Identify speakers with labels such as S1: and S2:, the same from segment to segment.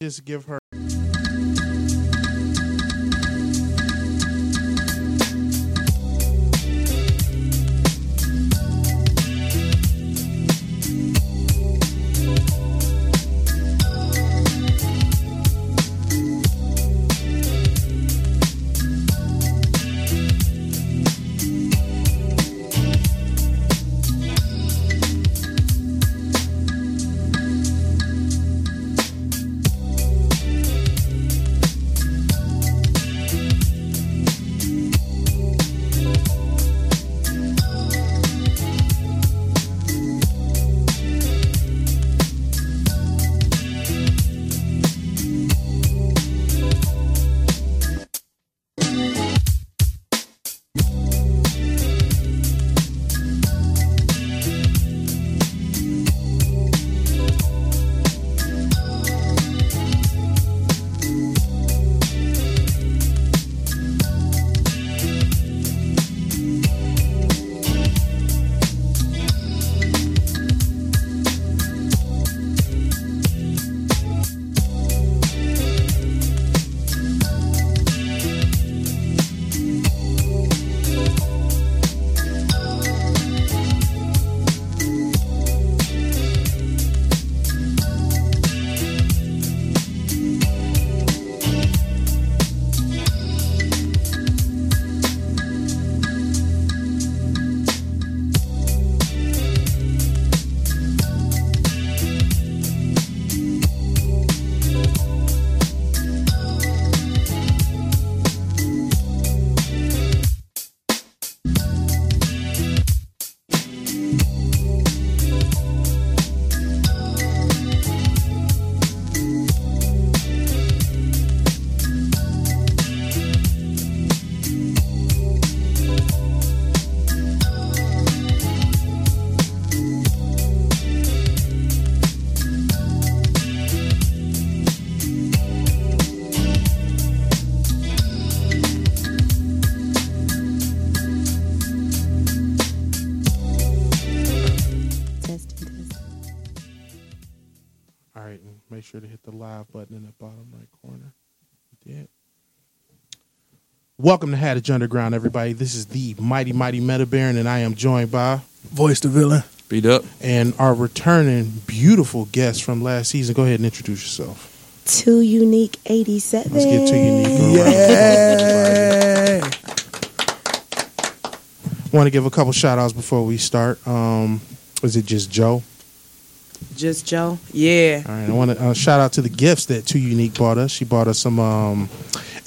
S1: just give her.
S2: Testing, testing.
S1: All right, and make sure to hit the live button in the bottom right corner. You did. Welcome to Hadage Underground, everybody. This is the mighty, mighty Meta Baron, and I am joined by
S3: Voice the villain.
S4: Beat up.
S1: and our returning beautiful guest from last season. Go ahead and introduce yourself.
S2: Two unique 87.
S1: Let's get to you, Nico.
S3: Yeah.
S1: Want to give a couple shout outs before we start. Um, is it just Joe?
S5: Just Joe? Yeah.
S1: All right, I want to uh, shout out to the gifts that Two Unique bought us. She bought us some um,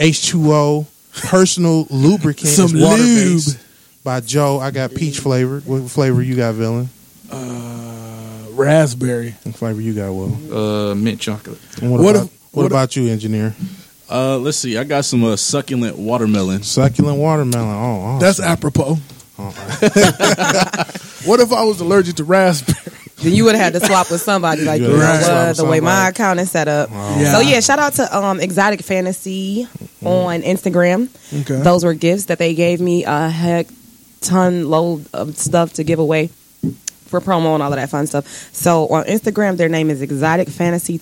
S1: H2O personal lubricant,
S3: Some
S1: It's water-based
S3: lube.
S1: by Joe. I got peach flavored. What flavor you got, villain?
S3: Uh, raspberry.
S1: What flavor you got, Will?
S4: Uh, mint chocolate.
S1: And what,
S3: What
S1: about,
S3: if-
S1: what
S3: what if-
S1: about you, engineer?
S6: Uh, let's see. I got some uh, succulent watermelon.
S1: Succulent watermelon. Oh, oh.
S3: That's apropos. what if I was allergic to raspberry?
S5: Then you would have had to swap with somebody. Like,
S1: You
S5: you
S1: would've
S5: know
S3: had to
S1: swap
S5: what?
S1: with
S5: The way my
S1: somebody.
S5: account is set up.
S3: Yeah.
S5: So, yeah, shout out to um, Exotic Fantasy on Instagram.
S3: Okay.
S5: Those were gifts that they gave me a heck ton load of stuff to give away for promo and all of that fun stuff. So, on Instagram, their name is Exotic Fantasy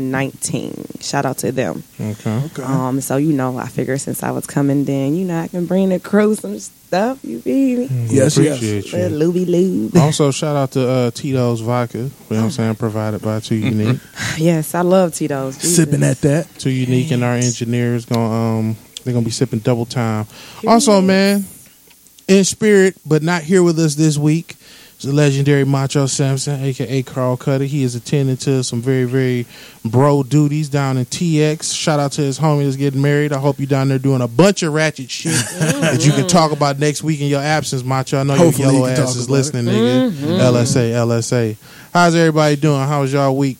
S5: 2019. Shout out to them.
S1: okay.
S3: Okay.
S5: Um, so you know, I figure since I was coming, then you know I can bring the crew some stuff. You feel me?
S3: yes, yes.
S1: Appreciate you.
S5: Little lube lube.
S1: Also, shout out to uh, Tito's Vodka. You know what I'm saying? Provided by Two Unique.
S5: yes, I love Tito's. Jesus.
S3: Sipping at that.
S1: Two Unique and our engineers gonna um they're gonna be sipping double time. Also, man, in spirit but not here with us this week is the legendary Macho Sampson, aka Carl Cutter. He is attending to some very very bro duties down in TX. Shout out to his homie that's getting married. I hope you down there doing a bunch of ratchet shit that you can talk about next week in your absence, Macho. I know your
S3: Hopefully you
S1: yellow
S3: can
S1: ass
S3: talk
S1: is
S3: about it.
S1: listening, nigga. LSA, LSA. How's everybody doing? How was y'all week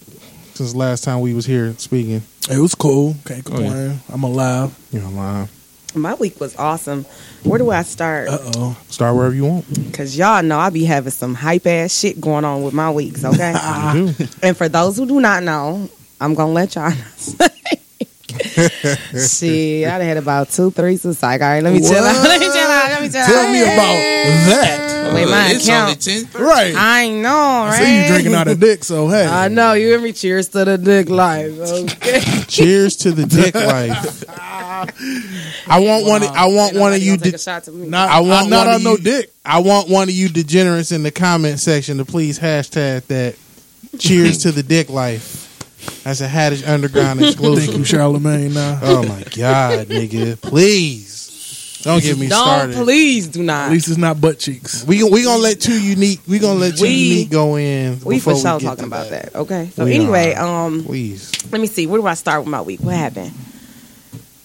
S1: since last time we was here speaking?
S3: It was cool. Can't
S4: Oh, yeah.
S3: complain. I'm alive.
S1: You know, uh, live.
S5: My week was awesome. Where do I start?
S3: Uh oh.
S1: Start wherever you want.
S5: Cause y'all know I be having some hype ass shit going on with my weeks. Okay.
S1: You do.
S5: and for those who do not know, I'm gonna let y'all know. Shit, I done had about two threes of psych. All right, let me chill out. Let me chill out. Let me chill out.
S3: Tell me about that.
S5: The way mine
S4: it's only
S5: count.
S4: ten.
S3: Right. I
S5: I know, right?
S3: see you drinking out of dick, so hey.
S5: I know. You hear me? Cheers to the dick life. Okay.
S1: Cheers to the dick life. I want one. I want one of you.
S5: Take
S1: De-
S5: a shot to me.
S3: not,
S1: I want
S3: not
S1: one
S3: on
S1: of
S3: no
S1: you-
S3: dick.
S1: I want one of you degenerates in the comment section to please hashtag that. Cheers to the dick life. That's a Haddish Underground
S3: Thank you,
S1: exclusive.
S3: Charlemagne. Nah.
S1: Oh my god, nigga! Please don't get me
S5: Don't
S1: started.
S5: please do
S3: At
S5: not.
S3: least it's not butt cheeks.
S1: We gon- we gonna let two unique. We gonna let two
S5: We-
S1: unique go in.
S5: we
S1: before
S5: for sure
S1: get to
S5: talking about that. Okay. So
S1: We
S5: anyway,
S1: are.
S5: um,
S1: Please.
S5: let me see. Where do I start with my week? What happened?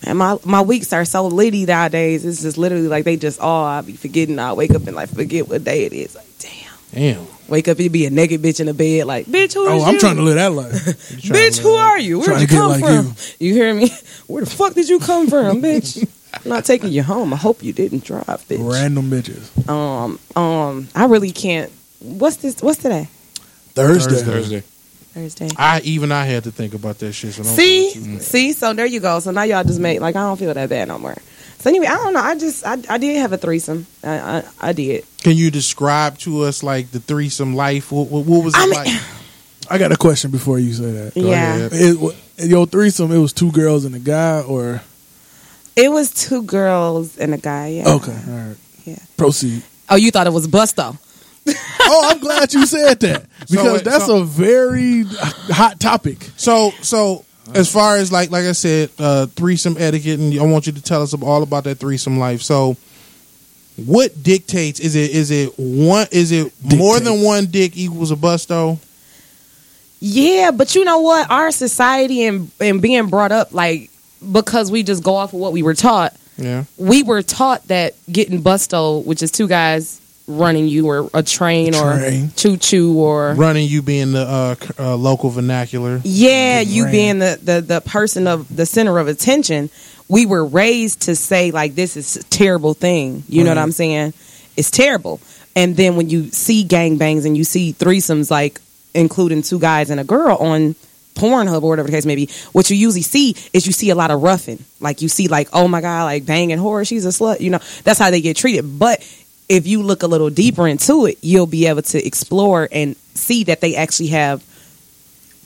S5: And my my weeks are so litty nowadays. It's just literally like they just all I be forgetting. I wake up and like forget what day it is. Like damn.
S1: Damn.
S5: Wake up, you be a naked bitch in the bed. Like bitch, who is
S3: Oh, I'm
S5: you?
S3: trying to live that life.
S5: Bitch, who are you? Where
S3: Trying
S5: did
S3: to
S5: you come
S3: get
S5: from?
S3: like
S5: You. hear me? Where the fuck did you come from, bitch? I'm not taking you home. I hope you didn't drive, bitch.
S3: Random bitches.
S5: Um, um, I really can't. What's this? What's today?
S3: Thursday.
S4: Thursday.
S5: Thursday.
S1: I even I had to think about that shit. So don't
S5: See, see. So there you go. So now y'all just made like I don't feel that bad no more. So anyway, I don't know. I just I, I did have a threesome. I I, I did.
S1: Can you describe to us like the threesome life? What, what, what was it
S5: I mean-
S1: like?
S3: I got a question before you say that.
S5: yeah.
S1: ahead.
S3: It, wa- your threesome, it was two girls and a guy, or
S5: It was two girls and a guy. Yeah.
S3: okay, all right,
S5: Yeah.
S3: proceed.
S5: Oh, you thought it was Busto?
S3: oh, I'm glad you said that because
S1: it-
S3: that's
S1: so-
S3: a very hot topic.
S1: So so as far as like like I said, uh, threesome etiquette, and I want you to tell us all about that threesome life. So. What dictates is it? Is it one? Is it more than
S3: Dictates.
S1: one dick equals a busto?
S5: Yeah, but you know what? Our society and and being brought up like because we just go off of what we were taught.
S1: Yeah.
S5: We were taught that getting Busto, which is two guys running you or a train,
S3: Train.
S5: or choo choo or
S1: Running you being the uh, c- uh, local vernacular.
S5: Yeah, you
S3: ran.
S5: being the, the the person of the center of attention, we were raised to say like this is a terrible thing. You know what I'm saying? It's terrible. And then when you see gangbangs and you see threesomes like including two guys and a girl on Pornhub or whatever the case may be, what you usually see is you see a lot of roughing. Like you see like, oh my god, like banging whore, she's a slut, you know. That's how they get treated. But if you look a little deeper into it, you'll be able to explore and see that they actually have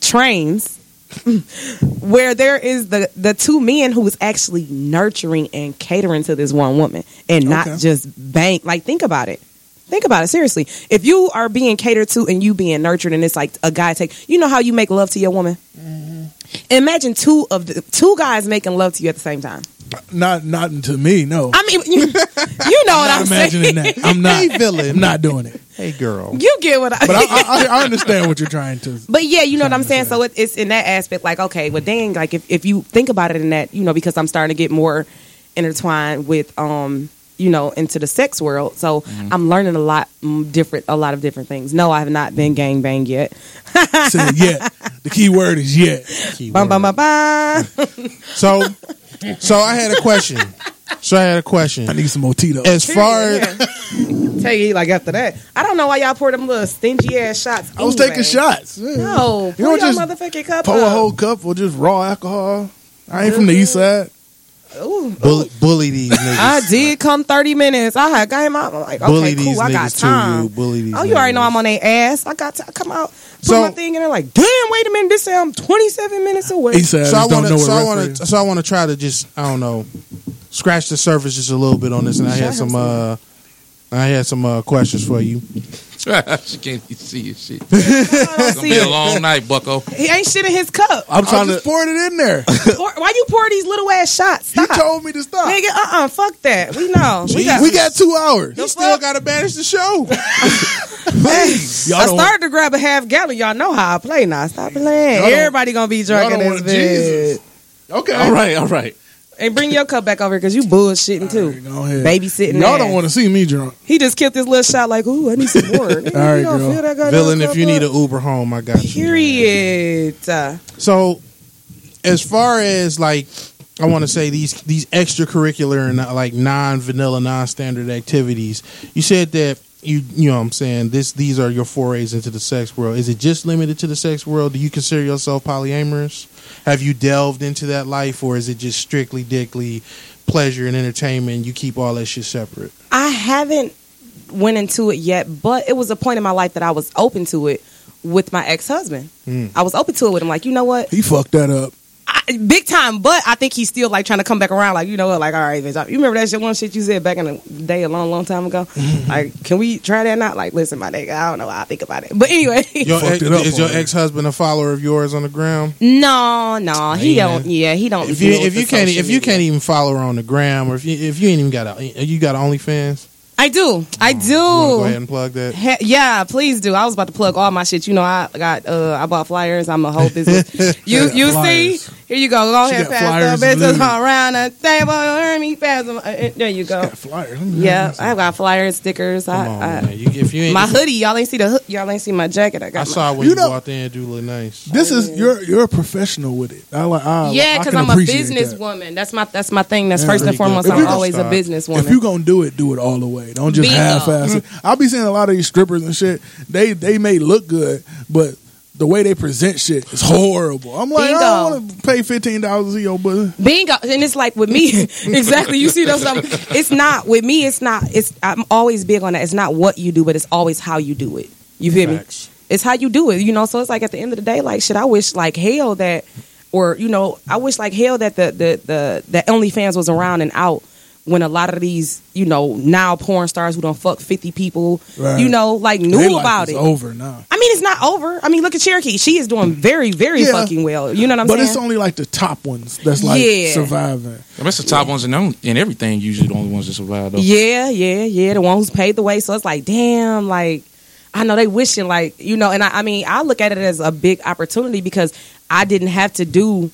S5: trains where there is the the two men who is actually nurturing and catering to this one woman and not
S3: Okay.
S5: just bank like think about it think about it seriously if you are being catered to and you being nurtured and it's like a guy take you know how you make love to your woman
S3: Mm-hmm.
S5: imagine two of the two guys making love to you at the same time
S3: Not, not to me. No,
S5: i mean you, you know what i'm
S3: not imagining
S5: saying
S3: that. I'm not.
S1: Hey, villain.
S3: I'm not doing it.
S1: Hey, girl.
S5: you get what i
S3: But I, I, I- I understand what you're trying to.
S5: But yeah, you know what I'm
S3: Kinda
S5: saying. So it, it's in that aspect, like okay, well, dang, like if if you think about it in that, you know, because I'm starting to get more intertwined with, um, you know, into the sex world. So
S3: Mm-hmm.
S5: I'm learning a lot mm, different, a lot of different things. No, I have not
S3: Mm-hmm.
S5: been gang bang yet.
S3: Say yet. The key word is yet.
S5: Bum bum bum bum.
S1: So, so I had a question. So I had a question.
S3: I need some motito.
S1: As far as
S5: Tell you like after that, I don't know why y'all pour them little stingy ass shots.
S3: I was taking
S5: anyway.
S3: shots.
S5: No,
S3: You
S5: pour
S3: don't
S5: your
S3: just
S5: motherfucking cup
S3: Pour a
S5: up.
S3: whole cup or just raw alcohol. I ain't from the east side.
S5: Ooh,
S1: bully, bully these niggas,
S5: I did come 30 minutes. I had came out. I'm like, okay,
S1: bully
S5: cool.
S1: these
S5: I got
S1: niggas
S5: time.
S1: too. You bully these.
S5: Oh, you already know
S1: niggas.
S5: I'm on their ass. I got to I come out, put
S1: So-
S5: my thing in there, like, damn, wait a minute, this say I'm 27 minutes away.
S3: East side.
S1: So I want
S3: just don't know
S1: to.
S3: what
S1: So I
S3: referee
S1: want
S3: is.
S1: to. So I want to try to just. I don't know. Scratch the surface just a little bit on this, and I had some. uh I had some uh, questions for you.
S4: she can't even see your shit.
S5: I don't
S4: It's gonna
S5: see
S4: be a
S5: it.
S4: long night, Bucko.
S5: He ain't shit in his cup.
S3: I'm trying
S1: I
S3: to
S1: just
S3: pour it in there.
S5: Pour- Why you pour these little ass shots?
S3: You
S5: Stop.
S3: told me to stop.
S5: Nigga, uh uh fuck that. We know. We got,
S3: we got two hours.
S1: He still got to banish the show.
S3: Please,
S5: I started to grab a half gallon. Y'all know how I play now. Stop playing.
S3: don't-
S5: Everybody gonna be
S3: y'all
S5: drinking
S3: don't
S5: this
S3: want
S5: bitch.
S3: Jesus. Okay,
S6: All right, all right.
S5: And bring your cup back over because you bullshitting too.
S3: Go ahead.
S5: Babysitting.
S3: Y'all
S5: ass.
S3: don't want to see me drunk.
S5: He just killed this little shot like, ooh, I need some more. Nigga, you
S3: right,
S5: don't
S3: girl.
S5: feel that goddamn
S1: Villain, if you
S5: cup
S1: need
S5: up?
S1: an Uber home, I got you.
S5: period. Uh,
S1: So, as far as like, I want to say these these extracurricular and uh, like non vanilla, non standard activities. You said that you you know what I'm saying this these are your forays into the sex world. Is it just limited to the sex world? Do you consider yourself polyamorous? Have you delved into that life, or is it just strictly dickly pleasure and entertainment? You keep all that shit separate.
S5: I haven't went into it yet, but it was a point in my life that I was open to it with my ex husband.
S1: Hmm.
S5: I was open to it with him. Like, you know what?
S3: He fucked that up.
S5: I, big time, but I think he's still like trying to come back around. Like you know what? Like all right, bitch. I- You remember that shit? One shit you said back in the day, a long, long time ago. Like, can we try that? Not like, listen, my nigga. I don't know. how I think about it, but anyway.
S1: Your
S3: Fucked
S1: ex,
S3: it up
S1: is your
S3: already.
S1: ex husband a follower of yours on the ground?
S5: no, no, he
S1: Man.
S5: don't. Yeah, he don't.
S1: If you
S5: deal with
S1: if you
S5: the
S1: can't
S5: social
S1: if you
S5: media.
S1: can't even follow her on the gram or if you if you ain't even got a you got OnlyFans,
S5: I do, I
S1: you wanna go
S5: do.
S1: ahead and plug that.
S5: He- yeah, please do. I was about to plug all my shit. You know, I got uh, I bought flyers. I'm a whole business. you you see,
S1: flyers.
S5: here you go. Go
S3: She
S5: ahead,
S3: got flyers
S5: pass the
S3: and
S5: bitches
S3: lube.
S5: around the table. Hear me, pass them. Uh, There you go.
S3: That flyer. Let me
S5: Yeah, I've got flyers, stickers. I,
S1: Come on,
S5: I,
S1: man. You, if you ain't,
S5: my hoodie. Y'all ain't see the hood. Y'all ain't see my jacket. I got.
S1: I saw when
S3: You
S1: you,
S3: know-
S1: walked in. Do look nice.
S3: This is you're you're a professional with it. I like. I,
S5: My, yeah,
S3: because
S5: because I'm a businesswoman. That's my that's my thing. That's
S1: Yeah,
S5: first
S1: pretty
S5: and
S1: good.
S5: foremost.
S1: If
S5: I'm
S3: you go-
S5: always a
S1: Stop.
S5: businesswoman.
S3: If you gonna do it, do it all the way. Don't just
S5: Bingo. Mm-hmm.
S3: half-ass it. I'll be seeing a lot of these strippers and shit. They they may look good, but the way they present shit is horrible. I'm like, I
S5: Bingo.
S3: don't want to pay fifteen dollars to your but
S5: Bingo, and it's like with me, exactly. You see, those. um, It's not with me. It's not. It's. I'm always big on that. It's not what you do, but it's always how you do it. You hear me?
S1: Facts.
S5: It's how you do it. You know. So it's like at the end of the day, like shit. I wish like hell that, or you know, I wish like hell that the the the the OnlyFans was around and out when a lot of these you know now porn stars who don't fuck fifty people,
S3: Right.
S5: you know, like knew
S3: they
S5: about it.
S3: Over now,
S5: I mean, it's not over. I mean, look at Cherokee. She is doing very, very
S3: Yeah.
S5: fucking well. You know what I'm
S3: but
S5: saying?
S3: it's only like the top ones that's like
S5: Yeah.
S3: surviving.
S4: That's the top ones and, on- and everything. Usually the only ones that survive though.
S5: Yeah, yeah, yeah. The one who's paid the way. So it's like, damn, like I know they wishing, like you know. And I, I mean, I look at it as a big opportunity because I didn't have to do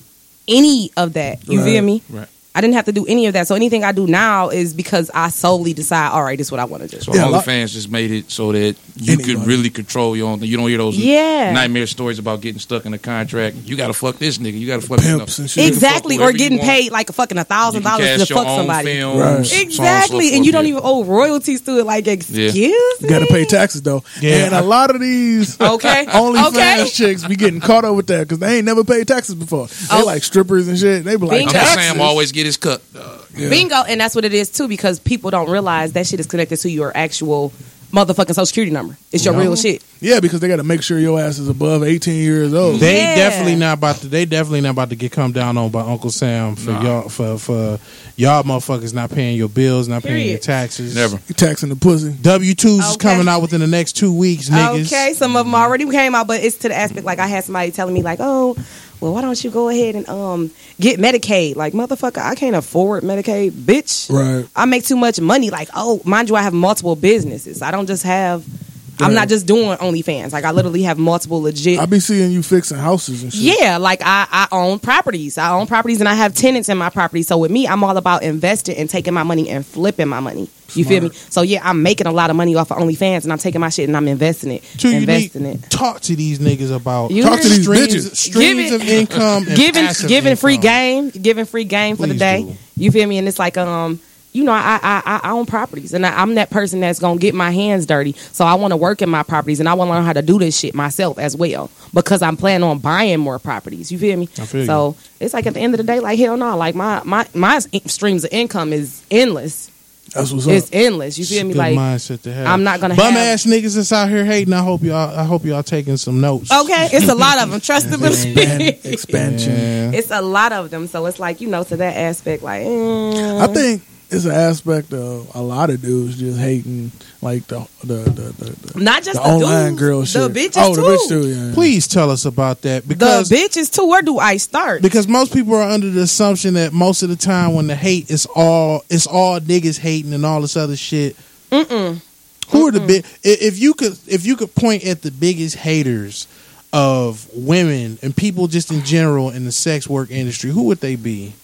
S5: any of that. You feel
S3: Right,
S5: me?
S4: right.
S5: I didn't have to do any of that. So anything I do now is because I solely decide, all right, this is what I want to do.
S4: So
S3: Yeah, a lot-
S4: OnlyFans just made it so that you could
S3: Anybody.
S4: really control your own. thing. You don't hear those
S5: Yeah.
S4: nightmare stories about getting stuck in a contract. You got to fuck this nigga. You got to fuck
S3: Pimps and
S4: this.
S3: shit.
S4: nigga. You can fuck
S5: Exactly,
S4: whoever
S5: or
S4: you
S5: getting
S4: want.
S5: paid like a fucking a
S4: You
S5: thousand
S4: can
S5: dollars to
S4: cast your
S5: fuck
S4: own
S5: somebody.
S4: films,
S3: Right.
S4: so on and so
S5: Exactly, and you don't
S4: forth.
S5: even owe royalties to it. Like, excuse me.
S3: You got to pay taxes though,
S1: Yeah.
S3: and a lot of these
S5: Okay.
S3: OnlyFans
S5: okay.
S3: chicks be getting caught up with that because they ain't never paid taxes before. They
S5: Oh.
S3: like strippers and shit. They be like,
S5: Bingo.
S4: I'm just
S3: taxes.
S4: saying, I'm always get his cut. Uh,
S5: Bingo, and that's what it is too, because people don't realize that shit is connected to your actual motherfucking social security number. It's your
S3: Yeah.
S5: real shit.
S3: Yeah, because they got to make sure your ass is above 18 years old.
S1: They
S5: Yeah.
S1: definitely not about to. They definitely not about to get come down on by Uncle Sam for y'all for for y'all motherfuckers not paying your bills, not paying your
S5: Period.
S1: taxes.
S4: never.
S3: You taxing the pussy.
S1: W twos is
S5: Okay.
S1: coming out within the next two weeks, niggas.
S5: Okay, some of them already came out, but it's to the aspect like I had somebody telling me like, oh, well, why don't you go ahead and um get Medicaid? Like motherfucker, I can't afford Medicaid, bitch.
S3: Right.
S5: I make too much money. Like, oh, mind you, I have multiple businesses. I don't just have. I'm
S3: Right.
S5: not just doing OnlyFans. Like I literally have multiple legit.
S3: I be seeing you fixing houses and shit.
S5: Yeah, like I, I own properties. I own properties and I have tenants in my property. So with me, I'm all about investing and taking my money and flipping my money. You feel me? So yeah, I'm making a lot of money off of OnlyFans and I'm taking my shit and I'm investing it.
S1: Two, you need
S5: investing it.
S1: talk to these niggas about
S5: You Talk to
S3: heard? these
S1: streams,
S3: bitches.
S1: streams
S5: Give it-
S1: of income, and
S5: Giving
S1: passive
S5: giving free
S1: income.
S5: game, giving free game for the
S1: Please
S5: day.
S1: do.
S5: You feel me? And it's like um you know, I, I I- I own properties, and I, I'm that person that's gonna get my hands dirty. So I want to work in my properties, and I want to learn how to do this shit myself as well, because I'm planning on buying more properties. You feel me?
S1: I feel you.
S5: so it's like at the end of the day, like hell no, like my my my in- streams of income is endless.
S3: That's what's
S5: It's
S3: up.
S5: endless. You feel me?
S1: Good
S5: Like
S1: mindset to have.
S5: I'm not gonna
S1: bum
S5: have-
S1: ass niggas that's out here hating. I hope y'all. I hope y'all taking some notes.
S5: okay, it's a lot of them. Trust the
S3: And
S5: believe.
S3: expansion.
S1: Yeah.
S5: It's a lot of them, so it's like you know to that aspect, like mm,
S3: I think it's an aspect of a lot of dudes just hating like the the the, the, the,
S5: not just
S3: the
S5: the,
S3: online
S5: dudes,
S3: girl
S5: the
S3: shit.
S5: bitches
S3: oh,
S5: too.
S3: the bitch too. Yeah.
S1: Please tell us about that
S5: The
S1: because
S5: bitches too. Where do I start?
S1: because most people are under the assumption that most of the time when the hate is all it's all niggas hating and all this other shit. Mm-mm. Who are the big? If you could, if you could point at the biggest haters of women and people just in general in the sex work industry, who would they be?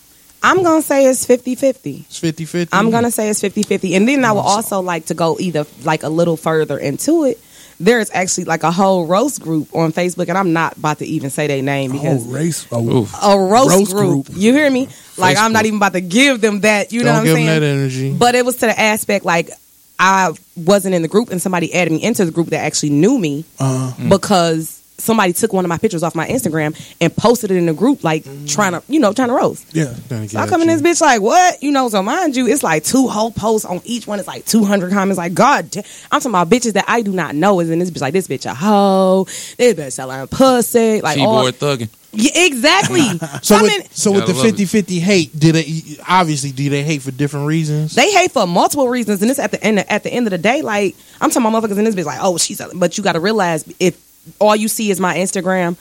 S5: I'm gonna say it's 50-50.
S1: It's 50-50?
S3: Mm-hmm.
S5: I'm gonna say it's 50 50. And then I would also like to go either like a little further into it. There is actually like a whole roast group on Facebook, and I'm not about to even say their name
S3: Oh,
S5: because
S3: race. Oh,
S4: Oof.
S5: a roast,
S3: Roast
S5: group,
S3: group.
S5: You hear me? Like I'm
S4: Facebook.
S5: not even about to give them that. You
S1: Don't
S5: know what I'm
S1: give
S5: saying?
S1: them that energy.
S5: But it was to the aspect like I wasn't in the group, and somebody added me into the group that actually knew me
S3: uh,
S5: because somebody took one of my pictures off my Instagram and posted it in the group, like trying to, you know, trying to roast.
S3: Yeah.
S5: So I come in this bitch like, what? You know, so mind you, it's like two whole posts on each one. It's like 200 comments. Like, God, da- I'm talking about bitches that I do not know is in this bitch. Like, this bitch a hoe. This bitch selling pussy. Like, all.
S4: Keyboard thugging.
S5: Yeah, exactly.
S1: So
S5: I
S1: with,
S5: mean,
S1: so with
S4: Gotta
S1: the
S4: love it.
S1: 50 50 hate, did they obviously do they hate for different reasons?
S5: they hate for multiple reasons. And it's at the end, at the end of the day, like, I'm talking about motherfuckers in this bitch. Like, oh, she's, a, but you got to realize if all you see is my Instagram,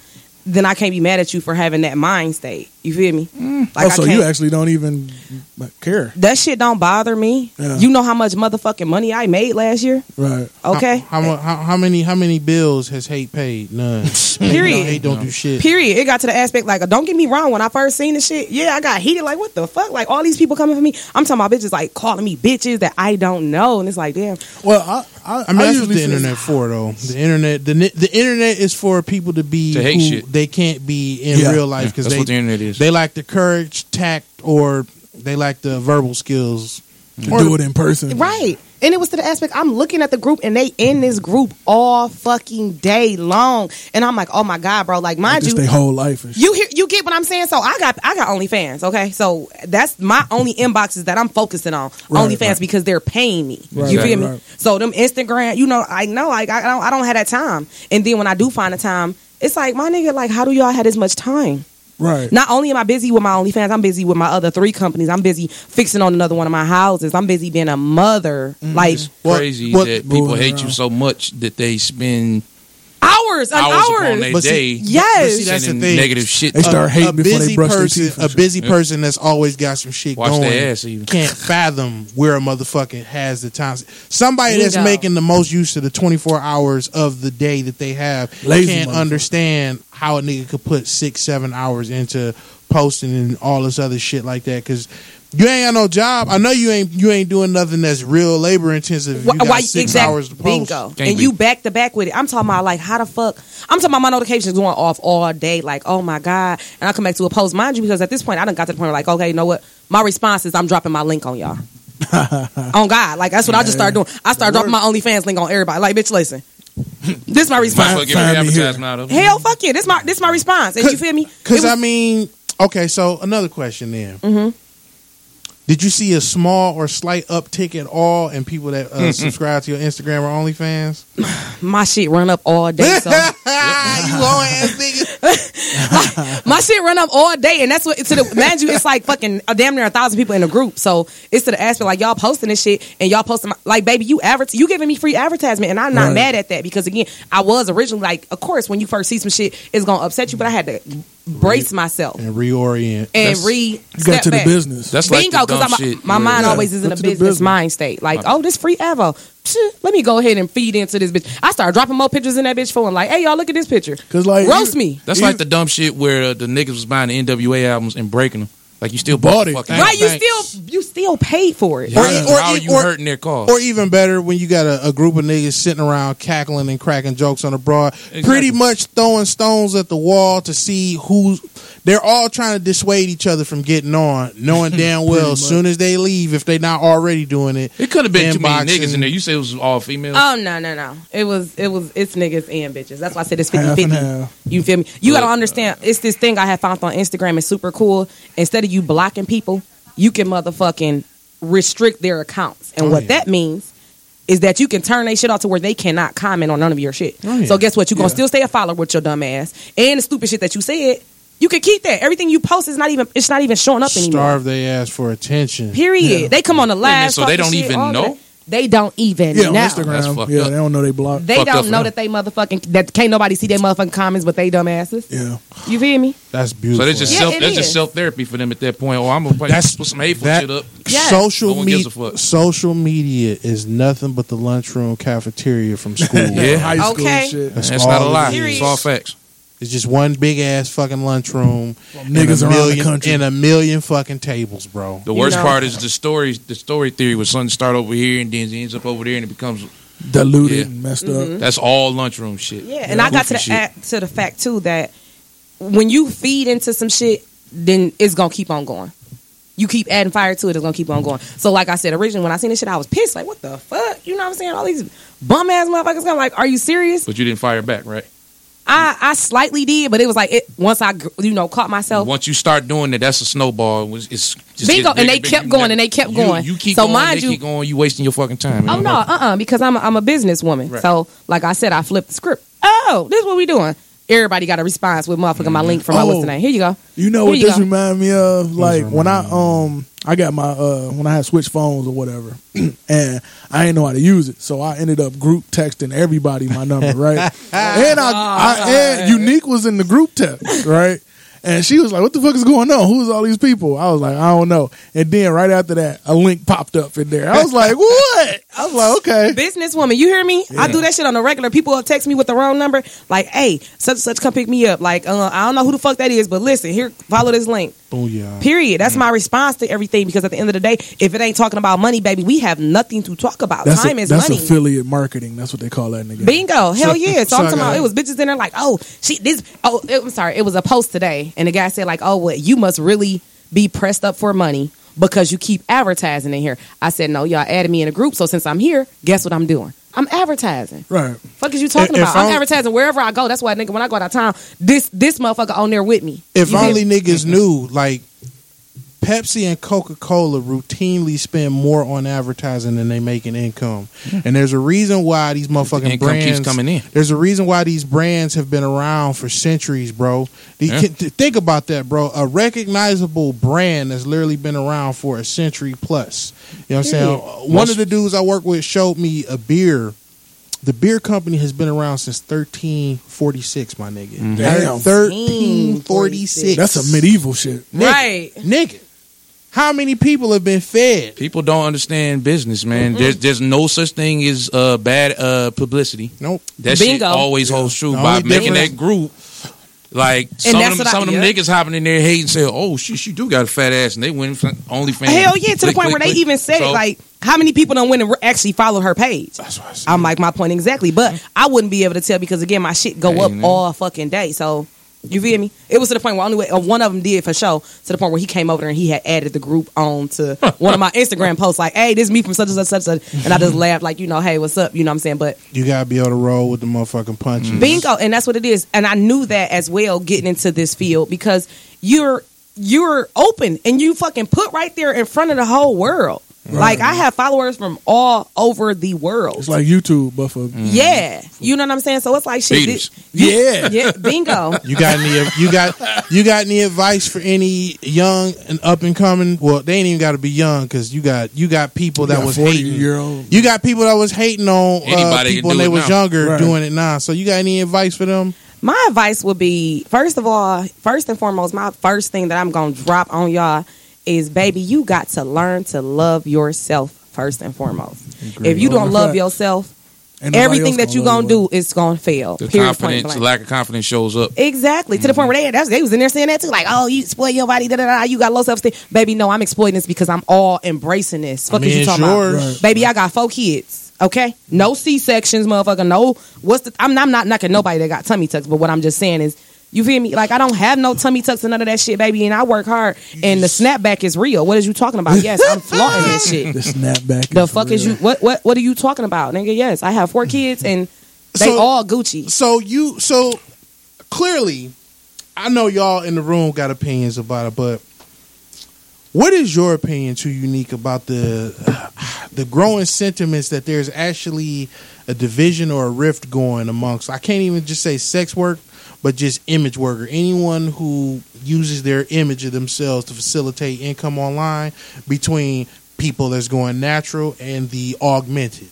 S5: then I can't be mad at you for having that mind state. You feel me?
S3: oh,
S5: I
S3: so
S5: can't-
S3: you actually don't even like, care,
S5: that shit don't bother me.
S3: Yeah.
S5: You know how much motherfucking money I made last year?
S3: right?
S5: Okay.
S1: How, how, mu- how, how many how many bills has hate paid? None. Hate don't-
S5: Period.
S1: Hate don't do shit.
S5: Period. It got to the aspect like, don't get me wrong. When I first seen this shit, yeah, I got heated. Like, what the fuck? Like, all these people coming for me. I'm talking about bitches like calling me bitches that I don't know, and it's like, damn.
S3: Well, I I,
S1: I mean, that's what the
S3: usually say-
S1: internet for, though. The internet, the ni- the internet is for people to be
S4: To hate
S1: who
S4: shit.
S1: they can't be in
S3: Yeah.
S1: real life
S4: That's
S1: because they
S4: what the internet is.
S1: they lack the courage, tact, or they lack the verbal skills.
S3: to do it in person,
S5: Right. And it was to the aspect I'm looking at the group and they in this group all fucking day long. And I'm like, oh my God, bro. Like mind
S3: Just
S5: you,
S3: their whole life. And shit.
S5: You hear you get what I'm saying? So I got I got OnlyFans, okay? So that's my only inboxes that I'm focusing on.
S3: Right,
S5: OnlyFans
S3: right.
S5: because they're paying me.
S3: Right,
S5: you
S3: right,
S5: feel me?
S3: right.
S5: So them Instagram, you know, I know like I don't I don't have that time. And then when I do find the time, it's like my nigga, like how do y'all have this much time?
S3: right?
S5: Not only am I busy with my OnlyFans, I'm busy with my other three companies. I'm busy fixing on another one of my houses. I'm busy being a mother.
S1: Mm-hmm.
S5: Like
S1: What-
S4: Crazy
S1: what-
S4: that people
S3: Moving
S4: hate you
S3: around.
S4: so much that they spend
S5: hours and
S4: hours,
S5: hours.
S4: upon their
S1: But see-
S4: day
S5: yes.
S1: But see, that's the
S4: sending
S1: thing.
S4: negative shit.
S3: They start hating before they
S1: busy
S3: brush their
S1: person,
S3: teeth.
S1: a
S3: and shit.
S1: busy person that's always got some shit
S4: Wash
S1: going,
S4: their ass even.
S1: can't fathom where a motherfucker has the time. Somebody that's
S5: Bingo.
S1: making the most use of the twenty four hours of the day that they have
S3: Lazy
S1: can't
S3: motherfucker.
S1: understand how a nigga could put six, seven hours into posting and all this other shit like that because. You ain't got no job. I know you ain't you ain't doing nothing that's real labor intensive. You
S5: Why,
S1: got
S5: why
S1: six
S5: exact-
S1: hours to post.
S5: Bingo.
S4: Can't
S5: and
S4: be.
S5: you back to back with it. I'm talking about like how the fuck I'm talking about my notifications going off all day, like, oh my God. And I come back to a post, mind you, because at this point I done got to the point where like, okay, you know what? My response is I'm dropping my link on y'all. on God. Like that's what I just started doing. I started dropping my OnlyFans link on everybody. Like, bitch, listen. this my
S4: Might as well
S5: response.
S4: get rid
S3: Find
S4: of
S3: me
S4: the
S3: here.
S4: advertisement out of it.
S5: Mm-hmm. Hell fuck yeah. This my this my response. And you feel me?
S1: Because
S5: It was- Mm-hmm.
S1: I mean, okay. So another question then. Did you see a small or slight uptick at all in people that uh, subscribe to your Instagram or OnlyFans?
S5: my shit run up all day. So
S1: you old ass nigga.
S5: my shit run up all day, and that's what to the mind you, it's like fucking a damn near a thousand people in a group. So it's to the aspect like y'all posting this shit and y'all posting my, like baby, you advert you giving me free advertisement, and I'm not
S3: Right.
S5: mad at that because again, I was originally like, of course, when you first see some shit, it's gonna upset you, but I had to brace myself
S1: And reorient.
S5: and
S4: That's-
S5: re
S3: You got
S5: step
S3: to the
S5: back.
S3: business.
S4: That's like
S5: Bingo,
S4: the dumb
S5: because
S4: shit. uh,
S5: my
S4: yeah.
S5: mind
S3: Yeah.
S5: always is in
S3: Go
S5: a
S3: to the
S5: business,
S3: business.
S5: mind state. Like, oh, this free Evo. Psh, Let me go ahead and feed into this bitch. I start dropping more pictures in that bitch phone. Like, hey, y'all, look at this picture.
S3: 'Cause, like,
S5: roast
S3: you-
S5: me.
S4: That's like the dumb shit where uh, the niggas was buying the NWA albums and breaking them. Like you still
S3: Bought
S4: bought
S3: it.
S4: it. Fucking
S5: Right, you
S4: Thanks.
S5: still you still paid for it.
S1: Or- or-
S4: How are you
S1: or-
S4: hurting their cause?
S1: Or even better, when you got a, a group of niggas sitting around cackling and cracking jokes on the broad, pretty much throwing stones at the wall to see who's. They're all trying to dissuade each other from getting on, knowing damn well as soon as they leave, if they're not already doing it,
S4: it could have been too many
S1: Inboxing.
S4: niggas in there. You said it was all females.
S5: Oh no no no! It was it was it's niggas and bitches. That's why I said it's 50
S3: Half and
S5: 50
S3: half.
S5: You feel me? You
S4: Look,
S5: gotta understand. It's this thing I have found on Instagram. It's super cool. Instead of you blocking people, you can motherfucking restrict their accounts. And
S1: Oh,
S5: what
S1: yeah.
S5: that means is that you can turn their shit off to where they cannot comment on none of your shit.
S1: Oh, yeah.
S5: So guess what? You gonna
S3: Yeah.
S5: still stay a follower with your dumb ass and the stupid shit that you said. You can keep that. Everything you post is not even it's not even showing up anymore.
S1: starve their ass for attention.
S5: Period. They come on the
S4: minute,
S5: live.
S4: so they
S5: talking
S4: don't
S5: shit,
S4: even
S5: all that.
S4: know?
S5: They don't even
S3: yeah, on
S5: know.
S4: That's
S3: Instagram.
S4: fucked
S3: Yeah,
S4: up.
S3: they don't know they blocked.
S5: They
S4: Fucked up
S5: don't
S4: for
S5: know
S4: them.
S5: that they motherfucking that can't nobody see their motherfucking comments, but they dumbasses.
S3: yeah,
S5: You feel me?
S1: That's
S4: so
S1: beautiful.
S4: that's just
S5: Yeah,
S4: self.
S5: it
S4: That's
S5: is.
S4: just self therapy for them at that point. Oh, I'm gonna put
S1: That's-
S4: put some hateful
S1: that-
S4: shit up.
S5: Yes.
S1: Social
S4: No one
S1: media,
S4: gives a fuck.
S1: social media is nothing but the lunchroom cafeteria from school.
S4: Yeah.
S3: high school
S5: Okay.
S3: and shit.
S1: That's
S4: That's not a
S1: all it
S4: lie.
S1: is.
S4: It's all facts.
S1: It's just one big ass fucking lunchroom, and
S3: niggas
S1: a
S3: around the
S1: million,
S3: country.
S1: and a million fucking tables, bro.
S4: The worst
S5: know.
S4: part is the story. The story theory where something start over here and then it ends up over there and it becomes
S3: Diluted
S4: Yeah.
S3: and messed
S5: Mm-hmm.
S3: up.
S4: that's all lunchroom shit.
S5: Yeah, and I got to
S4: Goofy
S5: the
S4: shit.
S5: act, to the fact too that when you feed into some shit, then it's gonna keep on going. You keep adding fire to it, it's gonna keep on going. So, like I said originally, when I seen this shit, I was pissed. Like, what the fuck? You know what I'm saying? All these bum ass motherfuckers. I'm like, are you serious?
S4: But you didn't fire back, right?
S5: I, I slightly did, but it was like it once I gr- you know caught myself.
S4: Once you start doing it, that's a snowball. It was- It's, just
S5: Bingo,
S4: gets
S5: and
S4: bigger,
S5: they
S4: bigger.
S5: kept
S4: You
S5: going,
S4: never-
S5: and they kept
S4: you-
S5: going.
S4: You keep
S5: So
S4: going,
S5: mind
S4: they
S5: you-
S4: keep going. You wasting your fucking time. It
S5: Oh
S3: Mm-hmm.
S4: don't
S5: no, uh,
S4: work.
S5: uh because I'm a, I'm a businesswoman.
S4: Right.
S5: So like I said, I flipped the script. Oh, this is what we doing. Everybody got a response with motherfucking my link from my what's
S3: Oh.
S5: the name. Here you go.
S3: You know
S5: Here
S3: what
S5: you
S3: this
S5: go.
S3: remind me of? Like when I um I got my uh when I had switched phones or whatever, and I didn't know how to use it, so I ended up group texting everybody my number, right? and I,
S5: Ah.
S3: I and Unique was in the group text, right? And she was like, "What the fuck is going on? Who's all these people?" I was like, "I don't know." And then right after that, a link popped up in there. I was like, "What?" I was like, "Okay."
S5: Businesswoman, you hear me? I do that shit on the regular. People will text me with the wrong number. Like, hey, such and such, come pick me up. Like, uh, I don't know who the fuck that is, but listen, here, follow this link.
S1: Booyah.
S5: Period.
S3: Mm-hmm.
S5: That's my response to everything because at the end of the day, if it ain't talking about money, baby, we have nothing to talk about.
S3: That's,
S5: Time
S3: a-
S5: is
S3: that's
S5: money.
S3: affiliate marketing. That's what they call that in the game.
S5: Bingo. Hell yeah.
S1: so
S5: So, I'm
S1: I
S5: talking
S1: got
S5: about
S1: it.
S5: it was bitches in there like, oh, she this oh it- I'm sorry, it was a post today and the guy said like, oh well, you must really be pressed up for money because you keep advertising in here. I said, No, y'all added me in a group, so since I'm here, guess what I'm doing? I'm advertising.
S3: Right.
S5: Fuck is you talking
S1: If- if
S5: about? I'm
S1: I-
S5: advertising wherever I go. That's why nigga when I go out of town, this this motherfucker on there with me.
S1: If
S5: You hear
S1: only
S5: me?
S1: niggas knew, like Pepsi and Coca Cola routinely spend more on advertising than they make in income, and there's a reason why these motherfucking
S4: Mm. income keeps
S1: brands
S4: coming in.
S1: There's a reason why these brands have been around for centuries, bro. The-
S4: Yeah.
S1: th- Think about that, bro. A recognizable brand that's literally been around for a century plus. You know what I'm saying? One of the dudes I work with showed me a beer. The beer company has been around since 1346, my nigga.
S4: Mm-hmm.
S3: Damn.
S1: 1346.
S3: That's a medieval shit.
S1: Nigga,
S5: Right.
S1: Nigga. How many people have been fed?
S4: People don't understand business, man. There's there's no such thing as uh, bad uh, publicity.
S1: Nope.
S4: That shit
S5: Bingo.
S4: always holds true
S1: The
S4: by
S1: only
S4: making
S1: difference-
S4: that group. Like some
S5: that's
S4: of them,
S5: what I-
S4: some of them
S5: yeah.
S4: niggas hopping in there hating, say, "Oh shit, she do got a fat ass," and they went only fans.
S5: Hell yeah, to the point where they even said it like how many people don't win and re- actually follow her page?
S1: That's what I said. Mm-hmm.
S5: I'm like my point exactly, but I wouldn't be able to tell because again, my shit go
S4: Hey,
S5: up
S4: man.
S5: all fucking day. So you feel me? It was to the point where only way, uh, one of them did for show. To the point where he came over there and he had added the group on to one of my Instagram posts, like, "Hey, this is me from such and such, such and such," and I just laughed, like, you know, "Hey, what's up?" You know what I'm saying? But
S1: You gotta be able to roll with the motherfucking punches.
S5: bingo, and that's what it is. And I knew that as well getting into this field because you're you're open and you fucking put right there in front of the whole world. Like I have followers from all over the world.
S3: It's like YouTube, but for
S5: Mm. Yeah, you know what I'm saying. So it's like shit.
S4: Beaters.
S5: thi- you- yeah, bingo.
S1: You got any? You got you got any advice for any young and up and coming? Well, they ain't even got to be young because you got you got people that
S3: got
S1: was
S3: 40
S1: hating.
S3: year old.
S1: You got people that was hating on uh,
S4: Anybody can
S1: people when
S4: do
S1: they
S4: it
S1: was
S4: now.
S1: younger
S3: Right.
S1: doing it now. So you got any advice for them?
S5: My advice would be first of all, first and foremost, my first thing that I'm gonna drop on y'all is, baby, you got to learn to love yourself first and foremost. If you
S3: Well,
S5: don't
S3: in
S5: love
S3: fact,
S5: yourself,
S3: and nobody
S5: everything
S3: else
S5: that you
S3: love
S5: gonna
S3: it.
S5: do is gonna fail.
S4: the
S5: Period. Point
S4: confidence,
S5: blank.
S4: lack Mm-hmm. of confidence shows up.
S5: Exactly. To the point where they that's, they was in there saying that too, like, oh, you spoil your body, da da da. You got low self esteem, baby. No, I'm exploiting this because I'm all embracing this. Fuck
S1: I mean,
S5: is you
S1: it's
S5: talking
S1: yours.
S5: about,
S1: Right.
S5: baby? I got four kids. Okay, no C sections, motherfucker. No, what's the? I'm, I'm not knocking nobody that got tummy tucks, but what I'm just saying is. You feel me? Like I don't have no tummy tucks and none of that shit, baby. And I work hard, and the snapback is real. What is you talking about? Yes, I'm flaunting this shit.
S3: The snapback.
S5: The fuck is
S3: real.
S5: you? What what what are you talking about, nigga? Yes, I have four kids, and they
S1: Mm. So-
S5: all Gucci.
S1: So you so clearly, I know y'all in the room got opinions about it, but what is your opinion too unique about the the growing sentiments that there's actually a division or a rift going amongst I can't even just say sex work, but just image work or anyone who uses their image of themselves to facilitate income online between people that's going natural and the augmented.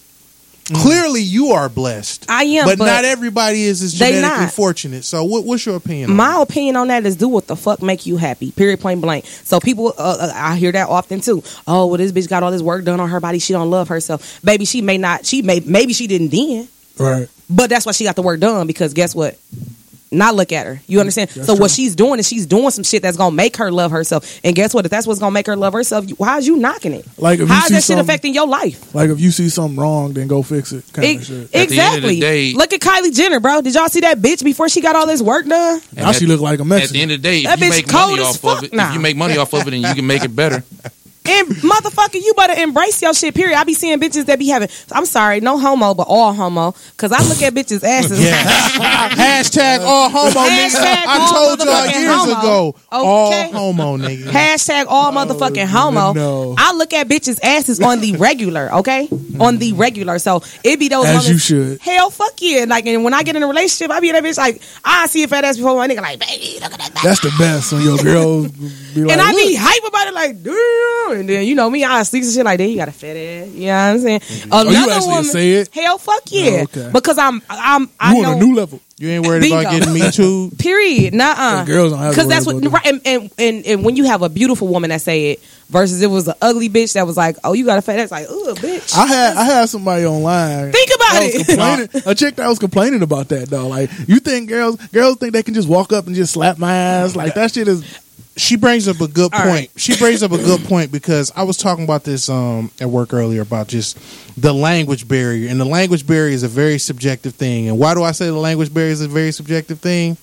S1: Clearly, you are blessed.
S5: I am,
S1: but,
S5: but-
S1: not everybody is as
S5: They
S1: genetically
S5: not.
S1: fortunate. So, what, what's your opinion? on
S5: My opinion on that is do what the fuck make you happy. Period, plain blank. So people, uh, uh, I hear that often too. Oh, well, this bitch got all this work done on her body. She don't love herself. Baby, she may not. She may maybe she didn't then,
S3: Right.
S5: but that's why she got the work done because guess what? Now look at her.
S1: Mm,
S5: You understand? so what she's doing is she's doing some shit that's gonna make her love herself. And guess what? If that's what's gonna make her love herself, you- how's you knocking it?
S3: Like if you
S5: How's
S3: see
S5: that shit
S3: something-
S5: affecting your life?
S3: Like if you see something wrong, then go fix it. Kind
S5: Ex-
S3: of shit.
S4: At the end of the
S5: exactly.
S4: day-
S5: look at Kylie Jenner, bro. Did y'all see that bitch before she got all this work done?
S3: now
S4: at-
S3: she look like a
S4: At the
S3: Mexican.
S4: end of the day, if
S5: That
S4: you
S5: bitch
S4: make
S5: cold
S4: money
S5: as
S4: off
S5: fuck
S4: of it,
S5: now.
S4: if you make money off of it, and you can make it better.
S5: And motherfucker, you better embrace your shit. Period. I be seeing bitches that be having. I'm sorry, no homo, but all homo. Cause I look at bitches' asses.
S1: Hashtag all homo, nigga.
S5: Hashtag
S1: I
S5: all
S1: told y'all
S5: motherfucking
S1: years
S5: homo.
S1: ago.
S5: Okay.
S1: All homo, nigga.
S5: Hashtag all motherfucking homo.
S3: no.
S5: I look at bitches' asses on the regular, okay? on the regular. So it be those
S3: As
S5: moments-
S3: you should.
S5: Hell fuck yeah. Like and when I get in a relationship, I be in that bitch like I see a fat ass before my nigga like baby, look at that.
S3: That's the best when your girls be like,
S5: and I
S3: "Look,
S5: be hype about it like damn. And then you know me, I sleep and shit like that. You got a fat ass. You know what I'm saying? Another
S3: Mm-hmm. Oh, you actually say it? Oh,
S5: Hell fuck yeah.
S3: okay.
S5: Because I'm I'm I
S3: you
S5: know
S3: on a new level.
S1: You ain't worried about
S5: Bingo.
S1: getting me too.
S5: Period. Nuh-uh.
S3: The girls don't have to
S5: because that's
S3: worry
S5: what
S3: about
S5: right. And, and and and when you have a beautiful woman that say it versus it was an ugly bitch that was like, oh, you got a fat. That's like, oh, bitch.
S3: I had I had somebody online.
S5: Think about
S3: that was
S5: it.
S3: complaining- a chick that was complaining about that though. Like you think girls girls think they can just walk up and just slap my ass. Like that shit is
S1: she brings up a good
S5: All
S1: point.
S5: right.
S1: She brings up a good point because I was talking about this um, at work earlier about just the language barrier, and the language barrier is a very subjective thing. And why do I say the language barrier is a very subjective thing?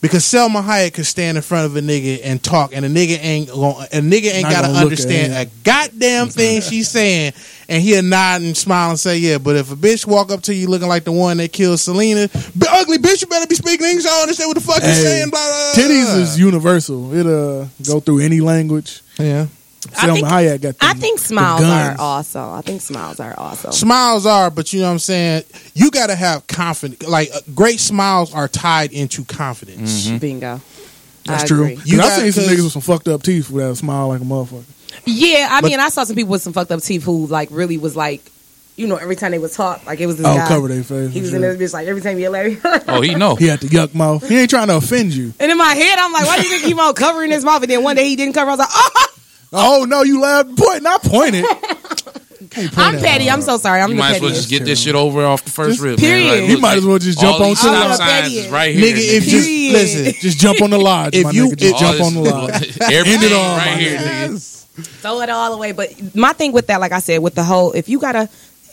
S1: Because Selma Hayek could stand in front of a nigga and talk, and a nigga ain't gonna, a nigga ain't
S3: Not
S1: gotta
S3: gonna look at
S1: understand
S3: it.
S1: a goddamn thing she's saying, and he'll nod and smile and say, "Yeah." But if a bitch walk up to you looking like the one that killed Selena, "B- ugly bitch, you better be speaking English. I don't understand what the fuck you're
S3: Hey,
S1: saying. Blah, blah, blah,
S3: titties
S1: blah.
S3: is universal. It uh go through any language.
S1: yeah.
S5: I
S3: Selma
S5: think-
S3: Hayek got.
S5: I
S3: them-
S5: think
S3: the
S5: smiles are
S3: guns.
S5: also. I think smiles are also.
S1: Smiles are, but you know what I'm saying? You got to have confidence. Like, uh, great smiles are tied into confidence.
S4: Mm-hmm.
S5: Bingo.
S3: That's
S5: I
S3: true.
S5: agree.
S1: You
S3: You I
S1: got-
S3: seen some
S1: 'cause-
S3: niggas with some fucked up teeth that smile like a motherfucker.
S5: Yeah, I
S1: But-
S5: mean, I saw some people with some fucked up teeth who like really was like, you know, every time they was taught, like it was this
S3: Oh,
S5: guy.
S3: cover their face.
S5: he
S3: and
S5: was
S3: shit.
S5: in this bitch like every time he like.
S4: Oh, he know.
S3: He had the yuck mouth. He ain't trying to offend you.
S5: and in my head, I'm like, why do you think he on covering his mouth? And then one day he didn't cover. I was like, oh,
S3: Oh no, you loud point, not pointed.
S5: I'm petty. I'm so sorry. I'm
S4: You
S5: the
S4: might as well
S5: pettiest.
S4: just get this shit over off the first
S3: Just
S4: rib.
S5: period.
S4: Man. Like,
S5: You
S4: look,
S3: might as well just jump
S4: all
S5: on
S4: these
S5: top.
S4: stop
S5: I'm a
S4: signs
S5: petty.
S4: is right here.
S1: Nigga, if you
S5: Period.
S1: listen,
S3: Just jump on the lodge,
S1: If
S3: my
S1: you-
S3: nigga. Just
S1: if-
S3: jump on the lodge.
S4: Everything
S3: it all,
S4: right
S3: my
S4: here,
S3: nigga.
S4: nigga.
S5: throw it all away. But my thing with that, like I said, with the whole, if you gotta,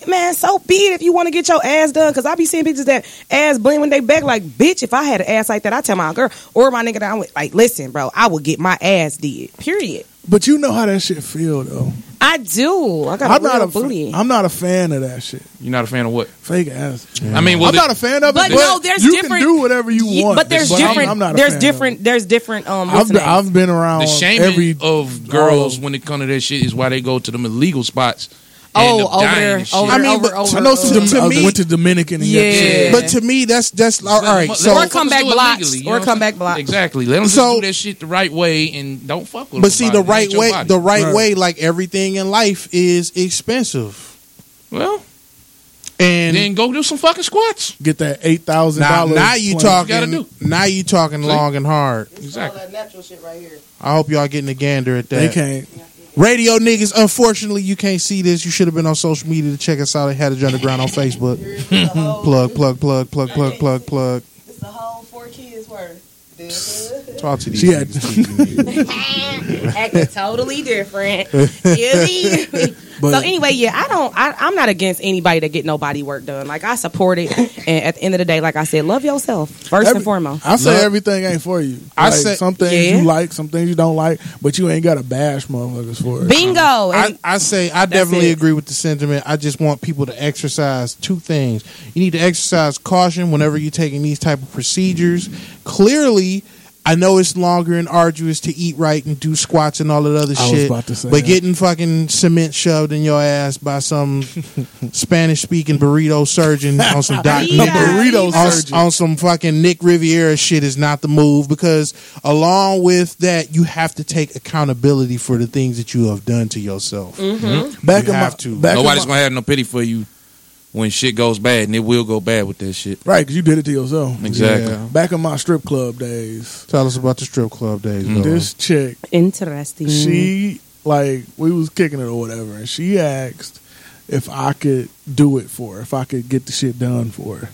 S5: man, so be it. If you want to get your ass done, because I be seeing bitches that ass bling when they back. Like, bitch, if I had an ass like that, I tell my girl or my nigga that I would like, listen, bro, I would get my ass did. Period.
S3: But you know how that shit feel though.
S5: I do. I got
S3: I'm
S5: a real
S3: not a
S5: booty.
S3: am not a fan of that shit.
S4: You're not a fan of what?
S3: Fake ass.
S4: I mean, well,
S3: I'm
S4: the-
S3: not a fan of it.
S5: But
S3: But,
S5: no, there's
S3: you
S5: different-
S3: can do whatever you
S5: Ye-
S3: want.
S5: but there's
S3: I'm-
S5: different.
S3: I'm not a
S5: there's
S3: fan of
S5: different. There's different. Um,
S3: it. I've,
S5: what's
S3: been-
S5: the name?
S3: I've been around
S4: the shaming
S3: every
S4: of
S3: all
S4: girls
S3: of-
S4: when it comes to that shit is why they go to them illegal spots.
S5: Oh,
S4: end up
S5: over
S4: dying
S5: there,
S4: and shit.
S5: over
S1: I mean,
S5: over,
S1: but
S5: over,
S3: I know some
S1: To-
S5: over.
S1: to
S3: Domin- I
S1: me-
S3: went to Dominican and
S5: Yeah.
S3: got shit.
S1: But to me, that's, that's, all right. So,
S5: Or come back
S4: do it
S5: blocks,
S4: legally, you
S5: or
S4: know what
S5: come
S4: I'm
S5: back
S4: saying?
S5: blocks.
S4: Exactly. Let them
S1: So-
S4: just do that shit the right way and don't fuck with.
S1: but see, the right
S4: nobody. It ain't your
S1: way,
S4: body.
S1: the right,
S3: Right.
S1: way, like everything in life is expensive.
S4: well,
S1: And
S4: then go do some fucking squats.
S3: Get that eight thousand
S1: now,
S3: dollars.
S1: now you
S4: gotta
S1: talking,
S4: do.
S1: now you talking
S4: See?
S1: long and hard.
S4: Exactly.
S1: I hope y'all getting a gander at that.
S3: They can't.
S1: Radio niggas, unfortunately, you can't see this. You should have been on social media to check us out at Had a Underground on Facebook. plug, plug, plug, plug, plug, plug, plug.
S7: It's a whole four kids worth.
S1: Talk to these
S3: She had-
S1: niggas, TV niggas.
S5: acting totally different. You see?
S3: But-
S5: so anyway, yeah, I don't. I, I'm not against anybody that get no body work done. Like I support it, and at the end of the day, like I said, love yourself first
S3: Every-
S5: and foremost.
S3: I say
S1: Look.
S3: everything ain't for you.
S1: I
S3: Like,
S1: say-
S3: some things
S5: Yeah.
S3: you like, some things you don't like, but you ain't got to bash motherfuckers for it.
S5: Bingo.
S1: I,
S5: And
S1: I say I definitely
S5: it.
S1: agree with the sentiment. I just want people to exercise two things. You need to exercise caution whenever you're taking these type of procedures. Clearly, I know it's longer and arduous to eat right and do squats and all that other
S3: I was
S1: shit.
S3: about to say
S1: but
S3: that.
S1: getting fucking cement shoved in your ass by some Spanish speaking burrito surgeon on some Doc
S5: Yeah.
S1: Nick-
S3: Burrito
S1: on,
S3: surgeon.
S1: on some fucking Nick Riviera shit is not the move because along with that you have to take accountability for the things that you have done to yourself.
S3: Back
S1: You
S3: in
S1: have
S3: my,
S1: to.
S3: Back in
S4: Nobody's
S3: my,
S4: gonna have no pity for you when shit goes bad, and it will go bad with that shit.
S3: right because you did it to yourself.
S4: Exactly.
S1: Yeah.
S3: Back in my strip club days,
S1: Tell us about the strip club days. though.
S3: Mm-hmm. this chick
S5: interesting.
S3: she
S1: Mm-hmm.
S3: like we was kicking it or whatever, and she asked if I could do it for her, if I could get the shit done for her,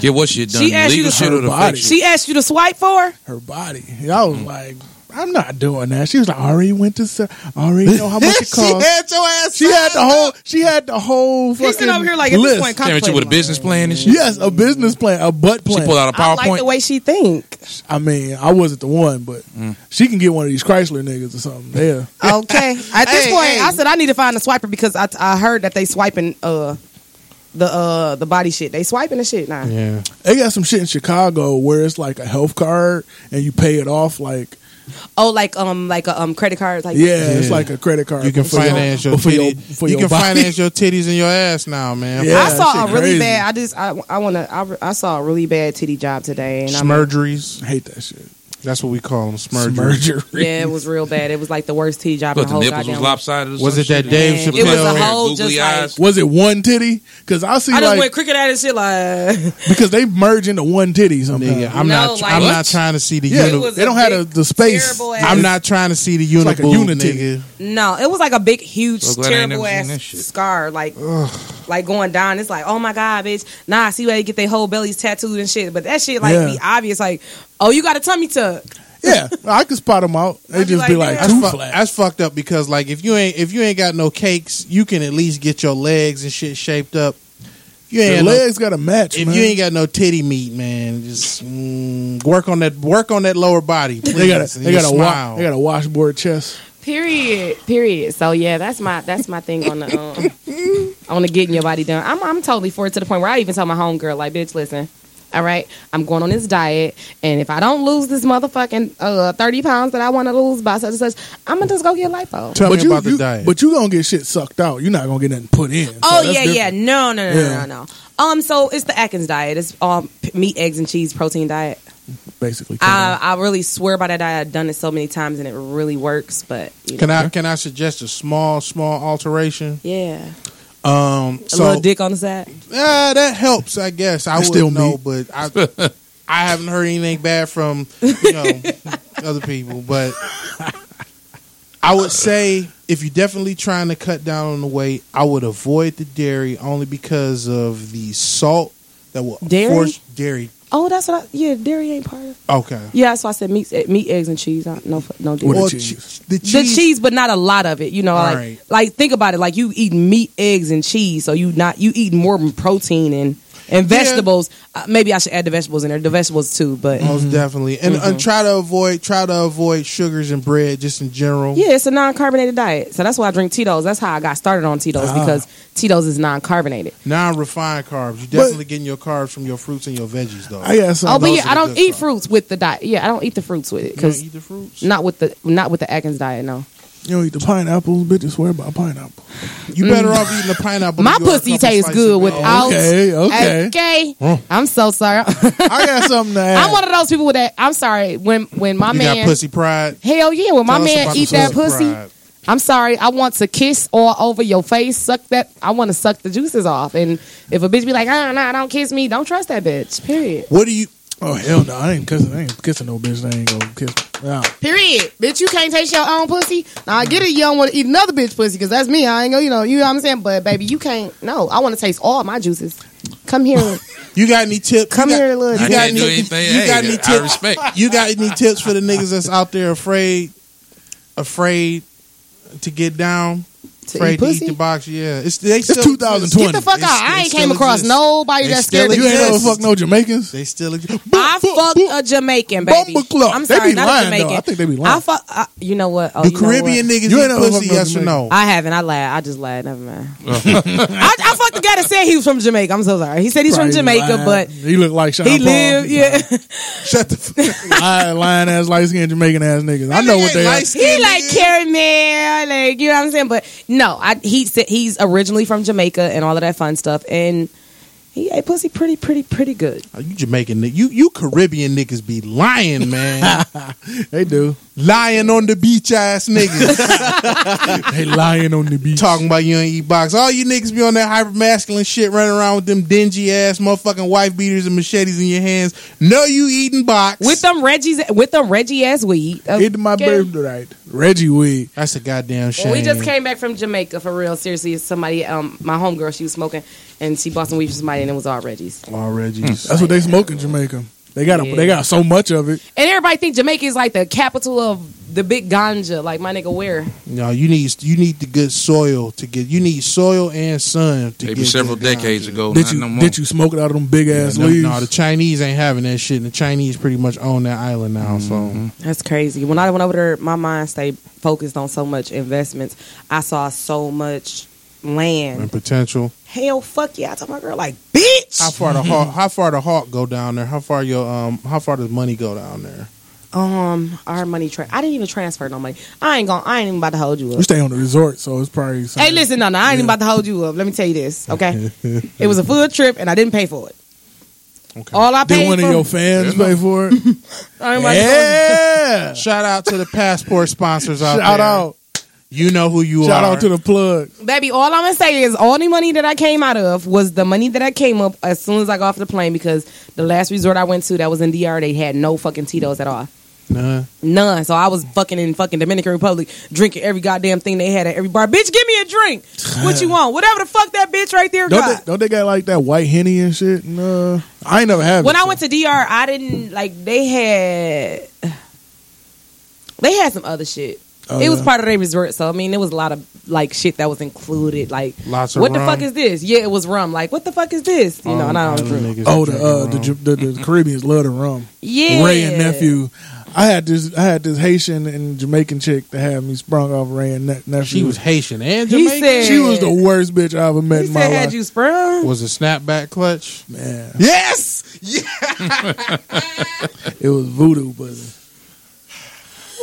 S4: Get what shit done.
S5: She asked you
S4: Legal
S5: to-
S4: shit or the
S3: Her body.
S4: fake shit.
S5: She asked you to swipe for her.
S1: Mm.
S3: her body. And I was like, I'm not doing that. She was like, I already went to, ser- I already know how much it
S1: she
S3: costs.
S1: had your ass.
S3: She had the whole. She had the whole.
S5: He's
S3: fucking
S5: sitting over here like at
S3: list.
S5: this point
S4: Damn it, you
S5: contemplating,
S4: with a
S5: like,
S4: business plan and shit.
S3: Yes, a business plan, a butt
S4: She
S3: plan.
S4: pulled out a
S5: I like the
S4: PowerPoint.
S5: way she think.
S3: I mean, I wasn't the one, but
S1: Mm.
S3: she can get one of these Chrysler niggas or something. Yeah,
S5: Okay. At this
S1: Hey,
S5: point,
S1: hey.
S5: I said I need to find a swiper because I, I heard that they swiping uh the uh the body shit. They swiping the shit now.
S1: Yeah.
S3: they got some shit in Chicago where it's like a health card and you pay it off like
S5: Oh, like um like a um credit card like
S3: yeah, it's
S1: Yeah.
S3: like a credit card.
S1: You can
S3: but for your-
S1: finance your,
S3: but for your
S1: titty-
S3: for
S1: you can
S3: your body.
S1: finance your titties and your ass now, man.
S3: Yeah,
S5: I saw
S3: that
S5: a
S3: shit
S5: really
S3: crazy.
S5: bad. I just I, I want to. I, re- I saw a really bad titty job today, and I'm,
S1: Smurgeries.
S3: I hate that shit.
S1: That's what we call them. Smurgeries.
S3: Merger.
S5: yeah, it was real bad. It was like the worst titty job in the
S4: Look, the
S5: whole
S4: nipples was
S5: goddamn. world.
S4: lopsided. or
S1: Was
S4: some
S1: it that
S4: shit.
S1: Dave
S5: Man,
S1: Chappelle?
S5: it was a
S4: Hair,
S5: whole
S4: googly
S5: just
S4: eyes.
S5: like
S3: Was it one titty? Because I see
S5: I just
S3: like
S5: went cricket at it shit like
S3: because they merge into one titty sometimes.
S1: Nigga, I'm
S5: No,
S1: not.
S5: like-
S1: I'm
S5: What?
S1: not trying to see the
S3: yeah,
S1: unit.
S5: was
S3: they don't
S5: a
S3: have the,
S5: big,
S3: the space.
S5: terrible ass-
S1: I'm not trying to see the unit.
S3: like a
S1: boob,
S3: unity.
S1: nigga.
S5: no, it was like a big, huge,
S4: So glad I ain't
S5: terrible
S4: never seen
S5: ass
S4: that shit.
S5: scar like like going down. It's like oh my god, bitch. Nah, I see where they get their whole bellies tattooed and shit. But that shit like
S3: Yeah.
S5: be obvious. Like oh, you got a tummy tuck.
S3: Yeah, I could spot them out. They
S5: I'd be
S3: just be
S5: like,
S3: like
S5: yeah.
S3: two
S1: That's, fu-
S3: flat.
S1: that's fucked up because like if you ain't if you ain't got no cakes, you can at least get your legs and shit shaped up. If You
S3: Their
S1: ain't no,
S3: legs got to match.
S1: if
S3: man.
S1: you ain't got no titty meat, man, just mm, work on that work on that lower body. Please.
S3: they got a
S1: and
S3: they
S1: your
S3: got a
S1: smile.
S3: wa- they got a washboard chest.
S5: Period. Period. So yeah, that's my that's my thing on the um, on the getting your body done. I'm I'm totally for it to the point where I even tell my homegirl like, bitch, listen, all right, I'm going on this diet, and if I don't lose this motherfucking uh, thirty pounds that I want to lose by such and such, I'm gonna just go get lipo.
S1: Tell
S3: but
S1: me
S3: you,
S1: about the
S3: you-
S1: diet.
S3: But you gonna get shit sucked out. You're not gonna get nothing put in. So
S5: Oh
S3: that's
S5: yeah, yeah.
S3: different.
S5: No, no, no, no,
S3: Yeah.
S5: no, no. Um, so it's the Atkins diet. It's um p- meat, eggs, and cheese protein diet.
S3: Basically,
S5: I I really swear by that diet. I've done it so many times, and it really works. But you know,
S1: can I can I suggest a small small alteration?
S5: yeah,
S1: Um,
S5: a
S1: so
S5: little dick on the side.
S1: uh, that helps, I guess. I
S3: It's
S1: still
S3: still
S1: know, but I I haven't heard anything bad from you know other people. But I would say if you're definitely trying to cut down on the weight, I would avoid the dairy only because of the salt that will
S5: Dairy?
S1: force dairy.
S5: Oh, that's what. I, yeah, dairy ain't part of. it.
S1: Okay,
S5: Yeah, that's why I said meat, eh, meat, eggs, and cheese. I, no, fu- no
S3: What
S5: dairy.
S3: the
S1: Or
S3: cheese.
S1: che- the
S5: The cheese, but not a lot of it. You know, like
S1: Right.
S5: like think about it. Like you eating meat, eggs, and cheese, so you not you eating more protein and and
S1: Yeah.
S5: vegetables. Uh, maybe I should add the vegetables in there. The vegetables too, but
S3: Oh,
S1: Most
S3: Mm-hmm.
S1: definitely, and, and try to avoid try to avoid sugars and bread just in general.
S5: yeah, it's a non-carbonated diet. So that's why I drink Tito's. That's how I got started on Tito's
S1: Ah.
S5: because Tito's is non-carbonated.
S1: Non-refined carbs. You're definitely getting your carbs from your fruits and your veggies, though.
S3: I got some.
S5: oh, but
S1: those
S5: yeah,
S1: are
S5: I
S1: the
S5: don't
S1: good
S5: eat
S1: carbs.
S5: fruits with the diet. Yeah, I don't eat the fruits with
S1: you don't
S5: it because
S1: eat the fruits.
S5: not with the not with the Atkins diet. No,
S3: you don't eat the pineapples, bitches. Swear about pineapple.
S1: You better off eating the pineapple.
S5: my
S1: than you are a
S5: pussy
S1: couple
S5: tastes
S1: slices
S5: good
S1: of
S5: without.
S3: Okay, okay.
S5: okay. I'm so sorry.
S3: I got something to add.
S5: I'm one of those people that I'm sorry when when my
S1: You
S5: man
S1: got pussy pride.
S5: hell yeah when my
S1: Tell us
S5: man
S1: about
S5: eat
S1: the
S5: that pussy.
S1: pride.
S5: I'm sorry. I want to kiss all over your face, suck that. I want to suck the juices off. And if a bitch be like, ah, nah, don't kiss me. Don't trust that bitch. Period.
S1: What do you?
S3: oh hell no, I ain't kissing. I ain't kissing no bitch. I ain't gonna kiss. Nah.
S5: Period. Bitch, you can't taste your own pussy. Now I get it. You don't want to eat another bitch pussy because that's me. I ain't gonna, you know, you know what I'm saying. But baby, you can't. No, I want to taste all my juices. Come here.
S1: You got any tips?
S5: Come
S1: you got,
S5: here, little
S1: You
S4: I
S1: got
S4: can't
S1: any?
S4: do anything.
S1: You
S4: Hey,
S1: got any
S4: I
S1: tips?
S4: respect.
S1: You got any tips for the niggas that's out there afraid, afraid to get down,
S5: To
S1: afraid
S5: eat
S1: to
S5: pussy?
S1: eat the box? Yeah, it's they
S3: It's
S1: still
S3: 2020.
S5: Get the fuck
S1: It's-
S5: out.
S1: they
S5: I ain't
S1: still
S5: came across
S1: exist.
S5: nobody
S1: They
S5: that
S1: still
S5: scared the
S3: You ain't never
S1: Yes.
S3: fuck no Jamaicans.
S1: They still exist.
S5: I fucked a Jamaican baby.
S3: Bumba Club.
S5: I'm
S3: They
S5: sorry,
S3: be
S5: not
S3: lying,
S5: a
S3: though.
S5: Jamaican.
S3: I think they be lying.
S5: I fuck. I, you know what? Oh,
S1: The
S5: you know
S1: Caribbean
S5: what?
S1: niggas
S3: You ain't
S1: eat
S3: never
S1: pussy.
S3: fucked no
S1: Yes or no?
S5: I haven't. I lied. I just lied. Never mind.
S3: Oh.
S5: I, I fucked the guy that said he was from Jamaica. I'm so sorry. He said he's from
S3: Probably
S5: Jamaica,
S3: lying.
S5: but
S3: he look like Sean
S5: he
S3: Paul.
S5: lived. Yeah,
S1: Shut the. Fuck.
S3: lying, lying ass, light skinned Jamaican ass niggas. I know what they are.
S5: he like caramel. Like you know what I'm saying. But no, I he said he's originally from Jamaica and all of that fun stuff. And he ate pussy pretty, pretty, pretty good.
S1: Are Oh, you Jamaican? ni- You you Caribbean niggas be lying, man.
S3: They do.
S1: lying on the beach, ass niggas.
S3: They lying on the beach.
S1: talking about you ain't eat box. All you niggas be on that hyper masculine shit running around with them dingy ass motherfucking wife beaters and machetes in your hands. No, you eating box.
S5: With them Reggie's, with them Reggie ass weed. Uh,
S3: Hit my
S5: Okay.
S3: birthright. Reggie Weed.
S1: That's a goddamn shame.
S5: We just came back from Jamaica for real. Seriously, somebody, um, my homegirl, she was smoking and she bought some weed from somebody and it was all Reggie's.
S1: All
S4: Hmm.
S1: Reggie's.
S3: That's what they smoke in Jamaica. They got a,
S5: Yeah.
S3: they got so much of it.
S5: And everybody think Jamaica is like the capital of the big ganja, like my nigga Ware.
S1: No, you need you need the good soil to get. You need soil and sun to
S4: Maybe
S1: get.
S4: several
S1: good
S4: decades
S1: ganja.
S4: ago.
S3: Did
S4: not
S3: you
S4: no more.
S3: did you smoke it out of them big ass
S1: No,
S3: leaves?
S1: no, the Chinese ain't having that shit. And the Chinese pretty much own that island now.
S4: Mm-hmm.
S1: So
S5: That's crazy. When I went over there, my mind stayed focused on so much investments. I saw so much
S1: and
S5: land.
S1: potential.
S3: Mm-hmm.
S5: Hell, fuck yeah! I told my girl like, bitch.
S1: How far the hawk? How far the hawk go down there? How far your um? How far does money go down there?
S5: Um, our money. Tra- I didn't even transfer no money. I ain't gonna. I ain't even about to hold you up.
S3: we stay on the resort, so it's probably.
S5: Hey, listen, no, no, I ain't even about to hold you up. Let me tell you this, okay? it was a full trip, and I didn't pay for it.
S1: Okay.
S5: All I
S3: Did
S5: paid
S3: one
S5: for,
S3: of your fans pay for it?
S5: I ain't about to hold you-
S3: yeah.
S1: Shout out to the passport sponsors out
S3: Shout
S1: there.
S3: out.
S1: You know who you
S3: Shout
S1: are.
S3: out to the plug.
S5: baby. All I'm gonna say is, all the money that I came out of was the money that I came up as soon as I got off the plane because the last resort I went to that was in DR, they had no fucking Tito's at all.
S1: Nah.
S5: None. So I was fucking in fucking Dominican Republic drinking every goddamn thing they had at every bar. Bitch, give me a drink. What you want? Whatever the fuck that bitch right there
S3: Don't
S5: got.
S3: they, don't they got like that white henny and shit? No, I ain't never had.
S5: when
S3: it,
S5: I
S3: so.
S5: went to DR, I didn't like they had they had some other shit.
S3: Oh,
S5: it was
S3: yeah.
S5: part of their resort, so I mean, there was a lot of like shit that was included. Like,
S1: Lots of
S5: what the
S1: rum.
S5: fuck is this? Yeah, it was rum. Like, what the fuck is this? You know, and I don't
S1: Island
S5: drink.
S1: niggas
S3: Oh, the
S1: drinking
S3: uh, the,
S1: rum.
S3: Ju- the the Caribbeans love the rum.
S5: Yeah,
S3: Ray and nephew. I had this I had this Haitian and Jamaican chick that had me sprung off Ray and ne- nephew.
S1: She was Haitian and
S5: He
S1: Jamaican.
S5: said-
S3: she was the worst bitch I ever met
S5: He
S3: in my
S5: said, "Had
S3: life.
S5: you sprung?"
S1: was a snapback clutch.
S3: Man,
S1: Yes.
S3: it was voodoo, but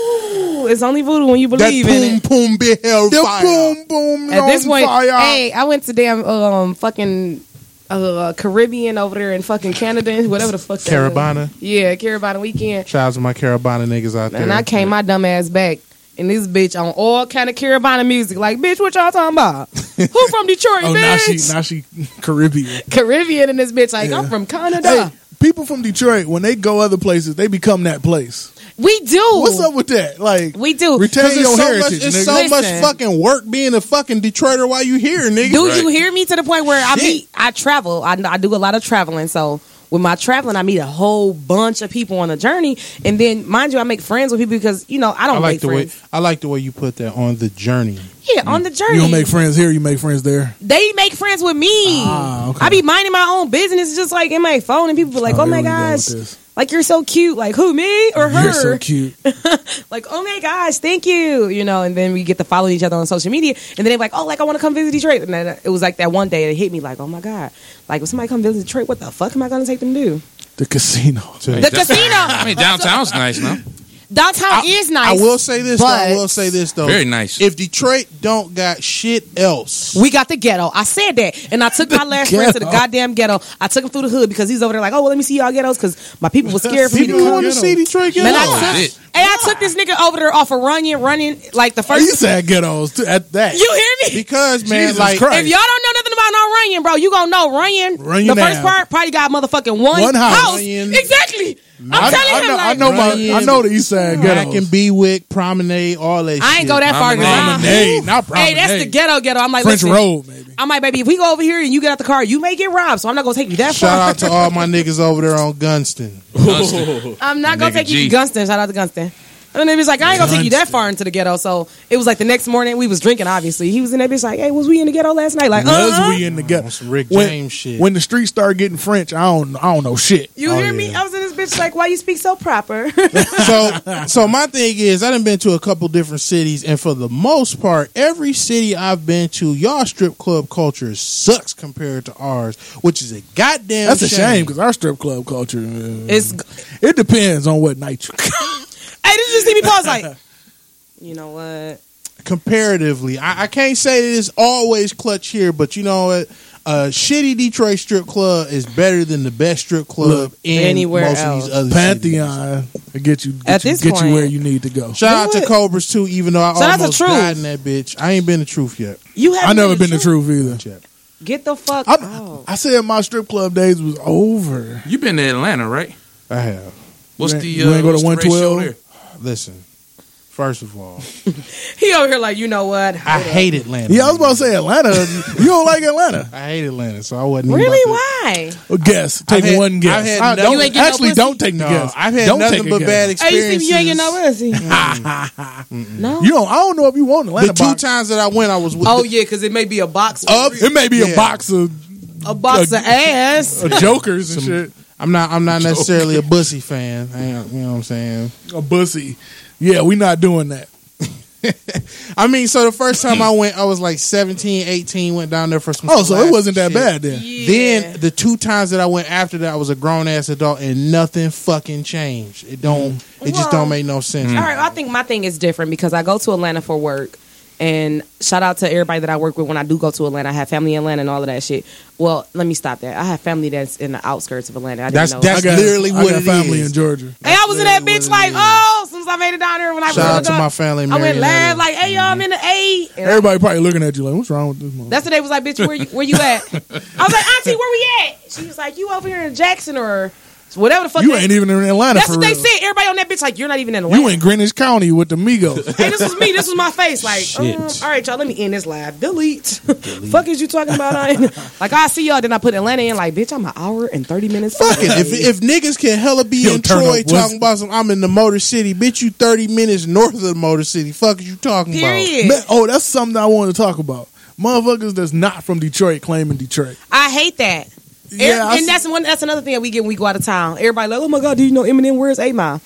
S5: Ooh, It's only voodoo when you
S1: That
S5: believe in
S1: boom
S5: it.
S1: boom be hellfire.
S3: the boom boom
S5: At this
S3: on
S5: point,
S3: fire.
S5: hey, I went to damn um fucking uh Caribbean over there in fucking Canada, whatever the fuck. that was.
S1: Carabana.
S5: Yeah, Carabana weekend.
S1: Shout out to my Carabana niggas out there.
S5: And I came my dumb ass back. And this bitch on all kind of Carabana music. Like, bitch, what y'all talking about? Who from Detroit,
S3: oh now she
S5: bitch?
S3: now she Caribbean.
S5: Caribbean and this bitch like, I'm from Canada.
S3: Hey, people from Detroit when they go other places, they become that place.
S5: we do.
S3: What's up with that? Like
S5: We do.
S3: retain
S1: Because
S3: your
S1: it's so, much,
S3: heritage.
S1: it's
S3: nigga.
S1: so much
S5: Listen.
S1: fucking work being a fucking Detroiter while you here, nigga.
S5: do
S4: Right.
S5: you hear me to the point where I
S1: Shit.
S5: meet I travel. I, I do a lot of traveling. So with my traveling, I meet a whole bunch of people on the journey. And then mind you, I make friends with people because, you know, I don't
S1: I like
S5: make
S1: the way
S5: friends.
S1: I like the way you put that on the journey.
S5: Yeah, on the journey.
S3: you don't Mm. make friends here, you make friends there.
S5: they make friends with me.
S3: Ah, okay.
S5: I be minding my own business, just like in my phone, and people be like,
S3: Oh,
S5: "Oh,
S3: here
S5: my
S3: we go with
S5: gosh,
S3: this.
S5: like you're so cute." Like who, me or her?
S3: You're so cute.
S5: Like oh my gosh, thank you. You know, and then we get to follow each other on social media, and then they're like, "Oh, like I want to come visit Detroit." And then it was like that one day it hit me like, "Oh my god, like if somebody come visit Detroit, what the fuck am I gonna take them to do?"
S3: The casino.
S5: The
S4: that's- I
S5: casino
S4: mean, downtown's nice now.
S5: downtown is
S1: I
S5: nice.
S1: will say this. Though, I
S5: but-
S1: will say this though.
S4: Very nice.
S1: If Detroit don't got shit else,
S5: We got the ghetto. I said that, and I took my last friend to the
S3: ghetto.
S5: goddamn ghetto. I took him through the hood because he's over there like, "Oh, well, let me see y'all ghettos," because my people were scared for me to
S1: people
S5: come.
S1: want to see Detroit get
S5: Man,
S1: off.
S3: Oh,
S5: I took,
S4: shit.
S5: hey, I took this nigga over there off of Runyon, running like the
S3: Oh,
S5: first.
S3: you said ghettos too, at that.
S5: you hear me?
S1: because man,
S3: Jesus
S1: like
S3: Christ.
S5: If y'all don't know nothing about no Runyon, bro, you gonna know Runyon.
S3: Runyon
S5: the first
S3: Ave.
S5: part probably got motherfucking one,
S3: One house.
S1: Runyon.
S5: Exactly. I'm
S3: I,
S5: telling
S3: I
S5: him
S3: know,
S5: like,
S3: I know my, I
S1: Ryan,
S3: know the East Side
S1: Mack and
S3: ghettos.
S1: Bewick, Promenade, all that.
S5: I
S1: shit.
S5: ain't go that far. 'cause I-
S3: Promenade, not
S5: Hey, that's the
S3: Promenade.
S5: ghetto ghetto. I'm like,
S3: French
S5: listen,
S3: Road, maybe.
S5: I'm like, baby, if we go over here and you get out the car, you may get robbed. So I'm not gonna take you that
S1: Shout
S5: far.
S1: out to all my niggas over there on Gunston.
S5: I'm not gonna
S4: Nigga
S5: take you
S4: G.
S5: to Gunston. Shout out to Gunston. And then he was like, I ain't gonna take you that far into the ghetto. So it was like the next morning we was drinking. Obviously, he was in that bitch like, Hey, was we in the ghetto last night? Like,
S3: Was
S5: uh
S3: we in the ghetto?
S1: on some Rick
S3: when,
S1: James shit.
S3: When the streets start getting French, I don't, I don't know shit.
S5: You
S1: Oh,
S5: hear me?
S1: yeah.
S5: I was in this bitch like, why you speak so proper?
S1: so so my thing is I done been to a couple different cities and for the most part every city I've been to y'all strip club culture sucks compared to ours which is a goddamn
S3: That's a shame because our strip club culture. uh,
S5: it's
S3: it depends on what night you.
S5: hey, did you just see me pause? Like, you know what?
S1: comparatively I, I can't say that it's always clutch here but you know what a shitty Detroit strip club is better than the best strip club
S3: Look,
S1: in
S5: anywhere
S1: most of
S5: else.
S1: these other cities.
S3: Pantheon to get you, get,
S5: At
S3: you,
S5: this
S3: get you
S5: point-
S3: where you need to go.
S1: Shout out to
S5: What?
S1: Cobras too, even though I
S5: Shout out to
S1: almost
S5: Truth.
S1: died in that bitch. I ain't been the truth yet.
S5: You have
S3: I never been the truth either.
S1: Yet.
S5: Get the fuck
S3: I'm,
S5: out.
S3: I said my strip club days was over.
S4: You've been to Atlanta, right?
S1: I have.
S4: What's
S3: You ain't-
S4: the
S3: you
S4: uh,
S3: ain't go to
S4: what's the ratio
S3: 112?
S4: there?
S1: Listen, First of all,
S5: He over here like, you know what?
S1: I hate Atlanta.
S3: Yeah, I was about to say Atlanta. you don't like Atlanta?
S1: I hate Atlanta, so I wasn't even
S5: Really?
S1: about to-
S5: Why?
S3: Well, guess.
S1: I've
S3: Take
S1: had-
S3: one guess.
S1: I've had
S3: I
S1: no-
S3: don't-
S5: You ain't get no
S3: actually,
S5: pussy?
S3: don't take the
S1: No,
S3: guess.
S1: I've had
S3: don't
S1: nothing
S3: take a
S1: but
S3: guess.
S1: bad
S5: Hey, you
S1: experiences.
S5: see me, you ain't nowhere. is he? no.
S3: You don't. I don't know if you want Atlanta.
S1: the two
S3: box.
S1: times that I went, I was with.
S5: oh
S1: the,
S5: yeah, because it may be a box,
S3: Up. It may be
S1: Yeah.
S3: a box of,
S5: a box of ass.
S3: of jokers and shit.
S1: I'm not. I'm not necessarily a bussy fan. I am- you know what I'm saying?
S3: A bussy. Yeah, we not doing that.
S1: I mean, so the first time I went, I was like 17, 18. Went down there for some.
S3: Oh, so it
S1: slaps
S3: wasn't that
S1: and shit.
S3: bad then.
S1: Then the two times that I went after that, I was a grown ass adult, and nothing fucking changed. It don't. It just
S5: Well,
S1: don't make no sense.
S5: All right, I think my thing is different because I go to Atlanta for work. And shout out to everybody that I work with when I do go to Atlanta. I have family in Atlanta and all of that shit. Well, let me stop that. I have family that's in the outskirts of Atlanta. I didn't
S1: That's-
S5: know.
S1: that's-
S3: I got,
S1: literally
S3: I
S1: what
S3: got
S1: it
S3: family
S1: is.
S3: in Georgia.
S5: and I was in that
S1: That's
S5: bitch
S1: literally
S5: like,
S1: what
S5: oh, since I made it down there when I was
S1: Shout out to
S5: little
S1: my
S5: dog,
S1: family.
S5: I
S1: Marion,
S5: went live like, hey, y'all, I'm in the A. And
S3: Everybody probably looking at you like, what's wrong with this? Mother?
S5: That's what they was like, bitch, where you, where you at? I was like, auntie, where we at? She was like, you over here in Jackson or whatever the fuck.
S3: You
S5: that-
S3: ain't even in Atlanta.
S5: That's
S3: for
S5: what they
S3: real.
S5: said. Everybody on that bitch like, you're not even in Atlanta.
S3: You in Greenwich County with the Migos.
S5: hey, this was me. This was my face. Like,
S1: Shit.
S5: um, all right, y'all, let me end this live. Delete. Fuck is you talking about? I ain't- like, I see y'all. Then I put Atlanta in. Like, bitch, I'm an hour and thirty minutes.
S1: Fuck it. If, if niggas can hella be
S3: Yo,
S1: in
S3: turn
S1: Troy
S3: up, what's-
S1: talking about some, I'm in the Motor City, bitch. You 30 minutes north of the Motor City. Fuck is you talking
S5: Period.
S3: Man, oh, that's something I wanted to talk about. Motherfuckers that's not from Detroit claiming Detroit.
S5: I hate that.
S3: Yeah, I
S5: and that's one. That's another thing that we get when we go out of town. Everybody like, oh my god, do you know Eminem? Where's A Mile?
S1: about?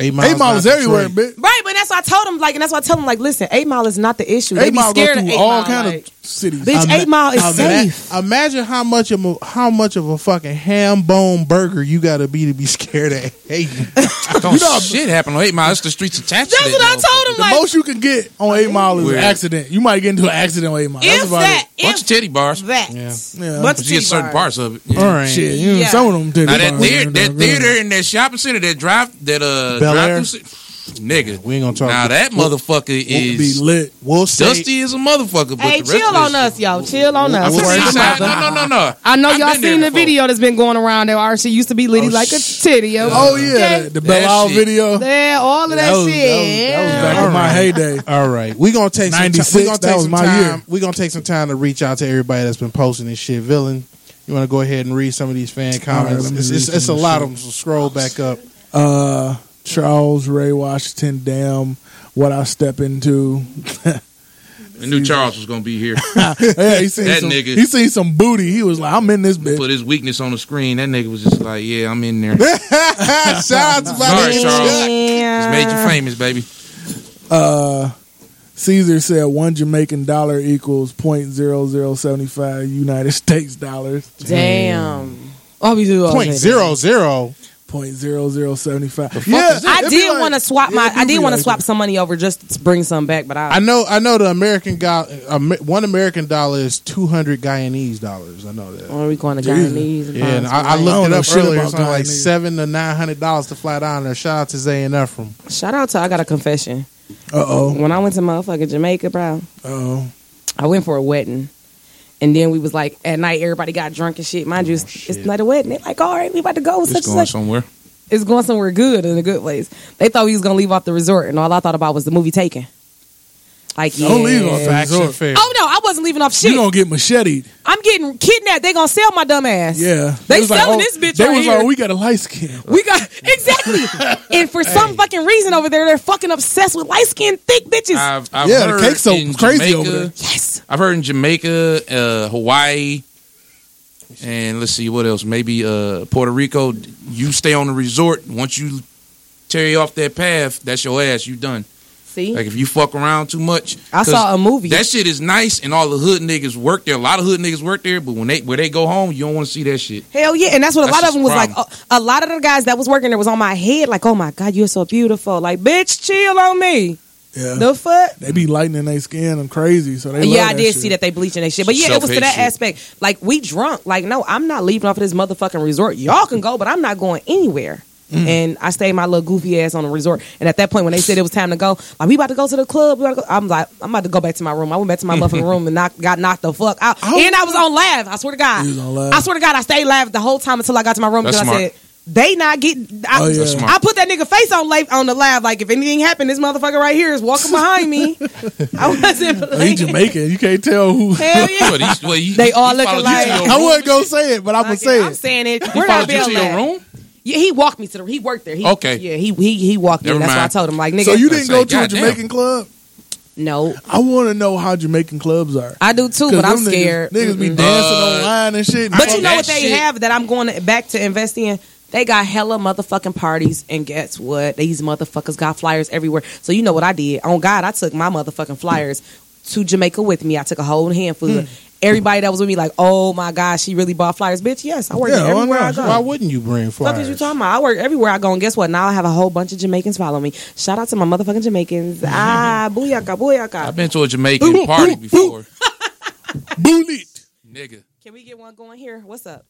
S1: Eight
S3: Eight Mile
S1: not
S3: is everywhere,
S1: Detroit.
S3: bitch.
S5: Right, but that's why I told him. Like, and that's why I tell him. Like, listen, Eight Mile is not the issue. They
S3: Eight
S5: be
S3: Mile goes
S5: scared of
S3: through
S5: Eight
S3: all
S5: Mile.
S3: kind
S5: like,
S3: of cities.
S5: bitch,
S1: Ama-
S5: Eight Mile is
S1: ama-
S5: safe.
S1: Imagine how much of a, how much of a fucking ham bone burger you got to be to be scared of hating.
S4: Don't shit happen on 8 Mile. It's the streets attached
S5: That's
S4: to
S5: what I told him.
S3: the
S5: Like,
S3: most you can get on Eight Mile is
S4: Weird.
S3: an accident. You might get into an accident on Eight Mile. That's
S5: if
S3: about
S5: that,
S4: A bunch
S5: if
S4: of titty bars. But
S5: that,
S1: Yeah.
S3: Yeah.
S5: bunch of
S4: you get
S5: titty
S4: certain
S5: bars.
S4: parts of it. Yeah.
S1: All right.
S3: it. Shit, you know,
S5: Yeah.
S3: some of them did
S4: Now
S3: it
S4: that
S3: by-
S4: theater, that theater in that shopping center, that drive, that uh,
S1: Bel Air?
S4: drive through, nigga.
S1: We ain't gonna talk
S4: Now
S1: about-
S4: that motherfucker
S3: would be
S4: is
S3: lit.
S1: We'll say
S4: dusty as a motherfucker. But
S5: Hey,
S4: the rest
S5: chill
S4: of
S5: on
S4: this-
S5: us, y'all. Chill on us.
S1: What's
S5: Sorry
S1: that?
S5: about
S4: Nah,
S5: that.
S4: No, no, no, no.
S5: I know
S4: I've
S5: y'all
S4: been there
S5: seen the
S4: before.
S5: video that's been going around there. Our she used to be litty like a titty.
S3: Oh yeah, the Bell
S4: That
S3: Isle
S4: shit.
S3: video. That
S5: Yeah, all of that,
S3: was, that was-
S5: shit.
S3: that was back in my heyday.
S1: All right, we gonna take some. Ti-
S3: 96,
S1: we gonna
S3: that
S1: take
S3: was
S1: some
S3: my
S1: time.
S3: year.
S1: We gonna take some time to reach out to everybody that's been posting this shit. Villain, you want to go ahead and read some of these fan comments?
S3: let me
S1: it's
S3: read
S1: it's,
S3: some
S1: it's a
S3: of this
S1: lot of them. So scroll back up.
S3: Uh, Charles Ray Washington. Damn, what I step into.
S4: I knew Charles was gonna be here.
S3: yeah, he seen
S4: That
S3: some,
S4: nigga.
S3: He seen some booty. He was like, I'm in this bitch.
S4: Put his weakness on the screen. That nigga was just like, "Yeah, I'm in there."
S1: Shout out to my
S4: Sorry,
S1: nigga
S4: Charles. Just made
S5: Yeah.
S4: you famous, baby.
S3: Uh, Caesar said one Jamaican dollar equals point zero zero seventy five United States dollars.
S5: Damn. I'll be doing all
S1: Point
S5: that.
S1: zero zero.
S3: Point zero zero seventy five. Yeah,
S5: I did want to swap my.
S3: it
S5: I
S3: do
S5: did
S3: be
S5: want to
S3: like
S5: swap some money over just to bring some back, but I.
S1: I know. I know the American guy. Am- one American dollar is two hundred Guyanese dollars. I know that.
S5: Or we going to
S3: Jesus.
S5: Guyanese?
S1: Yeah, and I, I
S5: I,
S3: Oh, I
S1: looked
S3: don't
S1: it
S3: know
S1: up
S3: shit
S1: earlier.
S3: about
S1: It's only like
S3: Guyanese.
S1: seven to nine hundred dollars to fly down there. Shout out to Zay and Ephraim.
S5: Shout out to I got a confession.
S3: Uh oh.
S5: When I went to motherfucking Jamaica, bro,
S3: Oh,
S5: I went for a wedding. And then we was like at night, everybody got drunk and shit. Mind you, it's, it's not a wedding. They're like, all right, we about to go. Such
S4: It's
S5: and
S4: going
S5: such.
S4: somewhere.
S5: it's going somewhere good in a good place. They thought we was gonna leave off the resort, and all I thought about was the movie Taken. Like, yeah.
S3: Don't leave off that.
S1: Faction
S3: Resort.
S1: fair.
S5: Oh no, I wasn't leaving off shit.
S3: you gonna get macheted?
S5: I'm getting kidnapped. They gonna sell my dumb ass.
S3: Yeah,
S5: They
S3: was
S5: selling
S3: oh,
S5: this bitch
S3: They
S5: right
S3: was
S5: here.
S3: like, we got a light skin.
S5: We got exactly. and for some fucking reason over there, they're fucking obsessed with light skinned thick bitches.
S4: I've, I've
S3: Yeah, the
S4: heard
S3: cake soap
S4: in
S3: was crazy
S4: Jamaica-
S3: over there.
S5: yes.
S4: I've heard in Jamaica, uh, Hawaii, and let's see what else. Maybe uh, Puerto Rico. You stay on the resort. Once you tear you off that path, that's your ass. You done.
S5: See,
S4: Like if you fuck around too much,
S5: I
S4: 'cause
S5: saw a movie.
S4: That shit is nice, and all the hood niggas work there. A lot of hood niggas work there, but when they where they go home, you don't want to see that shit.
S5: Hell yeah, and that's what a
S4: That's
S5: lot of
S4: just
S5: them was
S4: a
S5: like.
S4: problem.
S5: a a lot of the guys that was working there was on my head, like, "Oh my god, you're so beautiful!" Like, bitch, chill on me.
S3: Yeah,
S5: The fuck?
S3: they be lightening their skin and crazy. So they
S5: yeah,
S3: love
S5: I did
S3: shit.
S5: see that they bleaching that shit. But yeah, it was to
S4: Self-hate
S5: that
S4: shit.
S5: aspect. Like we drunk. Like no, I'm not leaving off of this motherfucking resort. Y'all can go, but I'm not going anywhere.
S4: Mm.
S5: And I stayed my little goofy ass on the resort. And at that point, when they said it was time to go, like we about to go to the club. We about to go. I'm like, I'm about to go back to my room. I went back to my motherfucking room and knocked, got knocked the fuck
S4: Oh.
S5: out. and I was on live. I swear to God,
S3: You was on live.
S5: I swear to God, I stayed live the whole time until I got to my room.
S4: That's
S5: Because I
S4: smart.
S5: said, They not getting. I,
S3: Oh, yeah.
S4: That's smart.
S5: I put that nigga face on live on the live. Like if anything happened, this motherfucker right here is walking behind me. I wasn't.
S3: Oh, he
S5: playing.
S3: Jamaican. You can't tell who.
S5: Hell yeah.
S4: What, he- what, he-
S5: They all
S4: he
S5: look
S4: followed you
S5: alike.
S4: to your
S5: I
S4: room?
S3: I wasn't gonna say it, but I'm
S5: Like,
S3: gonna say
S5: I'm
S3: it.
S5: saying it.
S4: He
S5: We're not
S4: followed you
S5: built
S4: to your
S5: that.
S4: room.
S5: Yeah, he walked me to the. He worked there. He,
S4: Okay.
S5: Yeah, he he he walked me.
S4: Never
S5: That's why I
S4: mind.
S5: told him like nigga.
S3: So you didn't
S4: say,
S3: go to a
S4: goddamn.
S3: Jamaican club?
S5: No,
S3: I want to know how Jamaican clubs are.
S5: I do too,
S3: 'Cause
S5: but I'm
S3: them niggas-
S5: scared.
S3: Niggas, be
S5: Mm-mm.
S3: dancing
S4: Uh,
S3: online and shit.
S5: But
S4: I-
S5: you know
S4: that
S5: what they
S4: shit-
S5: have that I'm going to- back to invest in? They got hella motherfucking parties, and guess what? These motherfuckers got flyers everywhere. So you know what I did? On God, I took my motherfucking flyers to Jamaica with me. I took a whole handful.
S3: Hmm.
S5: Everybody that was with me, like, oh my God, she really bought flyers. Bitch, yes, I work
S3: Yeah, why
S5: everywhere I
S3: not?
S5: go.
S1: Why wouldn't you bring
S5: Fuck
S1: flyers?
S5: is you talking about? I work everywhere I go, and guess what? Now I have a whole bunch of Jamaicans follow me. Shout out to my motherfucking Jamaicans. Ah, booyaka,
S4: I've
S5: booyaka.
S4: been to a Jamaican party before,
S3: Bullet.
S4: nigga.
S5: Can we get one going here? What's up?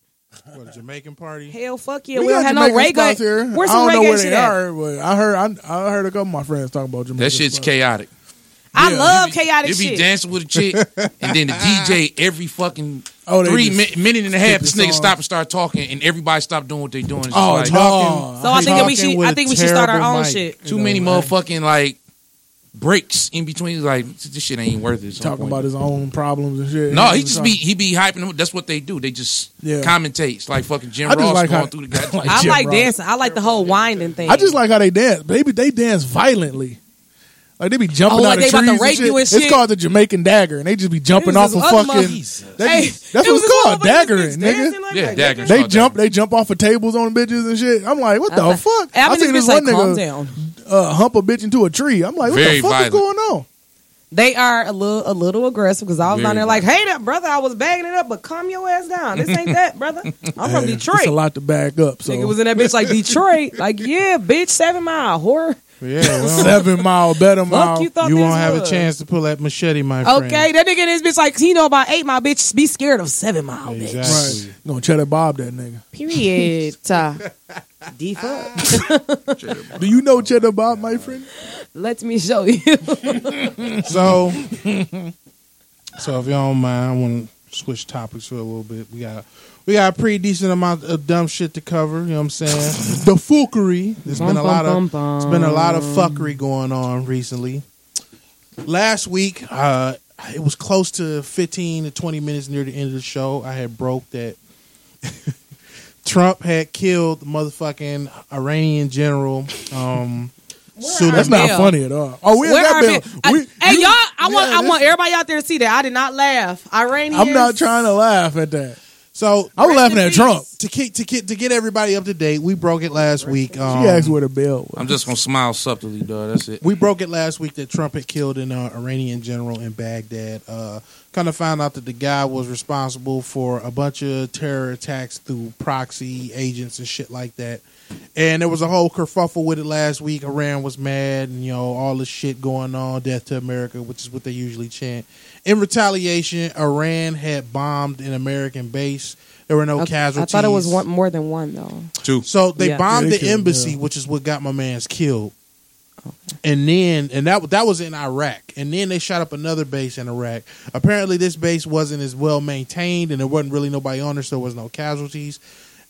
S1: What, a Jamaican party?
S5: Hell, fuck yeah.
S3: We
S5: We, don't
S3: got
S5: have no
S3: Jamaican
S5: reggae.
S3: spots here.
S5: Where's
S3: I
S5: some
S3: don't know
S5: reggae
S3: where
S5: shit
S3: they
S5: at?
S3: are, but I heard I, I heard a couple of my friends talking about Jamaican.
S4: That shit's
S3: spots.
S4: chaotic.
S5: I
S3: Yeah,
S5: love
S4: You
S5: chaotic
S4: be
S5: shit.
S4: dancing with a chick, and then the DJ every fucking
S3: Oh, they
S4: three
S3: just
S4: mi- minute and a
S3: skip
S4: half,
S3: the
S4: this nigga
S3: song.
S4: stop and start talking, and everybody stop doing what they doing. It's
S3: Oh,
S4: like,
S3: talking.
S5: so I think that we
S1: Talking
S5: should.
S1: with
S5: I
S1: a
S5: think we should start our
S1: terrible
S5: own
S1: mic.
S5: shit.
S4: too many motherfucking like breaks in between. Like this shit ain't worth it. at some
S3: talking
S4: point.
S3: about his own problems and shit.
S4: No, he just be he be hyping them. That's what they do. They just
S3: Yeah.
S4: commentates like fucking Jim
S3: I just
S4: Ross
S3: like
S4: going
S3: how-
S4: through the goddamn.
S5: I
S3: Yeah,
S5: like
S3: bro.
S5: dancing. I like the whole winding thing.
S3: I just like how they dance. They be, they dance violently. Like they be
S5: Oh,
S3: jumping
S5: like
S3: out of
S5: they
S3: trees
S5: about to rape
S3: shit.
S5: you and
S3: It's
S5: shit.
S3: called the Jamaican dagger, and they just be jumping
S5: It was
S3: off a
S5: this other
S3: fucking.
S5: mother-
S3: They,
S5: Hey, it
S3: that's
S5: was
S3: what it's
S5: this
S3: called,
S5: motherfucker just
S3: daggering,
S5: bitch dancing
S3: nigga.
S5: Like
S4: yeah,
S5: that.
S4: dagger.
S3: They jump, they jump off of tables on tables and shit. I'm like, what
S5: I
S3: the
S5: was like-
S3: fuck?
S5: And I'm in
S3: seen
S5: this
S3: this
S5: bitch
S3: one
S5: like, calm
S3: nigga
S5: down.
S3: uh, hump a bitch into a tree. I'm like, what
S4: Very
S3: the fuck
S4: violent.
S3: is going on?
S5: They are a little a little aggressive because I was
S4: Very
S5: down there like, hey, that brother, I was bagging it up, but calm your ass down. This ain't that, brother. I'm from
S3: It's a
S5: Detroit.
S3: lot to back up. So
S5: Nigga was in that bitch like Detroit. Like, yeah, bitch, seven mile whore.
S1: Yeah, well,
S3: seven mile, better
S5: Fuck
S3: mile.
S5: you thought
S1: you
S5: this
S1: won't have a
S5: was.
S1: chance to pull that machete, my friend.
S5: Okay, that nigga in his bitch like he know about eight mile bitch. Be scared of seven mile bitch.
S1: Exactly.
S3: Right, you gonna cheddar bob that nigga.
S5: Period. Uh, D fuck.
S3: Do you know cheddar bob, my friend?
S5: Let me show you.
S1: So, so if you don't mind, I want to switch topics for a little bit. We got we got a pretty decent amount of dumb shit to cover. You know what I'm saying? the fuckery. There's been a lot of it's been a lot of fuckery going on recently. Last week, uh, it was close to 15 to 20 minutes near the end of the show. I had broke that Trump had killed the motherfucking Iranian general. Um, Suleimani.
S3: That's not
S5: Bill.
S3: funny at all. Oh, we in
S5: Where
S3: that
S5: are men? I-
S3: bill. We-
S5: hey
S3: you-
S5: y'all, I want
S3: yeah,
S5: I want everybody out there to see that. I did not laugh. Iranians.
S3: I'm not trying to laugh at that.
S1: So
S3: I'm
S5: Rest
S3: laughing
S5: in
S3: at
S5: peace.
S3: Trump.
S1: to keep to get to get everybody up to date, we broke it last week.
S3: She
S1: Um,
S3: asked where the bell was.
S4: I'm just gonna smile subtly, dog. That's it.
S1: we broke it last week that Trump had killed an uh, Iranian general in Baghdad. Uh, kind of found out that the guy was responsible for a bunch of terror attacks through proxy agents and shit like that. And there was a whole kerfuffle with it last week. Iran was mad, and you know all this shit going on. Death to America, which is what they usually chant. In retaliation, Iran had bombed an American base. There were no
S5: I
S1: casualties.
S5: thought it was one, more than one though.
S4: Two.
S1: So they
S5: Yeah.
S1: bombed
S3: Yeah, they
S1: the
S3: killed,
S1: embassy,
S3: yeah.
S1: which is what got my man's killed. And then, and that that was in Iraq. And then they shot up another base in Iraq. Apparently, this base wasn't as well maintained, and there wasn't really nobody on there, so there was no casualties.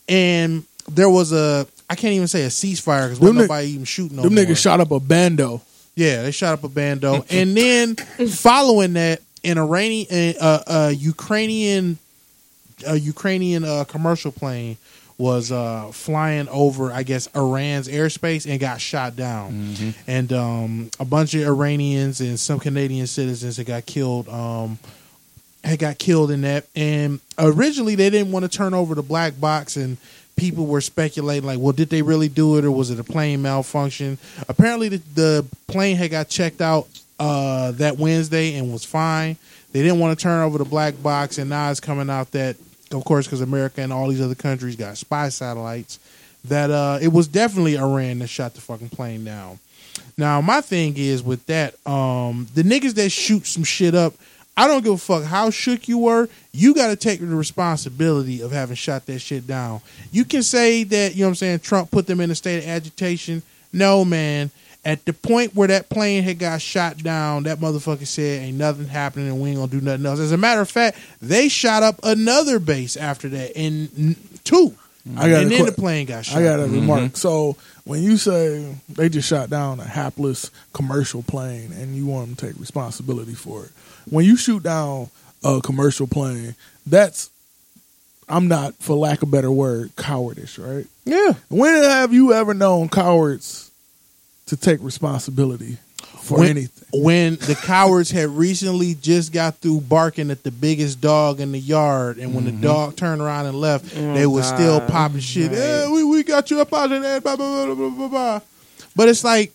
S1: And there was a I can't even say a ceasefire because
S3: Them
S1: wasn't
S3: ni-
S1: nobody even shooting. No
S3: Them
S1: more.
S3: niggas shot up a bando.
S1: Yeah, they shot up a bando, and then following that, an Iranian, uh, uh, Ukrainian, a Ukrainian uh, commercial plane was uh, flying over, I guess, Iran's airspace and got shot down, and um, a bunch of Iranians and some Canadian citizens that got killed. Um, had got killed in that, and originally they didn't want to turn over the black box and. People were speculating, like, well, did they really do it, or was it a plane malfunction? apparently the, the plane had got checked out uh, that Wednesday and was fine. They didn't want to turn over the black box, and now it's coming out that, of course, because America and all these other countries got spy satellites, that uh, it was definitely Iran that shot the fucking plane down. Now my thing is with that, um, the niggas that shoot some shit up, I don't give a fuck how shook you were. You got to take the responsibility of having shot that shit down. You can say that you know what I'm saying. Trump put them in a state of agitation. No man. At the point where that plane had got shot down, that motherfucker said, "Ain't nothing happening, and we ain't gonna do nothing else." As a matter of fact, they shot up another base after that, and n- two.
S3: I got
S1: and
S3: a
S1: then the
S3: que-
S1: plane got shot.
S3: I got a remark. So when you say they just shot down a hapless commercial plane and you want them to take responsibility for it, when you shoot down a commercial plane, that's I'm not, for lack of a better word, cowardish, right?
S1: yeah.
S3: When have you ever known cowards to take responsibility for
S1: When-
S3: anything?
S1: When the cowards had recently just got through barking at the biggest dog in the yard, and when the dog turned around and left, they were still popping shit. "Eh, we, we got you up out of there. Blah, blah, blah, blah, blah, blah. But it's like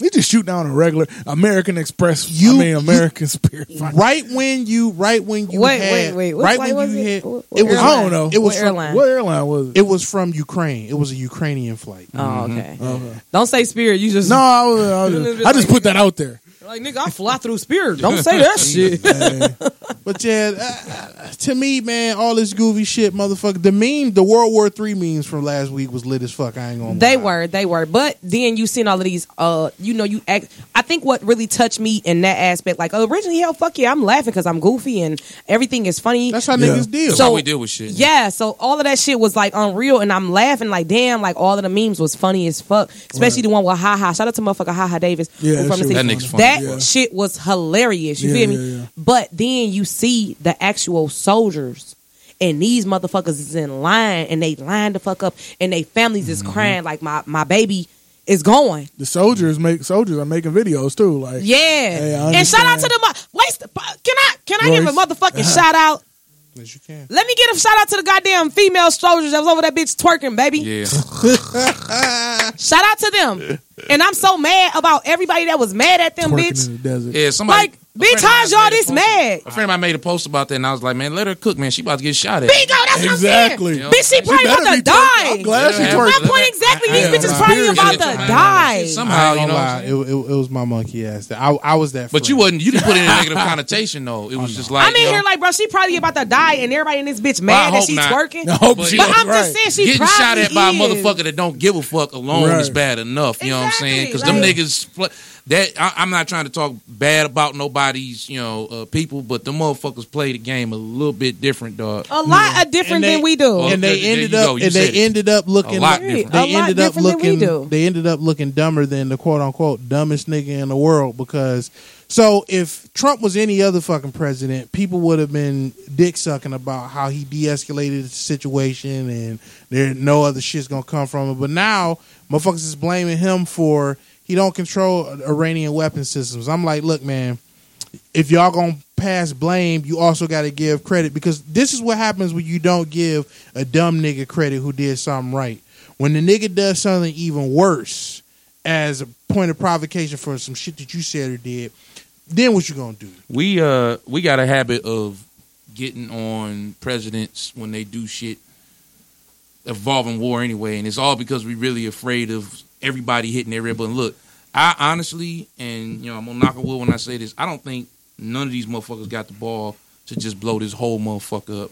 S3: They just shoot down a regular American Express. You,
S1: You-
S3: I mean, American Spirit.
S1: right when you, right when you
S5: Wait,
S1: had,
S5: wait, wait. What
S1: right
S5: flight
S1: when
S5: was
S1: you
S5: it?
S1: hit,
S5: What-
S1: it
S5: what
S1: was
S3: I don't know.
S1: It was
S5: What
S1: from-
S5: airline?
S3: What airline was it?
S1: It was from Ukraine. It was a Ukrainian flight.
S5: Oh, okay. Don't say spirit. You just
S3: no, I, was, I, was- I just put that out there.
S5: like nigga. I fly through spirit. Don't say that shit.
S1: But yeah, uh, uh, to me, man, all this goofy shit, motherfucker. The meme, the World War Three memes from last week was lit as fuck. I ain't gonna.
S5: They
S1: lie.
S5: were, they were. But then you seen all of these. Uh, you know, you act. I think what really touched me in that aspect, like originally, hell, fuck yeah, I'm laughing because I'm goofy and everything is funny.
S1: That's how
S3: Yeah.
S1: niggas deal.
S4: So- how we deal with shit.
S5: Yeah, so all of that shit was like unreal, and I'm laughing like damn, like all of the memes was funny as fuck, especially the one with Ha Ha. Shout out to motherfucker Ha Ha Davis.
S3: Yeah,
S5: who
S3: that shit was
S4: That nigga's funny.
S5: That
S3: Yeah.
S5: shit was hilarious. You
S3: Yeah,
S5: feel me?
S3: yeah, yeah.
S5: But then you see the actual soldiers. And these motherfuckers is in line and they line the fuck up and they families
S3: Mm-hmm.
S5: is crying like my, my baby is going.
S3: The soldiers make soldiers are making videos too. Like
S5: Yeah.
S3: I
S5: and shout out
S3: understand.
S5: to the mo- waste uh, can I can I give a
S3: Royce. Uh-huh.
S5: motherfucking shout out?
S1: Yes, you can.
S5: Let me give a shout out to the goddamn female soldiers that was over that bitch twerking, baby.
S4: Yeah.
S5: Shout out to them. and I'm so mad about everybody that was mad at them,
S3: twerking
S5: bitch.
S3: in the desert.
S4: Yeah, somebody.
S5: Like,
S4: a
S5: bitch,
S4: friend of
S5: how's
S4: mine
S5: y'all
S4: made a
S5: this
S4: post-
S5: mad?
S4: A friend of mine made a post about that, and I was like, man, let her cook, man. She about to get shot at.
S5: Bingo, that's
S3: Exactly.
S5: what I'm saying. Bitch, she probably
S3: better
S5: about
S3: be
S5: to
S3: twerking. I'm
S5: die.
S3: glad she
S4: Yeah.
S3: twerking.
S5: My point exactly, these
S1: I ain't
S5: bitches
S1: gonna
S5: probably
S4: lie.
S5: about to
S4: Period.
S5: die.
S4: Somehow, you know. what I'm
S1: I ain't
S4: saying?
S1: gonna lie. It, it, it was my monkey ass. That I, I was that.
S4: But you
S1: friend.
S4: wasn't. You didn't put it in a negative connotation though. It
S3: Oh,
S4: was just like
S5: I'm in
S4: yo,
S5: here like, bro, she probably about to die, and everybody in this bitch
S4: Well, I
S5: mad that
S4: hope
S5: she's
S4: not.
S5: twerking.
S3: I hope
S4: But-
S3: she
S5: But
S3: was
S5: I'm
S3: right.
S5: just saying, she
S4: getting
S5: probably
S4: shot at by a
S5: is.
S4: motherfucker that don't give a fuck alone
S3: Right.
S4: is bad enough. You know what I'm saying? Because them
S5: Exactly,
S4: niggas fl- that I, I'm not trying to talk bad about nobody's you know uh, people, but the motherfuckers play the game a little bit different, dog.
S5: A lot of different
S1: And they-
S5: than we do.
S4: Mm-hmm. Well,
S1: Oh, and
S4: there-
S1: they
S4: there
S1: ended
S4: you go.
S1: up
S4: You
S1: and
S4: said
S1: they
S4: it.
S1: ended up looking
S4: A lot
S1: like-
S4: different.
S5: A
S1: they
S5: lot
S1: ended up
S5: different than we
S1: looking
S5: do.
S1: they ended up looking dumber than the quote unquote dumbest nigga in the world because so if Trump was any other fucking president, people would have been dick sucking about how he de-escalated the situation and there no other shit's gonna come from it. But now motherfuckers is blaming him for he don't control Iranian weapon systems. I'm like, look, man, if y'all gonna pass blame, you also got to give credit because this is what happens when you don't give a dumb nigga credit who did something right. When the nigga does something even worse as a point of provocation for some shit that you said or did, then what you gonna do?
S4: We uh we got a habit of getting on presidents when they do shit involving war anyway, and it's all because we really afraid of everybody hitting their button. Look, I honestly, and you know, I'm gonna knock a wood when I say this. I don't think none of these motherfuckers got the ball to just blow this whole motherfucker up.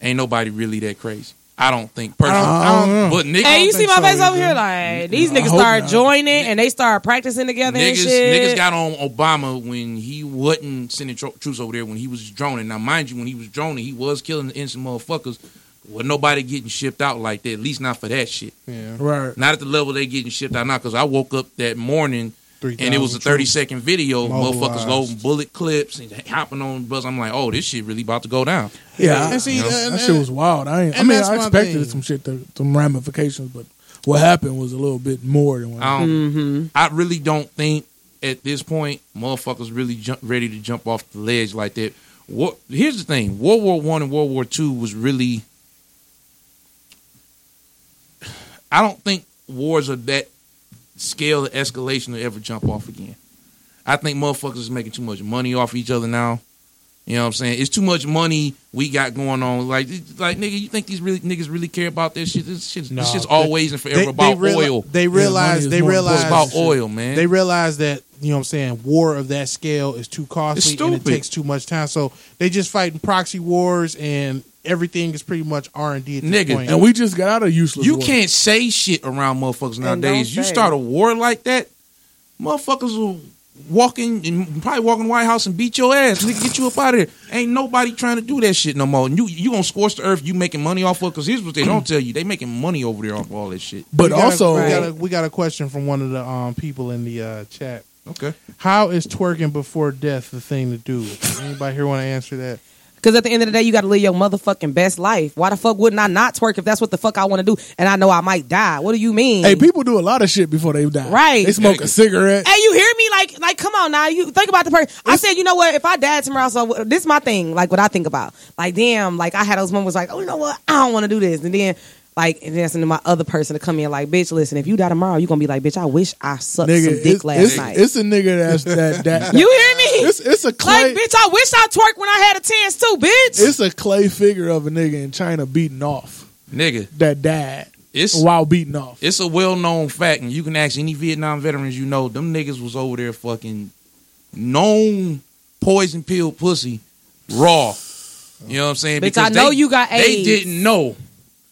S4: Ain't nobody really that crazy. I don't think personally.
S1: I don't know.
S4: But niggas,
S5: Hey, you
S1: don't
S5: see
S1: think
S5: my
S1: so
S5: face over
S1: either.
S5: here? Like, these
S3: I
S5: niggas
S3: hope
S5: start
S3: not.
S5: joining and they start practicing together and
S4: niggas,
S5: shit.
S4: niggas got on Obama when he wasn't sending tro- troops over there when he was droning. Now, mind you, when he was droning, he was killing the innocent motherfuckers. Well, nobody getting shipped out like that. At least not for that shit.
S1: Yeah,
S3: Right.
S4: Not at the level they getting shipped out now. Because I woke up that morning and it was a 30 second video.
S1: Mobilized.
S4: Motherfuckers loading bullet clips and hopping on bus. I'm like, oh, this shit really about to go down.
S3: Yeah.
S1: And see,
S3: I-
S1: and-
S3: that
S1: and-
S3: shit was wild. I ain't, I
S1: and
S3: mean,
S1: that's
S3: I
S1: my
S3: expected
S1: thing.
S3: some shit, to, some ramifications, but what happened was a little bit more than what.
S4: I don't. Um, I really don't think at this point motherfuckers really jump, ready to jump off the ledge like that. What here's the thing: World War One and World War Two was really. I don't think wars of that scale of escalation will ever jump off again. I think motherfuckers is making too much money off each other now. You know what I'm saying? It's too much money we got going on. Like, like nigga, you think these really niggas really care about this shit? This shit's,
S1: No,
S4: this shit's
S1: they-
S4: always and forever about
S1: reali-
S4: oil.
S1: They
S3: money
S1: realize
S3: is
S1: they
S3: more
S1: realize
S4: It's about oil, man.
S1: They realize that you know what I'm saying war of that scale is too costly
S4: It's
S1: and it
S4: stupid.
S1: takes too much time. So they just fighting proxy wars and everything is pretty much R and D at this
S4: Nigga,
S1: point.
S3: and we just got out of useless.
S4: You
S3: war.
S4: can't say shit around motherfuckers
S5: don't
S4: nowadays. You
S5: say.
S4: start a war like that, motherfuckers will walking and probably walking White House and beat your ass. Nigga, get you up out of here. Ain't nobody trying to do that shit no more. And you you gonna scorch the earth. You making money off of because here's what they don't tell you. They making money over there off all that shit.
S1: We
S3: But
S1: got a-
S3: also,
S1: we, got a, we got a question from one of the um, people in the uh, chat.
S4: Okay.
S1: How is twerking before death the thing to do? Anybody here want to answer that?
S5: Because at the end of the day, you got to live your motherfucking best life. Why the fuck wouldn't I not twerk if that's what the fuck I want to do? And I know I might die. What do you mean?
S3: hey, people do a lot of shit before they die.
S5: Right.
S3: They smoke a cigarette.
S5: Hey, you hear me? Like, like, come on now. You think about the person. I said, you know what? If I died tomorrow, so this is my thing. Like, what I think about. Like, damn. Like, I had those moments. Like, oh, you know what? I don't want to do this. And then, like, and then to my other person to come in. Like, bitch, listen. If you die tomorrow, you gonna be like, bitch. I wish I sucked some
S3: Nigga,
S5: dick
S3: it's,
S5: last
S3: it's,
S5: night.
S3: it's a nigga that's that that.
S5: you hear me?
S3: It's it's a clay.
S5: like, bitch. I wish I twerked when I had a chance too, bitch.
S3: it's a clay figure of a nigga in China beating off
S4: Nigga,
S3: that died
S4: it's
S3: while beating off.
S4: it's a well known fact, and you can ask any Vietnam veterans you know, them niggas was over there fucking known poison pill pussy raw. You know what I'm saying?
S5: Bitch, I know
S4: they-
S5: you got
S4: They
S5: AIDS.
S4: didn't know.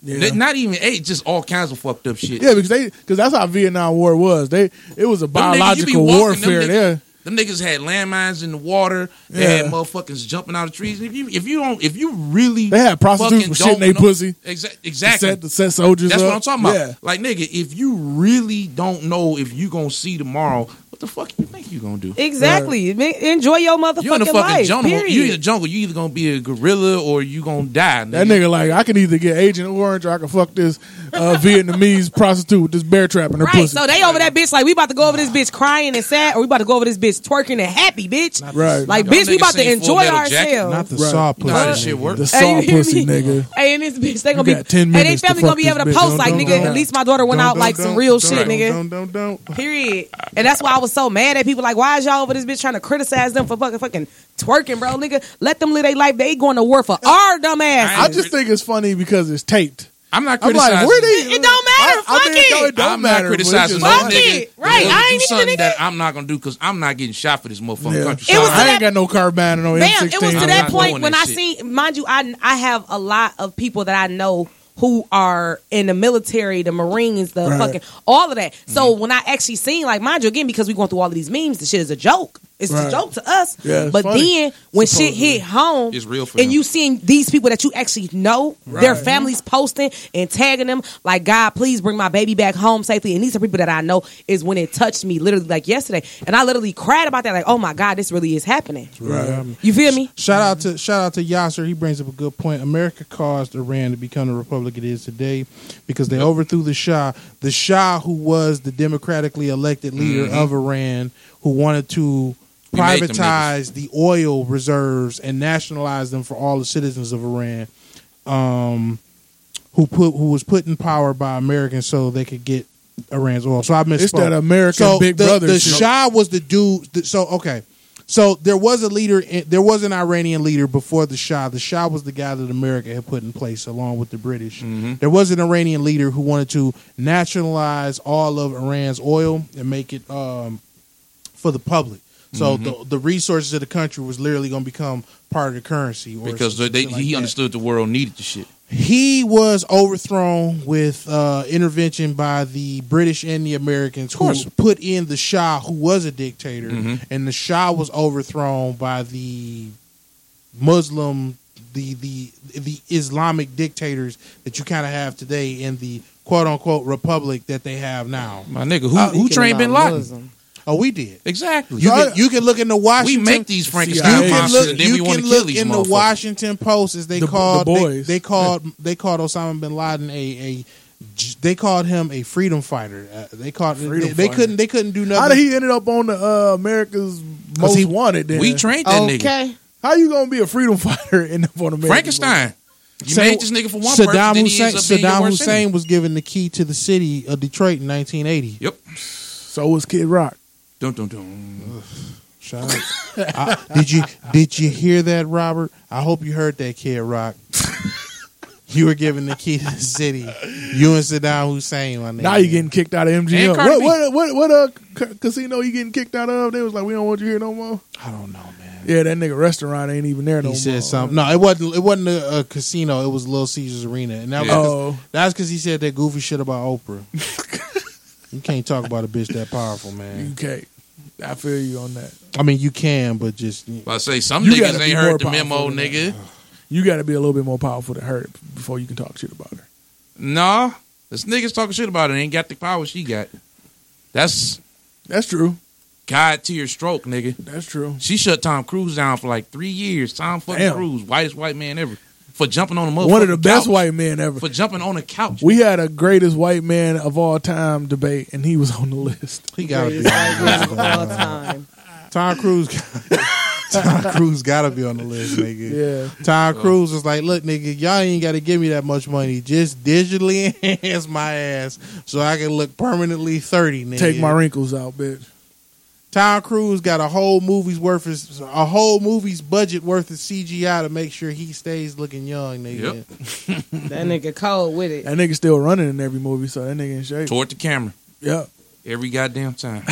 S3: Yeah.
S4: They- Not even AIDS, just all kinds of fucked up shit.
S3: Yeah, because they because that's how Vietnam War was. They it was a
S4: Them niggas, you be
S3: biological
S4: walking, them
S3: warfare
S4: niggas-
S3: there.
S4: Them niggas had landmines in the water. They
S3: Yeah.
S4: had motherfuckers jumping out of trees. If you if you don't if you really
S3: They had prostitutes
S4: fucking
S3: with shit in
S4: don't
S3: they
S4: know-
S3: pussy.
S4: Exa-
S3: To
S4: exactly.
S3: set, to set soldiers
S4: That's
S3: up.
S4: what I'm talking about.
S3: Yeah.
S4: Like nigga, if you really don't know if you gonna see tomorrow, what the fuck you think you gonna do?
S5: exactly. Ma- Enjoy your motherfucking
S4: You in the fucking
S5: life.
S4: jungle.
S5: Period.
S4: You in the jungle. You either gonna be a gorilla or you gonna die.
S3: That nigga like I can either get Agent Orange or I can fuck this uh, Vietnamese prostitute with this bear trap in her
S5: Right,
S3: pussy.
S5: so they over that bitch like we about to go over this bitch crying and sad, or we about to go over this bitch twerking and happy, bitch.
S3: right.
S5: Like,
S4: Y'all
S5: bitch, we
S4: niggas
S5: about to
S4: seen Full
S5: enjoy
S4: Metal Jacket?
S5: ourselves.
S1: Not the
S3: Right.
S1: saw
S4: You know how that
S1: pussy.
S4: shit
S1: nigga.
S4: work.
S3: the
S5: Hey,
S3: saw
S5: you hear me?
S3: pussy nigga.
S5: Hey, and this bitch, they
S3: You
S5: gonna be,
S3: got 10
S5: hey, they
S3: minutes to
S5: family
S3: fuck
S5: gonna be
S3: this
S5: able to
S3: bitch.
S5: post
S3: Don't-
S5: like,
S3: don't-
S5: nigga,
S3: don't-
S5: at least my daughter went out
S1: Don't,
S5: like
S1: don't,
S5: some
S1: don't,
S5: real
S1: don't,
S5: shit, nigga.
S1: Don't, don't, don't. don't.
S5: Period. And that's why I was so mad at people. Like, why is y'all over this bitch trying to criticize them for fucking fucking twerking, bro, nigga? Let them live their life. They going to war for our dumb ass.
S4: I-
S3: I just think it's funny because it's taped.
S4: I'm not
S3: I'm
S4: criticizing.
S3: like, where they?
S5: It- it don't matter.
S3: I, I
S5: Fuck
S3: mean,
S5: it.
S3: no, it don't
S4: I'm
S3: matter.
S4: not
S3: but it's
S4: criticizing
S3: just
S4: no
S5: Fuck
S3: funny.
S4: nigga.
S5: it. Right, I
S4: to do
S5: ain't even
S4: something
S5: nigga.
S4: that I'm not gonna do because I'm not getting shot for this motherfucking
S3: Yeah.
S4: country.
S5: It was
S4: side.
S5: to
S3: I
S5: that-
S3: ain't got no carbine and no
S5: Bam,
S3: M16.
S5: it was to
S4: I'm
S5: that
S4: not
S5: point
S4: doing
S5: when
S4: that
S5: I
S4: shit.
S5: seen, mind you, I I have a lot of people that I know who are in the military, the Marines, the
S3: Right. Mm-hmm.
S5: fucking all of that. So when I actually seen, like, mind you, again, because we going through all of these memes, the shit is a joke. It's
S3: Right.
S5: a joke to us.
S3: Yeah, it's
S5: but
S3: funny,
S5: then when shit
S3: supposedly.
S5: hit home,
S4: It's real for
S5: and
S4: them.
S5: you seeing these people that you actually know, their
S3: Right.
S5: families posting and tagging them, like, God, please bring my baby back home safely. And these are people that I know is when it touched me literally like yesterday. And I literally cried about that, like, oh my God, this really is happening.
S3: Right.
S5: You feel me?
S1: Shout out to shout out to Yasser. He brings up a good point. America caused Iran to become the republic it is today because they overthrew the Shah, the Shah who was the democratically elected leader
S3: Mm-hmm.
S1: of Iran, who wanted to
S4: We made them
S1: privatize the oil reserves and nationalize them for all the citizens of Iran. Um, who put who was put in power by Americans so they could get Iran's oil. So I misspoke.
S3: It's that American
S1: so
S3: Big
S1: the,
S3: Brother
S1: The
S3: shit.
S1: Shah was the dude. that- so okay, so there was a leader. In, there was an Iranian leader before the Shah. The Shah was the guy that America had put in place along with the British.
S4: Mm-hmm.
S1: There was an Iranian leader who wanted to nationalize all of Iran's oil and make it um, for the public. So
S4: Mm-hmm.
S1: the, the resources of the country was literally going to become part of the currency. Or
S4: because they,
S1: some
S4: they,
S1: shit like
S4: he
S1: that.
S4: understood the world needed the shit.
S1: He was overthrown with uh, intervention by the British and the Americans, who
S4: course.
S1: put in the Shah, who was a dictator,
S4: Mhm.
S1: and the Shah was overthrown by the Muslim, the the the Islamic dictators that you kind of have today in the quote unquote republic that they have now.
S4: My nigga, who who trained Bin Laden?
S1: Oh, we did.
S4: Exactly.
S1: You can, you can look in the Washington.
S4: we make these
S1: You
S4: Frankenstein
S1: can
S4: monsters,
S1: look.
S4: and then we
S1: You
S4: want to
S1: can
S4: kill
S1: look
S4: these
S1: in the
S4: motherfuckers.
S1: Washington Post as they
S3: The- the
S1: called they-
S3: boys.
S1: They, called they called Osama bin Laden a a they called him a freedom fighter. Uh, they called they,
S3: Freedom
S1: they
S3: fighter.
S1: couldn't they couldn't do
S3: How did
S1: nothing.
S3: he ended up on the uh, America's most
S1: he-
S3: wanted? Then
S4: We trained that nigga.
S3: How you gonna be a freedom fighter and up on America's
S4: Frankenstein. You
S1: Say-
S4: made this nigga for one person,
S1: Saddam
S4: then he
S1: Hussein,
S4: ends up being your
S1: Saddam
S4: worst enemy.
S1: Hussein was given the key to the city of Detroit in 1980.
S4: Yep.
S3: Most? So was Kid Rock.
S4: Dun, dun, dun.
S1: Shout out. I- did you did you hear that, Robert? I hope you heard that, Kid Rock. you were given the key to the city. You and Saddam Hussein. My nigga.
S3: Now you getting kicked out of MGM.
S4: And Cardi
S3: What
S4: B.
S3: what what what uh, ca- casino you getting kicked out of? They was like, we don't want you here no more.
S1: I don't know, man.
S3: Yeah, that nigga restaurant ain't even there
S1: he
S3: no more.
S1: said something. No, it wasn't. It wasn't a, a casino. It was Little Caesars Arena, and that was
S4: Yeah.
S1: cause,
S3: Oh.
S1: that's because he said that goofy shit about Oprah. you can't talk about a bitch that powerful, man.
S3: You can't. I feel you on that.
S1: I mean, you can, but just
S4: But I say some
S3: You
S4: niggas
S3: gotta be
S4: ain't
S3: more
S4: heard the
S3: powerful
S4: memo,
S3: than that.
S4: nigga.
S3: You got to be a little bit more powerful to her before you can talk shit about her.
S4: Nah, this niggas talking shit about it ain't got the power she got. That's
S3: That's true.
S4: God tier stroke, nigga.
S3: That's true.
S4: She shut Tom Cruise down for like three years. Tom fucking
S3: Damn.
S4: Cruise, whitest white man ever, for jumping on a motherfucking
S3: One of the best
S4: couch.
S3: white men ever.
S4: for jumping on a couch.
S3: We had a greatest white man of all time debate, and he was on the list.
S1: he got to
S5: Greatest
S1: be.
S5: white women of all time.
S1: Tom Cruise. Tom Cruise got to be on the list, nigga.
S3: Yeah,
S1: Tom Cruise was like, "Look, nigga, y'all ain't got to give me that much money. Just digitally enhance my ass so I can look permanently thirty, nigga."
S3: take my wrinkles out, bitch.
S1: Tom Cruise got a whole movie's worth of a whole movie's budget worth of CGI to make sure he stays looking young, nigga.
S4: Yep.
S5: That nigga cold with it.
S3: That nigga still running in every movie, so that nigga in shape.
S4: Toward the camera
S3: Yeah,
S4: every goddamn time.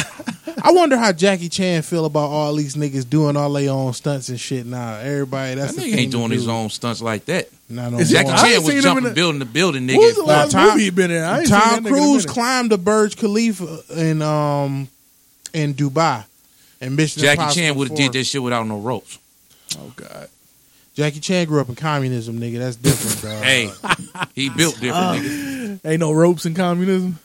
S1: I wonder how Jackie Chan feel about all these niggas doing all their own stunts and shit. Now everybody,
S4: That
S1: that's the
S4: nigga
S1: thing
S4: ain't
S1: to
S4: doing
S1: do.
S4: his own stunts like that.
S1: Not no
S3: Is
S1: more.
S4: Jackie
S3: I ain't
S4: Chan
S3: seen him
S4: was
S3: in
S4: jumping
S3: the-
S4: building to building,
S3: What was the
S4: nigga.
S3: last
S1: Tom-
S3: movie he been in? I ain't seen that
S1: Tom
S3: nigga in a
S1: Cruise
S3: minute.
S1: climbed the Burj Khalifa in um in Dubai and Mission
S4: Jackie
S1: Impossible
S4: Chan would have did
S1: 4.
S4: that shit without no ropes.
S3: oh god,
S1: Jackie Chan grew up in communism, nigga. That's different, dog.
S4: Hey, he built
S3: Uh,
S4: different. nigga.
S3: ain't no ropes in communism.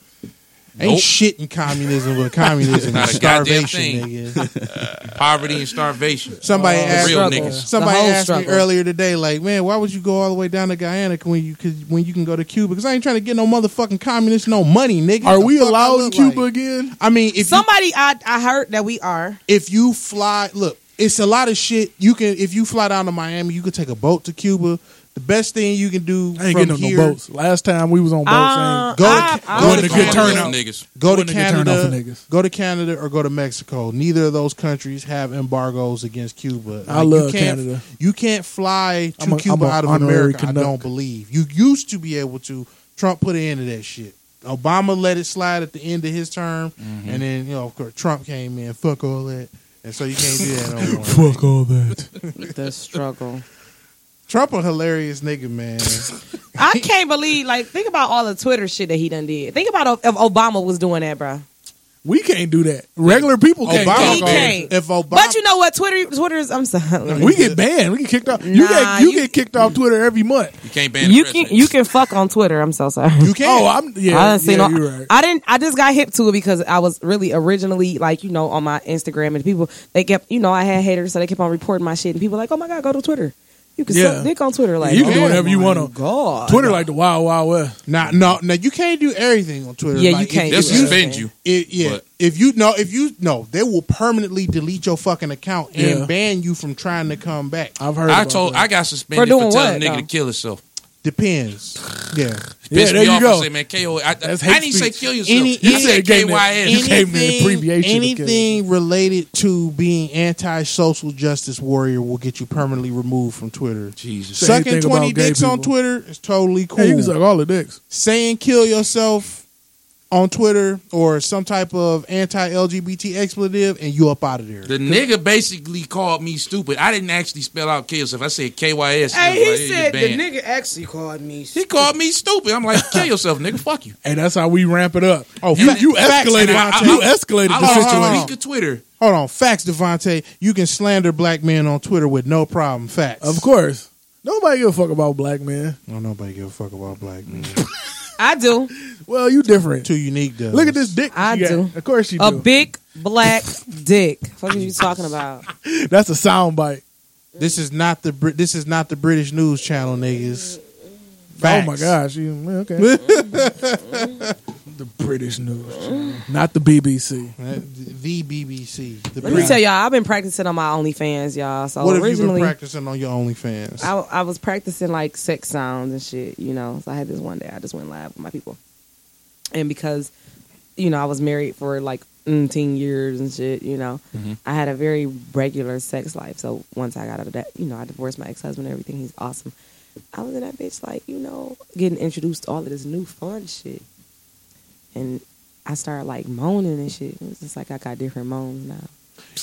S1: ain't
S4: nope.
S1: shit in communism, but communism
S4: Not
S1: is
S4: a goddamn
S1: starvation, nigga.
S4: Poverty and starvation.
S1: Somebody
S5: Oh,
S1: asked,
S4: real
S5: struggle.
S4: niggas.
S1: somebody
S5: The whole
S1: asked me
S5: struggle.
S1: earlier today, like, man, why would you go all the way down to Guyana when you could, when you can go to Cuba? Because I ain't trying to get no motherfucking communist no money, nigga.
S3: Are
S1: The
S3: we
S1: fuck I
S3: allowed in
S1: look
S3: Cuba
S1: like?
S3: again?
S1: I mean, if you
S5: Somebody, I I heard that we are.
S1: if you fly, look, it's a lot of shit. You can if you fly down to Miami, you can take a boat to Cuba. The best thing you can do
S3: I ain't
S1: from
S3: getting on
S1: here,
S3: no boats. Last time we was on boats, I
S5: Uh,
S3: ain't-
S1: Go to-
S5: I- I
S1: go
S5: was
S1: to
S5: going-
S1: Good
S4: Turn
S1: turnout.
S4: up, niggas.
S1: go to
S3: Wouldn't it get turned off
S1: Canada,
S3: for niggas?
S1: go to Canada or go to Mexico. Neither of those countries have embargoes against Cuba.
S3: I
S1: you
S3: love
S1: can't-
S3: Canada.
S1: You can't fly to
S3: I'm a- I'm
S1: Cuba
S3: a
S1: out of
S3: honorary
S1: America. I
S3: Canuck.
S1: don't believe you used to be able to. Trump put an end to that shit. Obama let it slide at the end of his term,
S5: Mm-hmm.
S1: and then you know, of course, Trump came in. Fuck all that, and so you can't do that no more.
S3: Fuck all that.
S5: The struggle.
S1: Trump a hilarious nigga, man.
S5: I can't believe. Like, think about all the Twitter shit that he done did. Think about if Obama was doing that, bro.
S3: We can't do that. Regular people can't.
S1: Obama
S5: He
S1: gonna-
S5: can't.
S1: If Obama,
S5: But you know what? Twitter, Twitter is. I'm sorry.
S3: We get banned. We get kicked off. you
S5: Nah,
S3: get you,
S5: you-
S3: get kicked off Twitter every month.
S4: You can't ban the
S5: You
S4: president.
S5: can you can fuck on Twitter. I'm so sorry.
S1: you can't.
S3: Oh, I'm yeah.
S5: I didn't see
S3: yeah,
S5: no.
S3: You're right.
S5: I didn't. I just got hip to it because I was really originally like you know on my Instagram and people they kept you know I had haters so they kept on reporting my shit and people like oh my god go to Twitter. You can
S3: Yeah.
S5: suck dick on Twitter like
S3: you can do
S5: oh
S3: whatever you
S5: my
S3: want on-
S5: God.
S3: Twitter like the wild wild west.
S1: Nah, no, no, you can't do everything on Twitter.
S5: Yeah, you
S1: Like, if-
S5: can't
S4: They'll
S5: do
S1: If you
S5: everything.
S4: suspend you.
S1: It, yeah.
S4: But-
S1: if you no, if you no, they will permanently delete your fucking account and
S3: Yeah.
S1: ban you from trying to come back.
S3: I've heard.
S4: I
S3: about
S4: told
S3: that.
S4: I got suspended
S5: For doing
S4: for telling
S5: what,
S4: a nigga
S5: though?
S4: to kill himself.
S1: Depends. Yeah.
S3: Yeah,
S4: Pissed
S3: there
S4: me
S3: you
S4: off.
S3: go.
S4: I said, man, KO. I, I,
S3: That's hate
S4: I didn't say
S3: speech.
S4: kill yourself.
S1: Any-
S4: I
S1: any-
S4: said
S3: gave me-
S4: KYS.
S3: any- came in the abbreviation to kill
S1: anything related to being anti-social justice warrior will get you permanently removed from Twitter.
S4: Jesus.
S3: Say
S1: Sucking
S3: anything
S1: twenty
S3: about gay
S1: dicks on
S3: people.
S1: Twitter is totally cool.
S3: Yeah, you can suck all the dicks.
S1: saying kill yourself on Twitter or some type of anti LGBT expletive and you up out of there.
S4: The nigga basically called me stupid. I didn't actually spell out kill yourself. I said KYS.
S5: Hey,
S4: was
S5: he
S4: like,
S5: said
S4: "Hey,
S5: the
S4: you're banned."
S5: nigga actually called me.
S4: He called me stupid. I'm like, kill yourself, nigga. Fuck you.
S3: Hey, that's how we ramp it up. Oh,
S4: fa-
S3: you, you
S1: facts
S3: escalated.
S1: and context.
S3: you escalated
S4: I
S3: the
S1: hold on, hold
S4: lost a
S1: on.
S3: situation.
S4: week of Twitter.
S1: Hold on, facts, Devontae. You can slander black men on Twitter with no problem. Facts.
S3: Of course, nobody give a fuck about black man.
S1: Oh, nobody give a fuck about black men.
S5: I do
S3: Well, you different.
S1: Too unique, though.
S3: Look at this dick.
S5: I
S3: you got.
S5: do.
S3: Of course you
S5: a
S3: do.
S5: big black dick. What are you talking about?
S3: That's a sound bite.
S1: This is not the Brit- this is not the British news channel, niggas.
S3: Oh my
S1: Facts.
S3: gosh. You, well, okay. the British news, channel, not the BBC.
S1: Uh, The BBC. The
S5: Let me tell y'all, I've been practicing on my OnlyFans, y'all. So
S1: What have you been
S5: originally,
S1: practicing on your OnlyFans?
S5: I, I was practicing like sex sounds and shit, you know. So I had this one day, I just went live with my people. And because, you know, I was married for like 10 years and shit, you know,
S4: Mm-hmm.
S5: I had a very regular sex life. So once I got out of that, you know, I divorced my ex husband and everything. He's awesome. I was in that bitch, like, you know, getting introduced to all of this new fun shit. And I started like moaning and shit. It was just like I got different moans now.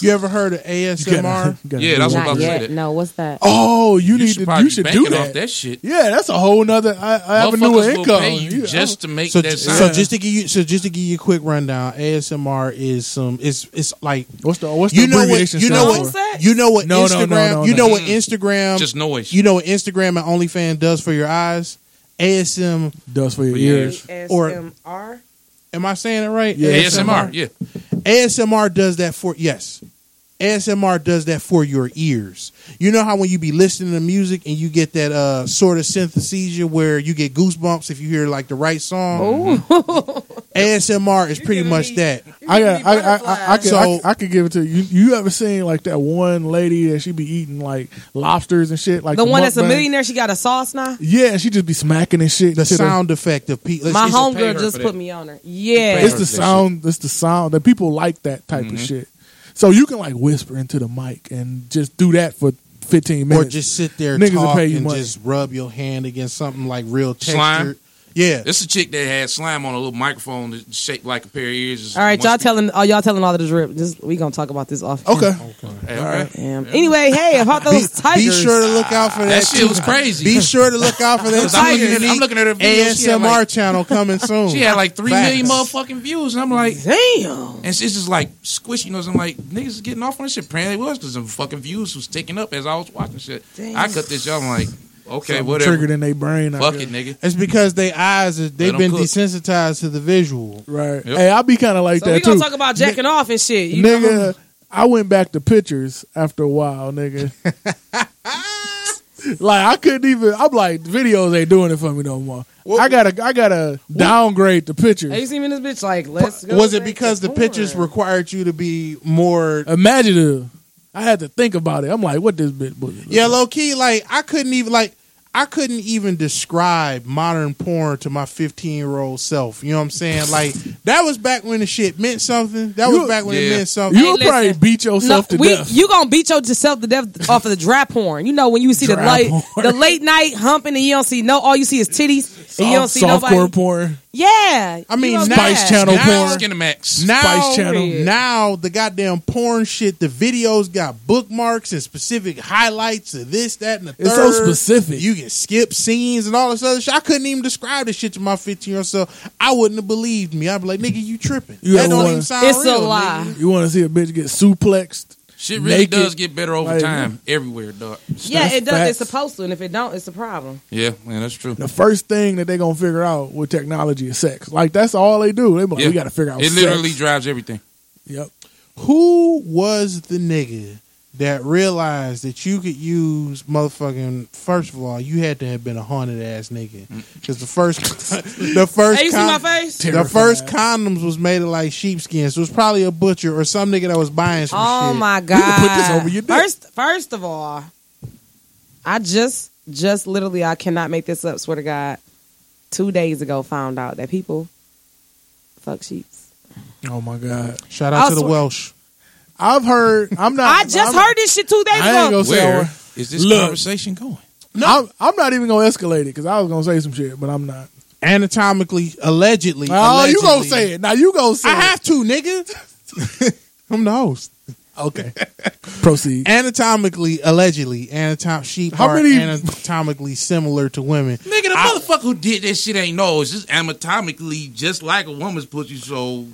S1: You ever heard of
S3: You gotta-
S1: ASMR?
S3: you gotta
S4: Yeah,
S3: do
S4: that's
S3: that.
S4: what I'm about
S5: Not
S4: to say
S5: yet.
S4: that.
S5: No, what's that?
S3: Oh, you,
S4: You
S3: need
S4: should
S3: to.
S4: probably
S3: You
S4: be
S3: should do
S4: banking
S3: that.
S4: off that shit.
S3: Yeah, that's a whole nother I, I avenue of
S4: Motherfuckers will
S3: income.
S4: pay you
S3: Yeah,
S4: just to make
S1: So,
S4: that sound.
S1: so just to give you, so just to give you a quick rundown, ASMR is some, it's it's like
S3: what's the what's the
S1: you know what
S3: abbreviation
S1: you know
S3: stand
S1: what
S3: for?
S1: you know what
S3: No, no, no,
S1: Instagram
S3: no,
S1: you
S3: no.
S1: know what Instagram
S4: Just noise.
S1: you know what Instagram and OnlyFans does for your eyes. ASM,
S3: Dust for your
S4: Yeah.
S3: ears.
S1: Or-
S5: ASMR.
S1: am I saying it right?
S3: Yeah,
S4: ASMR. Yeah.
S1: ASMR does that for yes. ASMR does that for your ears. You know how when you be listening to music and you get that uh, sort of synesthesia where you get goosebumps if you hear like the right song. ASMR is pretty
S7: giving
S1: much
S7: me-
S1: that.
S3: I got. I, I, I, I, could, I
S1: So-
S3: could- I could give it to you. you. You ever seen like that one lady that she be eating like lobsters and shit? Like
S5: The one that's a
S3: mukbang?
S5: millionaire, she got a sauce now.
S3: Yeah, and she just be smacking and shit.
S1: The
S3: to
S1: sound effect of people.
S5: My
S4: it's a pay
S5: homegirl
S4: her
S5: just
S4: for
S5: put
S4: that.
S5: me on her.
S4: pay
S5: Yeah.
S3: It's the
S4: that
S3: sound. It's the sound that people like that type of shit. So you can like whisper into the mic and just do that for fifteen
S1: or
S3: minutes.
S1: just sit there
S3: Niggas will
S1: talk
S3: pay you
S1: and
S3: money.
S1: just rub your hand against something like real textured.
S4: Slime?
S1: Yeah.
S4: This is a chick that had slime on a little microphone that's shaped like a pair of ears.
S5: All right,
S4: One
S5: y'all
S4: speaker.
S5: telling all y'all telling all of the drip. Just we gonna talk about this off.
S3: okay.
S4: Hey, all right.
S5: Damn. Anyway, hey, about
S1: Be,
S5: those tigers.
S1: be sure to look out for that.
S4: Ah, That shit
S1: too.
S4: was crazy.
S1: Be sure to look out for that.
S4: Cause I'm
S1: too.
S4: looking at- I'm
S1: Unique
S4: looking at her video, she
S1: ASMR
S4: had like-
S1: channel coming soon.
S4: She had like three
S1: Facts.
S4: million motherfucking views, and I'm like,
S5: Damn.
S4: and she's just like squishy. You know, so I'm like, niggas is getting off on this shit. Apparently, it was because the fucking views was ticking up as I was watching shit.
S5: Damn.
S4: I cut this. Y'all, I'm like, okay,
S3: Something Triggered
S4: whatever.
S3: in their brain. I
S4: Fuck
S3: guess.
S4: it, nigga.
S1: It's because they eyes is-
S4: Let
S1: they've
S4: 'em
S1: been
S4: cook.
S1: desensitized to the visual.
S3: Right.
S4: Yep.
S3: Hey, I be kind of like
S5: So we
S3: that
S5: gonna
S3: too.
S5: talk about jacking off and shit. You
S3: nigga,
S5: know?
S3: I went back to pictures after a while, nigga. like I couldn't even. I'm like videos ain't doing it for me no more. I gotta, I gotta downgrade the
S5: Have you
S3: pictures.
S5: seen me in this bitch? Like, let's go.
S1: Was it
S5: back
S1: because
S5: to
S1: the pictures
S5: porn.
S1: required you to be more?
S3: Imaginative. I had to think about it. I'm like, what this bitch? Booty look
S1: Yeah, low key. Like I couldn't even like I couldn't even describe modern porn to my 15 year old self. You know what I'm saying? Like that was back when the shit meant something. That
S3: You-
S1: was back when it
S4: Yeah.
S1: meant
S3: like?
S1: something.
S3: You'll
S5: Hey,
S3: probably
S5: listen.
S3: beat yourself to
S5: we,
S3: death.
S5: You gonna beat yourself to death off of the drap porn. You know when you see the
S3: Dry
S5: late,
S3: porn.
S5: the late night humping and you don't see no, all you see is titties and you don't see
S3: soft
S5: nobody.
S3: softcore porn.
S5: Yeah,
S1: I mean,
S5: you know
S1: Spice
S5: that.
S3: Channel
S4: Now,
S3: porn.
S4: Skinamax.
S1: now,
S3: Spice Channel.
S1: Now the goddamn porn shit. The videos got bookmarks and specific highlights of this, that, and the third.
S3: It's so specific.
S1: You can skip scenes and all this other shit. I couldn't even describe this shit to my 15 year old self. I wouldn't have believed me. I'd be like, nigga, you tripping.
S3: You
S1: that
S3: ever
S1: don't
S3: wanna-
S1: even sound
S5: It's
S1: real.
S5: a lie.
S1: nigga.
S3: you want to see a bitch get suplexed?
S4: Shit really
S3: Naked.
S4: does get better over
S3: Like,
S4: time everywhere, dog.
S5: Yeah, it does.
S3: Facts.
S5: It's supposed to, and if it don't, it's a problem.
S4: Yeah, man, that's true.
S3: The first thing that they gonna figure out with technology is sex. Like that's all they do. They be like,
S4: Yeah.
S3: we gotta figure out.
S4: It
S3: sex.
S4: literally drives everything.
S3: Yep.
S1: Who was the nigga that realized that you could use motherfucking? First of all, you had to have been a haunted ass nigga because the first, the first.
S5: Mm. Hey, you see my
S1: con-
S5: face?
S1: The first condoms was made of like sheepskin, so it was probably a butcher or some nigga that was buying some
S5: Oh
S1: shit.
S5: my
S3: can
S5: god!
S3: put this over your dick.
S5: First, first of all, I just, just literally, I cannot make this up. Swear to God, two days ago, found out that people fuck sheets.
S3: Oh my god.
S1: Shout out
S5: I
S1: to the
S5: swear-
S1: Welsh.
S3: I've heard. I'm not.
S5: I just
S3: I'm-
S5: heard this shit two days
S3: I ain't
S5: ago.
S3: gonna say. I
S4: Where
S3: want-
S4: is this
S3: Look.
S4: conversation going?
S3: I'm, I'm not even gonna escalate it because I was gonna say some shit, but I'm not.
S1: Anatomically, allegedly.
S3: Oh, you gonna
S1: allegedly.
S3: say it now? You gonna say?
S1: I have to, nigga. I'm the host.
S3: It. Okay. Proceed.
S1: Anatomically, allegedly, anatom sheep
S3: How
S1: are
S3: many-
S1: anatomically similar to women.
S4: Nigga, the motherfucker who did that shit ain't no. It's just anatomically just like a woman's pussy. So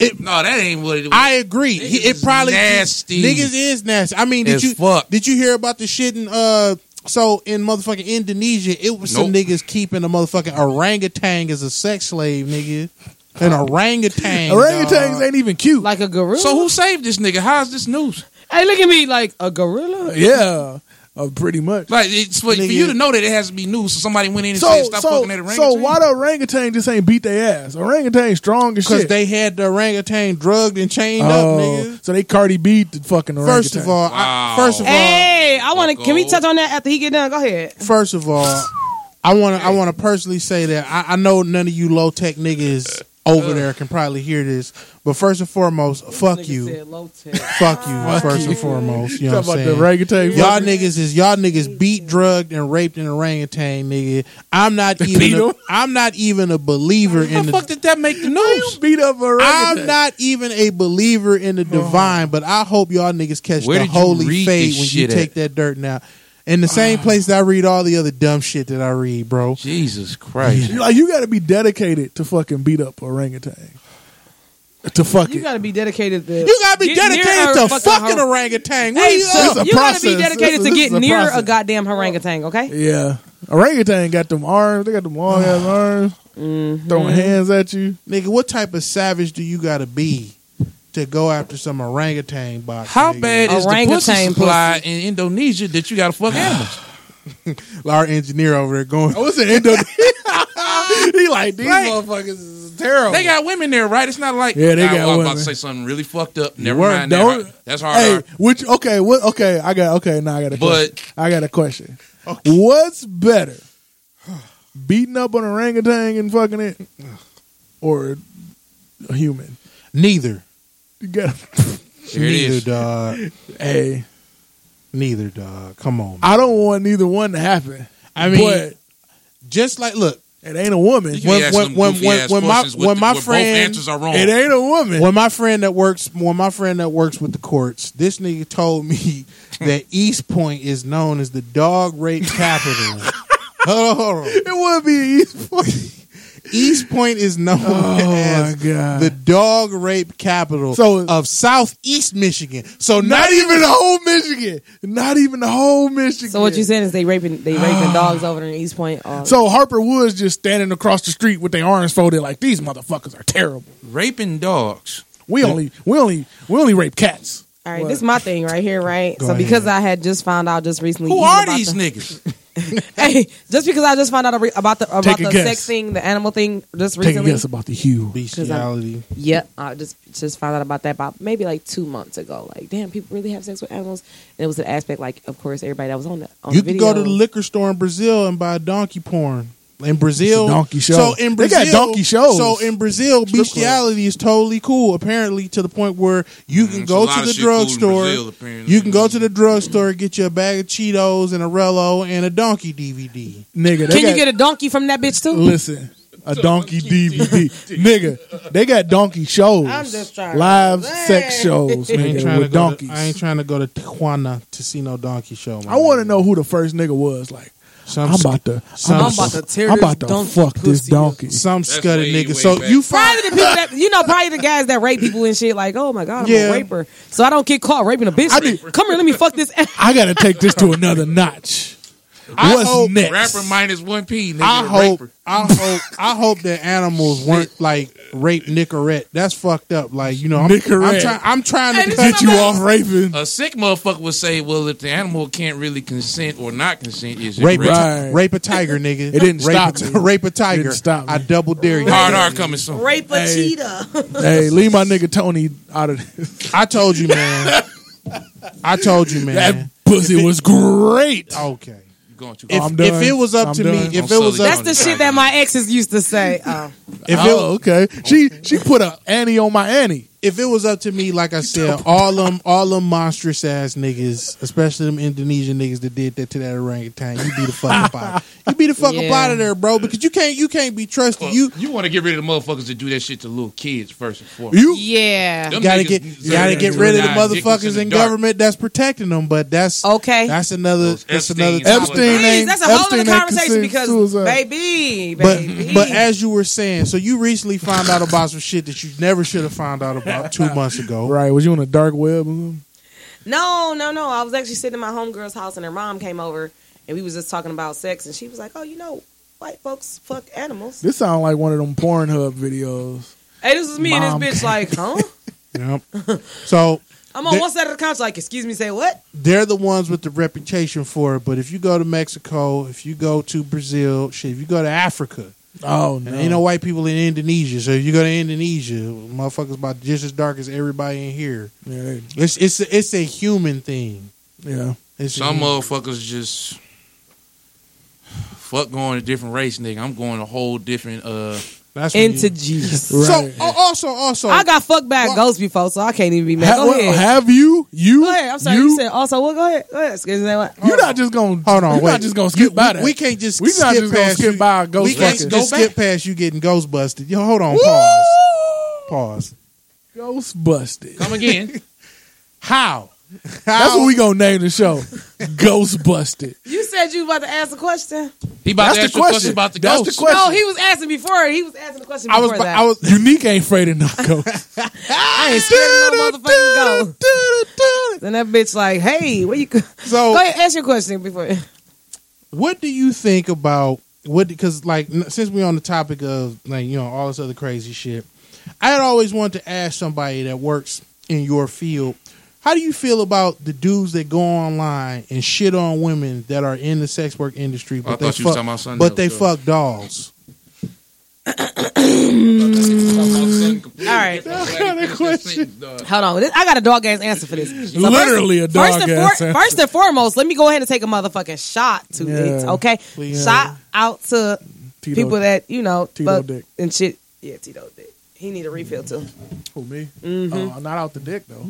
S1: It-
S4: no, that ain't what it was.
S1: I agree. He-
S4: Niggas
S1: it probably
S4: is nasty.
S1: Niggas is nasty. I mean, did
S4: As
S1: you
S4: fuck.
S1: did you hear about the shit in uh so in motherfucking Indonesia, it was some
S4: Nope.
S1: niggas keeping a motherfucking orangutan as a sex slave, nigga. An orangutan.
S3: Uh, Orangutans
S1: dog.
S3: ain't even cute.
S5: Like a gorilla.
S4: so who saved this nigga? How's this news?
S5: Hey, look at me, like a gorilla.
S3: yeah. Uh, pretty much.
S4: Like it's for, for
S1: Nigga.
S4: you to know that it has to be news. So somebody went in and
S3: So
S4: said, "Stop
S3: so
S4: fucking that
S3: so
S4: orangutan."
S3: why the orangutan just ain't beat their ass? Orangutan strong as
S1: Because
S3: shit.
S1: they had the orangutan drugged and chained up,
S3: oh,
S1: nigga.
S3: so they Cardi B the fucking orangutan.
S1: First of all, I,
S4: Wow.
S1: first of all,
S5: Hey, I want to.
S4: Fuck
S5: Can we
S4: off.
S5: touch on that after he get done? Go ahead.
S1: first of all, I want to I want to personally say that I, I know none of you low tech niggas over there can probably hear this. But first and foremost, fuck you. Fuck you, first and foremost. You know what I'm saying?
S3: Talking about the orangutan.
S1: Y'all niggas is y'all niggas beat, drugged, and raped an orangutan, nigga. I'm not
S3: Beat
S1: even. A,
S3: him?
S1: I'm not even a believer in
S4: the fuck
S1: the.
S4: did that make the news?
S3: beat up a
S1: I'm
S3: orangutan.
S1: not even a believer in the divine, but I hope y'all niggas catch
S4: Oh. Where
S1: the
S4: did you
S1: holy
S4: read
S1: fade
S4: this
S1: when you
S4: shit
S1: take
S4: at? Ah.
S1: that dirt now. In the same place that I read all the other dumb shit that I read, bro.
S4: Jesus Christ.
S3: Like you got to be dedicated to fucking beat up orangutan. To fuck
S8: You
S3: it.
S8: gotta be dedicated to.
S1: You gotta be
S8: get near
S1: dedicated
S8: her
S1: to fucking
S8: hor-
S1: orangutan. What
S8: Hey,
S1: you
S8: so
S1: up?
S3: It's a
S8: you gotta be
S3: process.
S8: dedicated
S3: This
S8: to
S3: is
S8: get
S3: a
S8: near
S3: process.
S8: a goddamn orangutan. Okay.
S3: Yeah, orangutan got them arms. They got them long ass arms.
S4: Mm-hmm.
S3: Throwing hands at you.
S1: Nigga, what type of savage do you gotta be to go after some orangutan box?
S4: How
S1: nigga?
S4: bad is the pussy
S8: Orangutan
S4: supply in Indonesia that you gotta fuck animals?
S1: Our engineer over there going.
S3: I was in Indonesia. he like these
S4: Right.
S3: motherfuckers is terrible.
S4: They got women there, right? It's not like
S3: Yeah, they
S4: Nah,
S3: got
S4: well, I'm about
S3: women.
S4: to say something really fucked up. Never
S3: Word,
S4: mind. that.
S3: don't-
S4: Hard- That's hard.
S3: Hey,
S4: hard.
S3: which okay, what okay, I got okay, now I got a
S4: But-
S3: question. I got a question. What's better? Beating up an orangutan and fucking it or a human?
S1: Neither.
S3: You got
S4: Here it
S1: neither,
S4: is.
S1: dog.
S3: Hey,
S1: Neither, dog. Come on.
S3: I don't want neither one to happen.
S1: I mean,
S3: but
S1: just like look,
S3: it ain't a woman.
S4: You
S3: It
S4: can
S1: when-
S4: ask
S1: when-
S4: some
S1: when-
S4: goofy
S1: when-
S4: ass
S1: when my-
S4: questions with
S1: when
S4: the-
S1: my
S4: where
S1: friend-
S4: both answers are wrong.
S3: ain't a woman.
S1: when my friend that works, when my friend that works with the courts, this nigga told me that East Point is known as the dog rape capital. hold on, hold on.
S3: It would be easy.
S1: East Point is known
S3: Oh
S1: as
S3: my god.
S1: the dog rape capital
S3: So-
S1: of Southeast Michigan. So
S3: not, even the whole Michigan. Not even the whole Michigan.
S5: So what you saying is they raping they raping dogs over in East Point? Uh,
S3: So Harper Woods just standing across the street with their arms folded like these motherfuckers are terrible.
S4: Raping dogs.
S3: We only we only we only rape cats.
S5: all right, this is my thing right here, right? so
S1: ahead.
S5: because I had just found out just recently,
S4: Who
S5: even
S4: are
S5: about
S4: these
S5: the-
S4: niggas?
S5: Hey, just because I just found out re- about the
S3: Take
S5: about
S3: a
S5: the
S3: guess.
S5: sex thing, the animal thing, just
S3: Take a
S5: recently.
S3: guess about the hue.
S1: bestiality.
S5: Yep, I just just found out about that about maybe like two months ago. Like, damn, people really have sex with animals, and it was an aspect like, of course, everybody that was on the on
S1: You
S5: the
S1: can go
S5: video.
S1: to the liquor store in Brazil and buy donkey porn. In Brazil,
S3: It's a donkey show.
S1: So in
S3: They
S1: Brazil,
S3: got donkey shows.
S1: So in Brazil,
S3: club.
S1: bestiality is totally cool. Apparently, to the point where you can
S4: Mm,
S1: go
S4: it's a lot
S1: to
S4: of
S1: the
S4: shit cool in
S1: drugstore.
S4: Brazil, apparently.
S1: you can go to the drugstore, get you a bag of Cheetos and a Rello and a donkey DVD.
S3: Nigga, they
S5: Can
S3: got,
S5: you get a donkey from that bitch too?
S3: listen? A donkey DVD, nigga. They got donkey shows.
S8: I'm just trying to-
S3: live sex shows,
S1: I ain't,
S3: nigga,
S1: trying to
S3: with
S1: go
S3: donkeys.
S1: to, I ain't trying to go to Tijuana to see no donkey show. my
S3: I want to
S1: nigga.
S3: know who the first nigga was. Like,
S1: Some
S3: I'm,
S1: sc-
S3: about to,
S1: some-
S3: I'm about to,
S8: tear
S3: I'm
S8: this
S3: about to
S8: donkey
S3: fuck this
S8: pussy up.
S3: donkey.
S1: some
S4: That's
S1: scudded
S4: way,
S1: nigga.
S4: way
S1: so
S4: back.
S1: you find
S5: Probably the people that you know, probably the guys that rape people and shit. Like, oh my god, I'm
S1: Yeah.
S5: a raper, so I don't get caught raping a bitch.
S3: I did-
S5: Come here, let me fuck this. ass.
S3: I got to take this to another notch.
S4: I
S3: What's
S4: hope
S3: next?
S4: Rapper minus one P. Nigga,
S1: I
S4: a
S1: hope,
S4: raper.
S1: I hope, I hope that animals weren't like rape Nicorette. That's fucked up. Like you know, I'm, I'm,
S3: Nicorette.
S1: try- I'm trying to
S3: Get you off raping.
S4: A Uh, sick motherfucker would say, "Well, if the animal can't really consent or not consent, is it
S1: rape,
S4: rape?"
S1: a ti-
S3: Right.
S1: rape a tiger, nigga.
S3: It didn't
S1: rape
S3: stop
S1: A ti-
S3: me.
S1: rape a tiger.
S3: Didn't stop me.
S1: I double dare you.
S4: Hard R coming soon.
S8: Rape a
S3: Hey.
S8: cheetah.
S3: hey, leave my nigga Tony out of this.
S1: I told you, man. I told you,
S3: That
S1: man.
S3: pussy was great.
S1: Okay.
S4: You going too
S1: If,
S4: far.
S3: I'm
S1: if
S3: done.
S1: it was up
S3: I'm
S1: to
S3: done.
S1: me, if it
S4: Don't
S1: was
S4: sell it.
S5: That's
S1: up,
S5: the shit that my exes used to say. Oh.
S1: if it,
S3: oh, okay. She she put a Annie on my Annie.
S1: if it was up to me, like I said, all them all them monstrous ass niggas, especially them Indonesian niggas that did that to that orangutan, you be the fuck up out. You be the fuck up
S5: Yeah.
S1: out of there, bro, because you can't you can't be trusted.
S4: Well,
S1: You
S4: you want to get rid of the motherfuckers that do that shit to little kids first and foremost.
S3: You
S5: Yeah.
S4: Them
S1: gotta
S4: niggas
S1: get
S4: deserve
S1: you gotta
S4: to
S1: get
S4: die
S1: rid of the
S4: dick in
S1: motherfuckers in
S4: dark.
S1: government that's protecting them, but that's
S5: Okay.
S1: that's another
S4: Those
S1: that's
S4: Epstein
S1: another
S4: and
S1: topic.
S3: Epstein
S5: Please,
S3: ain't
S5: that's a whole
S3: Epstein
S5: other
S3: ain't
S5: conversation
S3: considered
S5: because
S3: suicide.
S5: baby,
S1: uh, But
S5: baby.
S1: but as you were saying, so you recently found out about some shit that you never should have found out about two months ago.
S3: Right? Was you on a dark web? or something?
S5: No, no, no. I was actually sitting in my homegirl's house and her mom came over and we was just talking about sex and she was like, Oh, you know, white folks fuck animals.
S3: This sound like one of them Pornhub videos.
S5: Hey, this is me
S3: Mom.
S5: and this bitch like, huh?
S1: Yep. So
S5: I'm on
S1: That-
S5: one side of the couch like, excuse me, say what?
S1: they're the ones with the reputation for it. But if you go to Mexico, if you go to Brazil, shit, if you go to Africa,
S3: Oh no!
S1: and ain't no white people in Indonesia. So if you go to Indonesia, motherfuckers about just as dark as everybody in here.
S3: yeah, they-
S1: It's it's a, it's a human thing.
S3: yeah.
S1: It's a
S4: Some
S1: human-
S4: motherfuckers just fuck going a different race, nigga. I'm going a whole different uh
S1: That's when
S5: into
S1: you-
S5: G's.
S1: So
S3: Right.
S1: al- also, also,
S5: I got fucked by a
S1: Well-
S5: ghost before, so I can't even be mad.
S3: Ha-
S5: Go
S3: well,
S5: ahead.
S3: have you? You?
S5: Go ahead. I'm sorry. You,
S3: You?
S5: said also. Well, go ahead. Go ahead. Excuse me. What?
S3: You're not just gonna
S1: Hold on,
S3: You're
S1: wait.
S3: not just gonna
S1: you,
S3: skip by that.
S1: we can't just
S3: We
S1: skip
S3: not just gonna
S1: past
S3: skip
S1: you.
S3: by a ghost
S1: We can't
S3: fucking-
S1: just
S3: Go
S1: skip past you getting ghost busted. Yo, hold on, pause, pause.
S3: Ghost busted.
S4: Come again.
S1: How? How?
S3: That's what we gonna name the show. Ghost busted.
S5: You said you about to ask a question.
S4: He
S3: That's
S4: about
S3: the
S4: to ask you a
S3: question.
S4: question about the
S3: That's the
S4: ghost.
S3: question.
S5: No, he was asking before. He was asking the question
S1: I
S5: before
S1: was.
S5: that.
S1: I was.
S3: Unique ain't afraid of no ghost.
S5: I ain't scared of no motherfucking ghost. And that bitch like, hey, where you go?
S1: So
S3: Oh.
S5: Go ahead, ask your question before.
S1: what do you think about what because like n- since we're on the topic of like you know all this other crazy shit i had always wanted to ask somebody that works in your field how do you feel about the dudes that go online and shit on women that are in the sex work industry but
S4: Oh, I
S1: they
S4: thought you was
S1: fuck,
S4: talking about something
S1: but
S4: else,
S1: they
S4: though.
S1: fuck dolls
S5: Mm. All right, hold on. This- I got a dog ass answer for this. So
S3: Literally a
S5: first,
S3: dog
S5: first and,
S3: ass
S5: for-
S3: answer.
S5: first and foremost, let me go ahead and take a motherfucking shot to
S3: Yeah.
S5: it. Okay,
S1: Please.
S5: shot out to
S3: Tito-
S5: people that you know
S3: Tito
S5: fuck
S3: dick.
S5: and shit. Yeah, Tito dick. He need a refill too.
S3: Who, me?
S5: Mm-hmm.
S3: Uh, not out the dick though.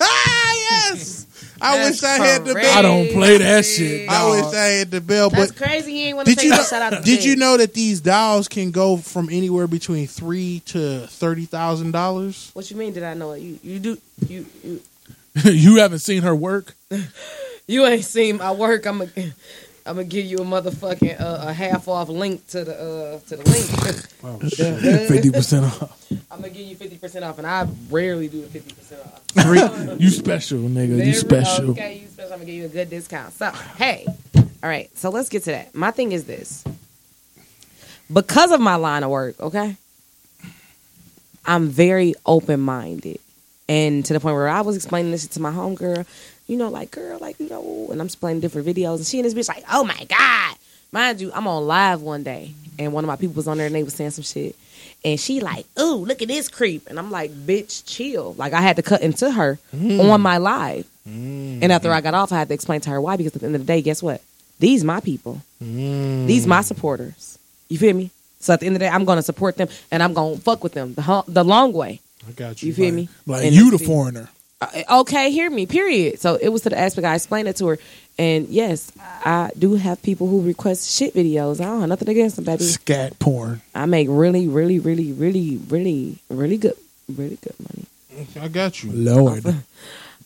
S1: ah yes i
S5: That's
S1: wish i had the
S5: correct.
S1: bell
S3: I don't play that shit.
S1: i wish i had the bell but
S5: That's crazy. He ain't want to
S1: did
S5: take
S1: you
S5: a shot out.
S1: know,
S5: to
S1: did
S5: dick.
S1: you know that these dolls can go from anywhere between three to thirty thousand dollars
S5: What you mean? Did I know it? You you do you you,
S3: you haven't seen her work.
S5: you ain't seen my work. I'm a. I'm gonna give you a motherfucking uh, a half off link to the uh, to the link.
S3: Fifty percent off.
S5: I'm gonna give you fifty percent off, and I rarely do fifty percent off.
S3: You special, nigga.
S5: Very-
S3: you special.
S5: Okay, you special. I'm gonna give you a good discount. So hey, all right. So let's get to that. My thing is this: because of my line of work, okay, I'm very open minded, and to the point where I was explaining this to my homegirl, you know, like girl, like you know, and I'm explaining different videos, and she and this bitch like, oh my god, mind you, I'm on live one day, and one of my people was on there, and they was saying some shit. And she like, ooh, look at this creep. And I'm like, bitch, chill. Like I had to cut into her on my live. And after I got off, I had to explain to her why. Because at the end of the day, guess what? These my people. These my supporters. You feel me? So at the end of the day, I'm gonna support them and I'm gonna fuck with them the ho- the long way.
S1: I got you.
S5: You feel me?
S3: Like
S5: And
S3: you,
S5: it's
S3: the
S5: the-
S3: foreigner.
S5: Uh, okay, hear me. Period. So it was to the aspect I explained it to her. And yes, I do have people who request shit videos. I don't have nothing against them, baby.
S3: Scat porn.
S5: I make really, really, really, really, really, really good, really good money.
S1: I got you.
S3: Lord.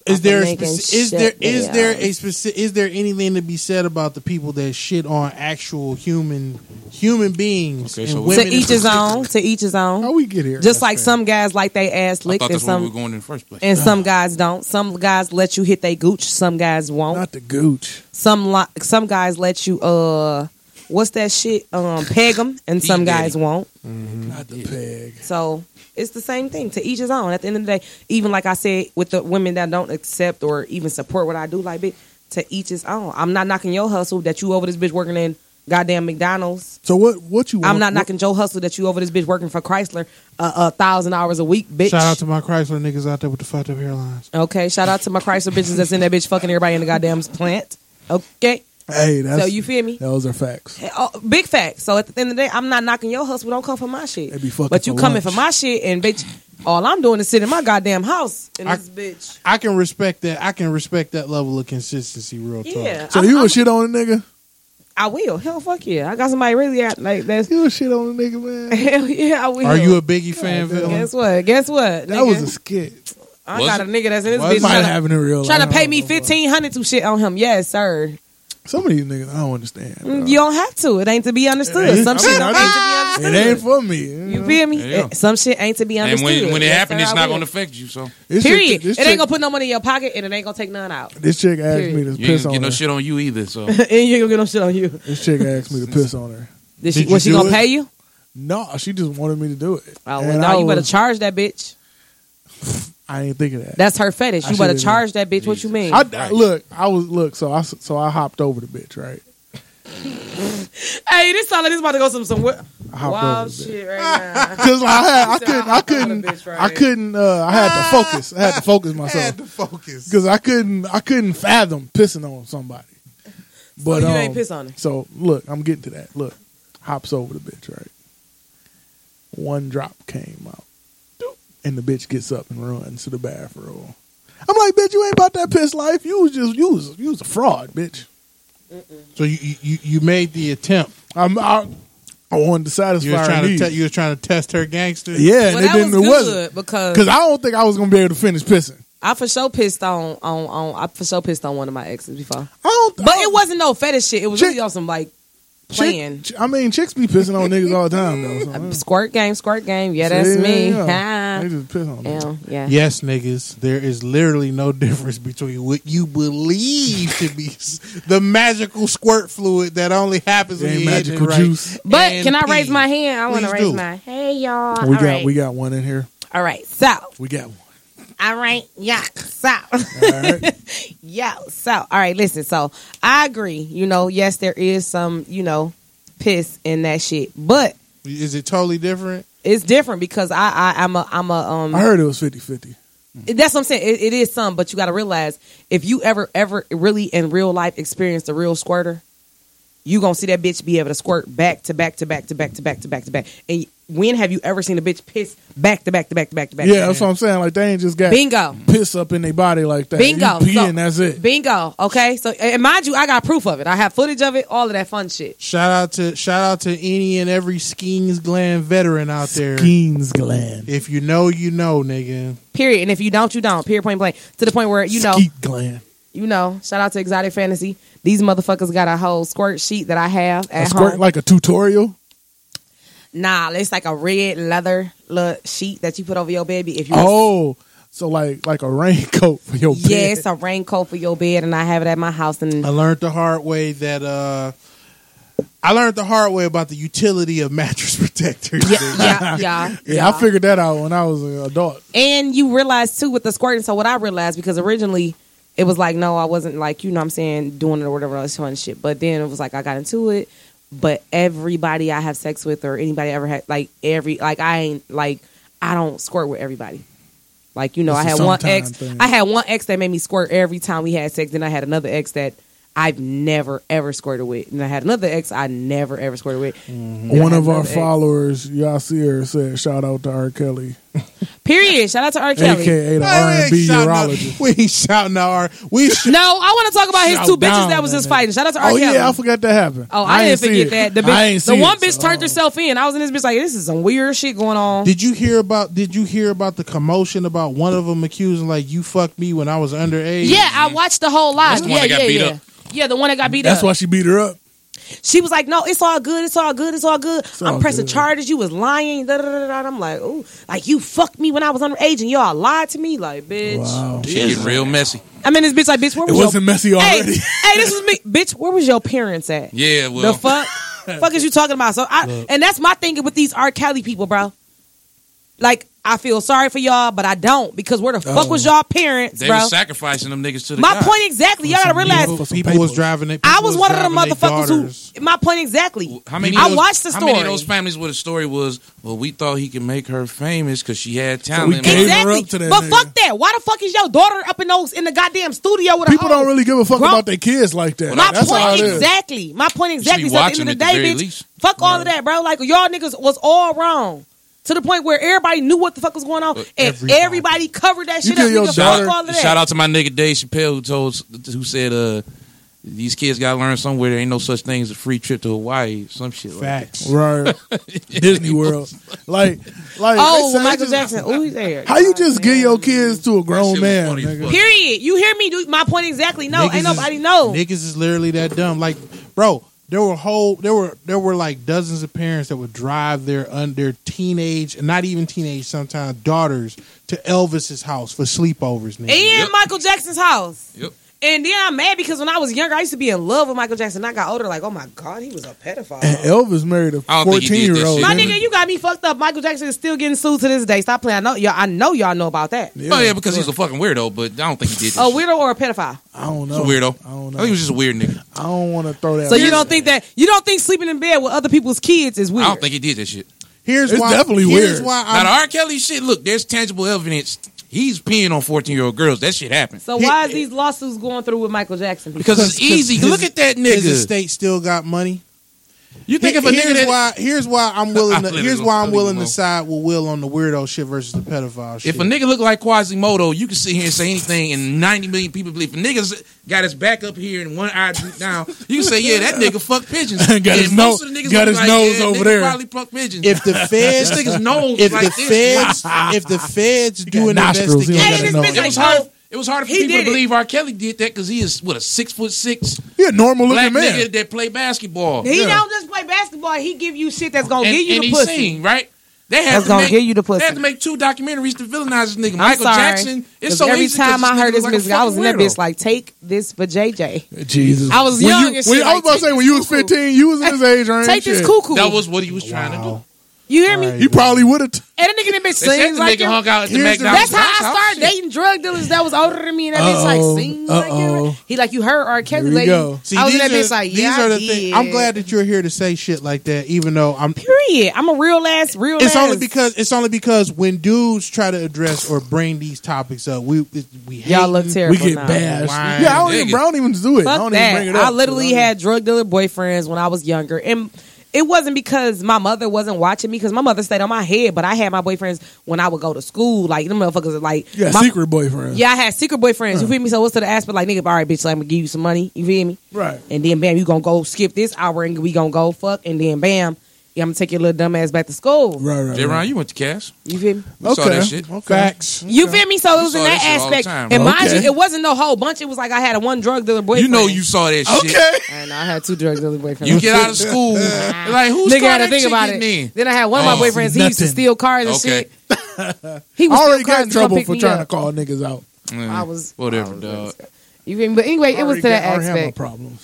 S1: Is there a
S5: I've been
S1: speci-
S5: making
S1: is there is
S5: shit
S1: there a
S5: videos.
S1: specific is there anything to be said about the people that shit on actual human human beings
S4: Okay,
S1: and
S4: so we-
S1: women
S5: to
S1: in
S5: each his
S1: particular?
S5: own. To each his own.
S3: How we get here?
S5: Just like some guys like they ass
S4: I
S5: licked,
S4: thought
S5: and
S4: that's where we were
S5: some
S4: going in the first place.
S5: and some guys don't. Some guys let you hit they gooch. Some guys won't.
S3: Not the gooch.
S5: some li- some guys let you uh, what's that shit? Um, peg them, and some
S4: Daddy.
S5: guys won't.
S3: Not the peg.
S5: So it's the same thing. To each his own. At the end of the day, even like I said, with the women that don't accept or even support what I do, like bitch, to each his own. I'm not knocking your hustle that you over this bitch working in goddamn McDonald's.
S3: So what? What you? Want,
S5: I'm
S1: Mm-hmm.
S5: not knocking Joe Hustle that you over this bitch working for Chrysler uh, a thousand hours a week, bitch.
S1: Shout out to my Chrysler niggas out there with the fucked up hairlines.
S5: okay, shout out to my Chrysler bitches that's in that bitch fucking everybody in the goddamn plant. Okay,
S3: What, hey, that's
S5: so you feel me?
S3: those are facts.
S5: Oh, big facts. So at the end of the day, I'm not knocking your hustle. Don't come for my shit.
S3: They be fucking
S5: but you
S3: for
S5: coming
S3: lunch.
S5: for my shit, and bitch, all I'm doing is sitting in my goddamn house in
S1: I-
S5: this bitch.
S1: I can respect that. I can respect that level of consistency. Real talk.
S5: Yeah,
S3: So
S5: I'm-
S3: you
S5: I'm-
S3: a shit on a nigga?
S5: I will. Hell, fuck yeah. I got somebody really out like that's.
S3: You a shit on a nigga, man?
S5: Hell yeah, I will.
S1: Are you a Biggie fan, Villain?
S5: Guess what? Guess what?
S3: That
S5: nigga?
S3: was a skit.
S5: I
S4: Was
S5: got
S4: it?
S5: a nigga that's in this
S3: Well,
S5: bitch.
S3: it might
S5: tryna-
S3: happen in real
S5: trying
S3: life.
S5: to pay
S3: I
S5: me
S3: don't know,
S5: fifteen hundred to shit on him. Yes, sir.
S3: but Some of these niggas, I don't understand. bro.
S5: You don't have to. It ain't to be understood. Some shit ain't to be
S3: It
S5: understood.
S3: ain't for me.
S5: You feel me?
S4: Yeah.
S5: Some shit ain't to be
S4: and
S5: understood.
S4: when, when it
S5: Yes,
S4: happened,
S5: sir,
S4: it's
S5: I
S4: not
S5: will.
S4: going to affect you. So
S3: This chick-
S5: Period.
S3: this
S5: it ain't
S3: chick-
S5: gonna put no money in your pocket, and it ain't gonna take none out.
S3: This chick asked me
S5: Period.
S3: to
S4: you ain't
S3: piss
S4: gonna
S3: on
S4: get no
S3: her.
S4: shit on you either. So
S5: and you ain't gonna get no shit on you.
S3: This chick asked me to piss on her.
S1: Did
S5: Did she,
S1: you
S5: was she
S1: do
S5: gonna
S1: it?
S5: pay you?
S3: No, she just wanted me to do it.
S5: Oh, well,
S3: And
S5: no,
S3: I
S5: you better
S3: was-
S5: charge that bitch.
S3: I ain't think of that.
S5: That's her fetish.
S3: I
S5: You better
S3: should've
S5: charge that bitch. What you mean?
S3: I, I- look, I was look, so I s- so I hopped over the bitch, right?
S5: hey, this solid is about to go some some wi-
S3: I hopped over
S5: wild
S3: the bitch.
S5: shit right now.
S3: Cause I had, I
S5: said, "I
S3: couldn't, I
S5: hopped over the
S3: couldn't,
S5: bitch right
S3: I
S5: here." Ah.
S3: couldn't. Uh, I had to focus. I had to focus
S1: I
S3: myself
S1: had to focus.
S3: because I couldn't, I couldn't fathom pissing on somebody. But
S5: you ain't
S3: um,
S5: piss on her?
S3: So look, I'm getting to that. Look, hops over the bitch, right? One drop came out. Doop. And the bitch gets up and runs to the bathroom. I'm like, bitch, you ain't about that piss life. You was just, you was, you was a fraud, bitch.
S1: So you, you- you you made the attempt.
S3: I'm, I, I wanted to satisfy
S1: You was
S3: her
S1: trying to
S3: needs.
S1: te- you was trying to test her gangster.
S3: Yeah, and
S5: Well,
S3: they
S5: that
S3: didn't,
S5: was
S3: it wasn't.
S5: good because
S3: Because I don't think I was going to be able to finish pissing.
S5: I for sure pissed on on on I for sure pissed on one of my exes before.
S3: I don't,
S5: But it wasn't no fetish shit. It was
S3: Chick-
S5: really on some like playing.
S3: Chick, ch- I mean, chicks be pissing on niggas all the time, though. so, uh,
S5: Squirt game, squirt game. Yeah, that's
S3: yeah,
S5: me.
S3: yeah, yeah.
S5: Ah.
S3: They just piss on them.
S5: Yeah, yeah.
S1: Yes, niggas, there is literally no difference between what you believe to be s- the magical squirt fluid that only happens
S3: It
S1: when
S3: ain't
S1: you hit it
S3: magical
S1: right.
S3: juice.
S5: But
S1: and
S5: can I
S1: pee.
S5: raise my hand? I want to
S1: Please
S5: raise
S1: do.
S5: my. Hey y'all.
S3: We
S5: All
S3: got
S5: right.
S3: we got one in here.
S5: All right. So.
S3: We got one.
S5: All right. Yeah. So.
S3: All right.
S5: Yeah. So, all right, listen. So, I agree. You know, yes, there is some, you know, piss in that shit, but
S1: Is it totally different?
S5: it's different because I, I, I'm a, I'm a, um.
S3: I heard it was 50-50.
S5: That's what I'm saying. It, it is some, but you got to realize if you ever, ever really in real life experience the real squirter, you gonna see that bitch be able to squirt back to back to back to back to back to back to back. And when have you ever seen a bitch piss back to back to back to back to back?
S3: Yeah, that's what I'm saying. Like they ain't just got
S5: Bingo.
S3: piss up in their body like that.
S5: Bingo.
S3: You pee
S5: So-
S3: and that's it.
S5: Bingo. Okay. So, and mind you, I got proof of it. I have footage of it. All of that fun shit.
S1: Shout out to shout out to any and every Skeens Gland veteran out there.
S3: Skeens gland.
S1: If you know, you know, nigga.
S5: Period. And if you don't, you don't. Period. Point blank. To the point where you know,
S3: Skeet gland.
S5: you know. Shout out to Exotic Fantasy. These motherfuckers got a whole squirt sheet that I have
S3: A
S5: at
S3: squirt
S5: home.
S3: like a tutorial.
S5: nah, it's like a red leather little sheet that you put over your baby. If you
S3: Oh, so like like a raincoat for your
S5: yeah,
S3: bed.
S5: it's a raincoat for your bed, and I have it at my house. And
S1: I
S3: Oh,
S1: learned the hard way that uh I learned the hard way about the utility of mattress protectors. nigga.
S5: yeah, yeah,
S3: Yeah, I figured that out when I was an adult.
S5: And you realize too with the squirting. So what I realized because originally it was like no, I wasn't like you know what I'm saying doing it or whatever else fun shit. But then it was like I got into it. But everybody I have sex with or anybody I ever had like every like I ain't like I don't squirt with everybody. Like you know
S3: It's
S5: I
S3: a
S5: had one
S3: sometime
S5: ex.
S3: thing.
S5: I had one ex that made me squirt every time we had sex. Then I had another ex that. I've never ever squirted with, and I had another ex I never ever squirted with. Then I
S3: Mm-hmm. One
S5: had
S3: of our
S5: another ex.
S3: followers, y'all see her, said shout out to R. Kelly,
S5: Period. Shout out to R. Kelly.
S3: aka the
S1: Hey,
S3: R and B
S1: we ain't shouting out-
S3: urologist.
S1: We ain't shouting out our we sh-
S5: No, I want to talk about his
S3: Shout
S5: two bitches
S3: down,
S5: that was
S3: my
S5: just
S3: nigga.
S5: fighting. Shout out to R.
S3: Oh
S5: Kelly.
S3: yeah, I forgot that happened.
S5: Oh, I,
S3: ain't
S5: didn't
S3: see
S5: forget that.
S3: it.
S5: The, bitch,
S3: I ain't
S5: the
S3: see
S5: one
S3: it,
S5: bitch
S3: so-
S5: turned herself in. I was in this bitch like, this is some weird shit going on.
S1: Did you hear about? Did you hear about the commotion about one of them accusing like you fucked me when I was underage?
S5: yeah, I watched the whole live.
S4: the
S5: yeah,
S4: one that
S5: yeah,
S4: got beat
S5: yeah.
S4: up.
S5: Yeah, the one that got beat
S3: That's
S5: up.
S3: why she beat her up.
S5: she was like, "No, it's all good. It's all good. It's all good.
S3: all
S5: I'm pressing
S3: good.
S5: charges. You was lying." Da, da, da, da, da. I'm like, "Ooh, like you fucked me when I was underage, and y'all lied to me." Like, bitch.
S4: She getting real messy.
S5: I'm in this bitch like, bitch. Where
S3: It
S5: was your
S3: wasn't messy
S5: hey,
S3: already.
S5: hey, this was me, bitch. Where was your parents at?
S4: Yeah, well,
S5: The fuck? fuck is you talking about? So I and that's my thing with these R. Kelly people, bro. Like I feel sorry for y'all, but I don't because where the fuck was y'all parents,
S4: Oh. they
S5: bro?
S4: was sacrificing them niggas to the
S5: my
S4: God.
S5: point exactly. Y'all gotta realize
S1: people,
S3: For some
S1: people
S3: paper.
S1: was driving it.
S5: I
S1: people
S5: was one of the
S1: driving their daughters.
S5: motherfuckers who. My point exactly.
S4: How many?
S5: I
S4: of those-
S5: watched the
S4: How many
S5: story.
S4: of those families where the story was? Well, we thought he could make her famous because she had
S3: we
S4: talent.
S3: gave her
S5: Exactly.
S3: up to that
S5: but
S3: nigga.
S5: fuck that. Why the fuck is your daughter up in those in the goddamn studio with a
S3: People
S5: hoe?
S3: don't really give a fuck
S5: Grown-
S3: about their kids like that.
S5: My
S3: That's all it
S5: point
S3: is.
S5: exactly. My point exactly.
S4: be
S5: So at the
S4: watching
S5: end of the
S4: at the
S5: day,
S4: very
S5: bitch,
S4: least.
S5: fuck all of that, bro. Like y'all niggas was all wrong. To the point where everybody knew what the fuck was going on, and everybody,
S1: everybody-
S5: covered that
S3: You
S5: shit
S3: give
S5: up.
S3: your
S5: Nigga,
S4: Shout
S5: fuck all of
S4: out,
S5: that.
S4: shout out to my nigga Dave Chappelle who told who said uh these kids gotta learn somewhere there ain't no such thing as a free trip to Hawaii, some shit like
S1: Facts.
S3: Right. Disney World. Like, like.
S5: Oh,
S3: they say
S5: Michael
S3: just-
S5: Jackson. Ooh, he's there.
S3: How you just give your kids to a
S4: That
S3: grown
S4: shit was
S3: man?
S4: funny as
S3: nigga?
S4: fuck.
S5: Period. You hear me? Dude, my point exactly. No,
S1: Niggas
S5: ain't
S1: is-
S5: nobody know.
S1: Niggas is literally that dumb. Like, bro, there were whole there were there were like dozens of parents that would drive their un, their teenage, not even teenage, sometimes daughters to Elvis's house for sleepovers. Nigga.
S5: and Michael Jackson's house.
S4: Yep.
S5: And then I'm mad because when I was younger, I used to be in love with Michael Jackson. I got older, like, oh my god, he was a pedophile.
S3: And Elvis married a
S4: I don't think he
S3: 14
S4: did that
S3: year old.
S4: shit.
S5: My
S4: Mhm.
S5: nigga, you got me fucked up. Michael Jackson is still getting sued to this day. Stop playing. I know y'all. I know y'all know about that.
S4: that. Oh yeah, because he's a fucking weirdo, but I don't think he did. This.
S5: A
S4: Oh,
S5: weirdo or a pedophile?
S3: I don't
S4: he's a
S3: know.
S4: weirdo.
S3: I don't
S4: I
S3: know.
S4: think he was just a weird nigga.
S3: I don't want to throw that.
S5: So you
S3: out.
S5: don't think that you don't think sleeping in bed with other people's kids is
S4: I
S5: weird?
S4: don't think he did that shit.
S1: Here's
S3: It's
S1: why.
S3: definitely
S1: here's
S3: weird.
S1: Why
S4: Now
S1: I'm-
S4: the R. Kelly shit, look, there's tangible evidence. He's peeing on 14 year old girls. That shit happened.
S5: so. Why is these lawsuits going through with Michael Jackson?
S4: Because it's easy.
S1: his-
S4: look at that
S1: his
S4: nigga.
S1: estate still got money.
S4: You think if a
S1: here's
S4: nigga that
S1: why here's why I'm willing to,
S4: I'll leave it
S1: here's
S4: alone.
S1: why
S4: I'll
S1: I'm
S4: leave it
S1: willing to
S4: alone.
S1: side with Will on the weirdo shit versus the pedophile shit.
S4: If a nigga look like Quasimodo, you can sit here and say anything, and 90 million people believe. If a nigga's got his back up here and one eye drooped down, you can say, yeah, that nigga fuck pigeons.
S3: Got
S4: And
S3: his
S4: most of
S3: nose-
S4: the niggas
S3: got
S4: look
S3: his nose
S4: yeah,
S3: over
S4: nigga
S3: there.
S4: probably fuck pigeons.
S1: if the feds
S4: this nigga's nose
S1: if
S4: like
S1: the
S4: this.
S1: feds if the feds do an
S3: nostrils, he don't
S1: investigation,
S5: Hey, this
S3: got a nose.
S5: bitch
S4: it was
S5: like,
S4: hard.
S5: oh,
S4: It was hard for
S5: he
S4: people to
S5: did it.
S4: believe R. Kelly did that because he is what a six foot six
S3: He a normal
S4: black
S3: looking man.
S4: nigga that play basketball.
S5: He
S3: Yeah.
S5: don't just play basketball. He give you shit that's gonna
S4: and,
S5: give you
S4: and
S5: the
S4: he
S5: pussy.
S4: sing, right? They had
S5: That's
S4: to
S5: gonna
S4: make,
S5: give you the pussy.
S4: They had to make two documentaries to villainize this nigga.
S5: I'm
S4: Michael
S5: sorry,
S4: Jackson. It's
S5: 'cause
S4: so
S5: every
S4: easy 'cause
S5: time I heard
S4: this
S5: his
S4: nigga look
S5: music,
S4: like a
S5: I was in
S4: fucking
S5: that
S4: weirdo.
S5: bitch like, take this for JJ.
S3: Jesus,
S5: I was
S3: When
S5: young
S3: you-
S5: and
S3: when-
S5: shit,
S3: I was
S5: like,
S3: about to
S5: take
S3: say when
S5: this
S3: you was
S5: cuckoo.
S3: fifteen, you was in his age range.
S5: Take this
S3: shit.
S5: cuckoo.
S4: That was what he was trying to do.
S5: you hear me?
S3: You probably would have.
S5: And that nigga that bitch
S4: They said
S5: sings
S4: the
S5: like
S4: nigga
S5: him.
S4: hung out at the
S3: Here's the-
S4: McDonald's.
S5: That's how I
S4: house.
S5: started dating drug dealers that was older than me, and that bitch
S3: Uh-oh.
S5: like sings like him.
S3: Uh-oh.
S5: He like you heard R. Kelly,
S3: Here we
S5: lady.
S3: go.
S1: See,
S5: I was in
S1: these
S5: that bitch
S1: are-
S5: like,
S1: these
S5: yeah,
S1: are
S5: I
S1: the
S5: did.
S1: thing- I'm glad that you're here to say shit like that, even though I'm.
S5: Period. I'm a real ass, real.
S1: It's
S5: ass.
S1: only because it's only because when dudes try to address or bring these topics up, we we hate
S5: y'all look terrible.
S3: We get
S5: now.
S3: bashed.
S1: Lying
S3: Yeah, I don't,
S4: nigga.
S3: even, I don't even do it. I
S5: Fuck
S3: don't
S5: that.
S3: even bring it up.
S5: I literally had drug dealer boyfriends when I was younger, and it wasn't because my mother wasn't watching me because my mother stayed on my head. But I had my boyfriends when I would go to school. Like them motherfuckers, are like
S3: You got
S5: my-
S3: secret Uh-huh. boyfriend.
S5: Yeah, I had secret boyfriends. You feel me? So what's to the aspect? Like nigga, all right, bitch, like, I'm gonna give you some money. You feel me?
S3: Right.
S5: And then bam, you gonna go skip this hour and we gonna go fuck, and then bam, yeah, I'm gonna take your little dumb ass back to school.
S3: Right, right.
S4: J.
S3: right.
S4: Ron, you went to Cass.
S5: You feel me?
S4: You saw that shit.
S3: Okay.
S1: facts.
S5: You feel me? So it was
S4: saw
S5: in
S4: that shit
S5: that
S4: all the
S5: aspect.
S4: time,
S5: and
S4: bro.
S5: mind
S3: Okay.
S5: you, it wasn't no whole bunch. It was like I had a one drug dealer boyfriend.
S4: You know you saw that shit.
S3: Okay.
S5: And I had two drug dealer boyfriends.
S4: You get out of school. like, who's
S5: Nigga had
S4: got
S5: to think about it.
S4: Then?
S5: Then I had one of my
S4: Oh,
S5: boyfriends. He used to
S3: nothing.
S5: steal cars and
S4: Okay.
S5: shit. He
S3: I
S5: was cars to
S3: already got in
S5: come
S3: trouble
S5: pick
S3: for
S5: me
S3: trying
S5: up.
S3: to call niggas out.
S4: Mm,
S5: I was-
S4: Whatever, dog.
S5: You feel me? But anyway, it was to
S3: Already
S5: that
S3: got- already have my
S5: aspect.
S3: problems.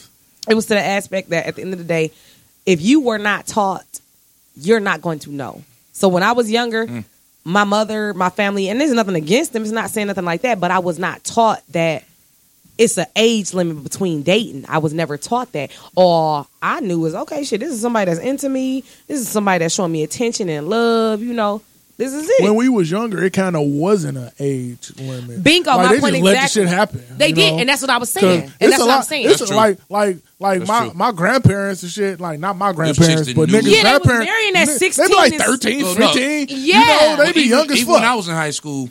S5: it was to the aspect that at the end of the day, if you were not taught, you're not going to know. So when I was younger, my mother, my family, and there's nothing against them. It's not saying nothing like that, but I was not taught that it's an age limit between dating. I was never taught that. All I knew is okay, shit. This is somebody that's into me. This is somebody that's showing me attention and love. You know, this is it.
S3: When we was younger, it kind of wasn't an age limit.
S5: Bingo,
S3: Like,
S5: my
S3: they
S5: point
S3: just let the
S5: exactly.
S3: shit happen.
S5: they
S3: you
S5: did,
S3: know?
S5: and that's what I was
S3: 'Cause
S5: saying.
S3: it's
S5: And that's
S3: a
S5: what I'm
S3: lot-
S5: saying.
S3: It's
S4: That's
S3: a,
S4: true.
S3: like like like
S4: That's
S3: my
S4: true.
S3: my grandparents and shit. Like not my
S4: chicks
S3: grandparents,
S4: didn't
S3: but
S4: do
S3: niggas'
S4: that. Yeah,
S5: they was
S3: grandparents.
S5: marrying at
S3: nigga-
S5: 16
S3: They be like
S5: and-
S3: 13,
S4: Oh, no.
S3: 15.
S5: Yeah.
S3: you know, they be
S4: even,
S3: young as
S4: even when I
S3: fuck.
S4: was in high school,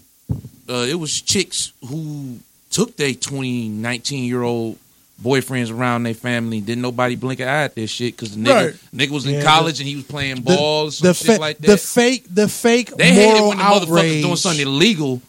S4: uh, it was chicks who took their 20, 19 year old boyfriends around their family. Didn't nobody blink an eye at this shit because the nigga,
S3: Right.
S4: nigga was in
S1: Yeah,
S4: college and he was playing ball, some
S1: the,
S4: shit
S1: fa-
S4: like that.
S1: the fake the fake
S4: they hate it
S1: moral
S4: when the motherfuckers
S1: outrage.
S4: doing something illegal,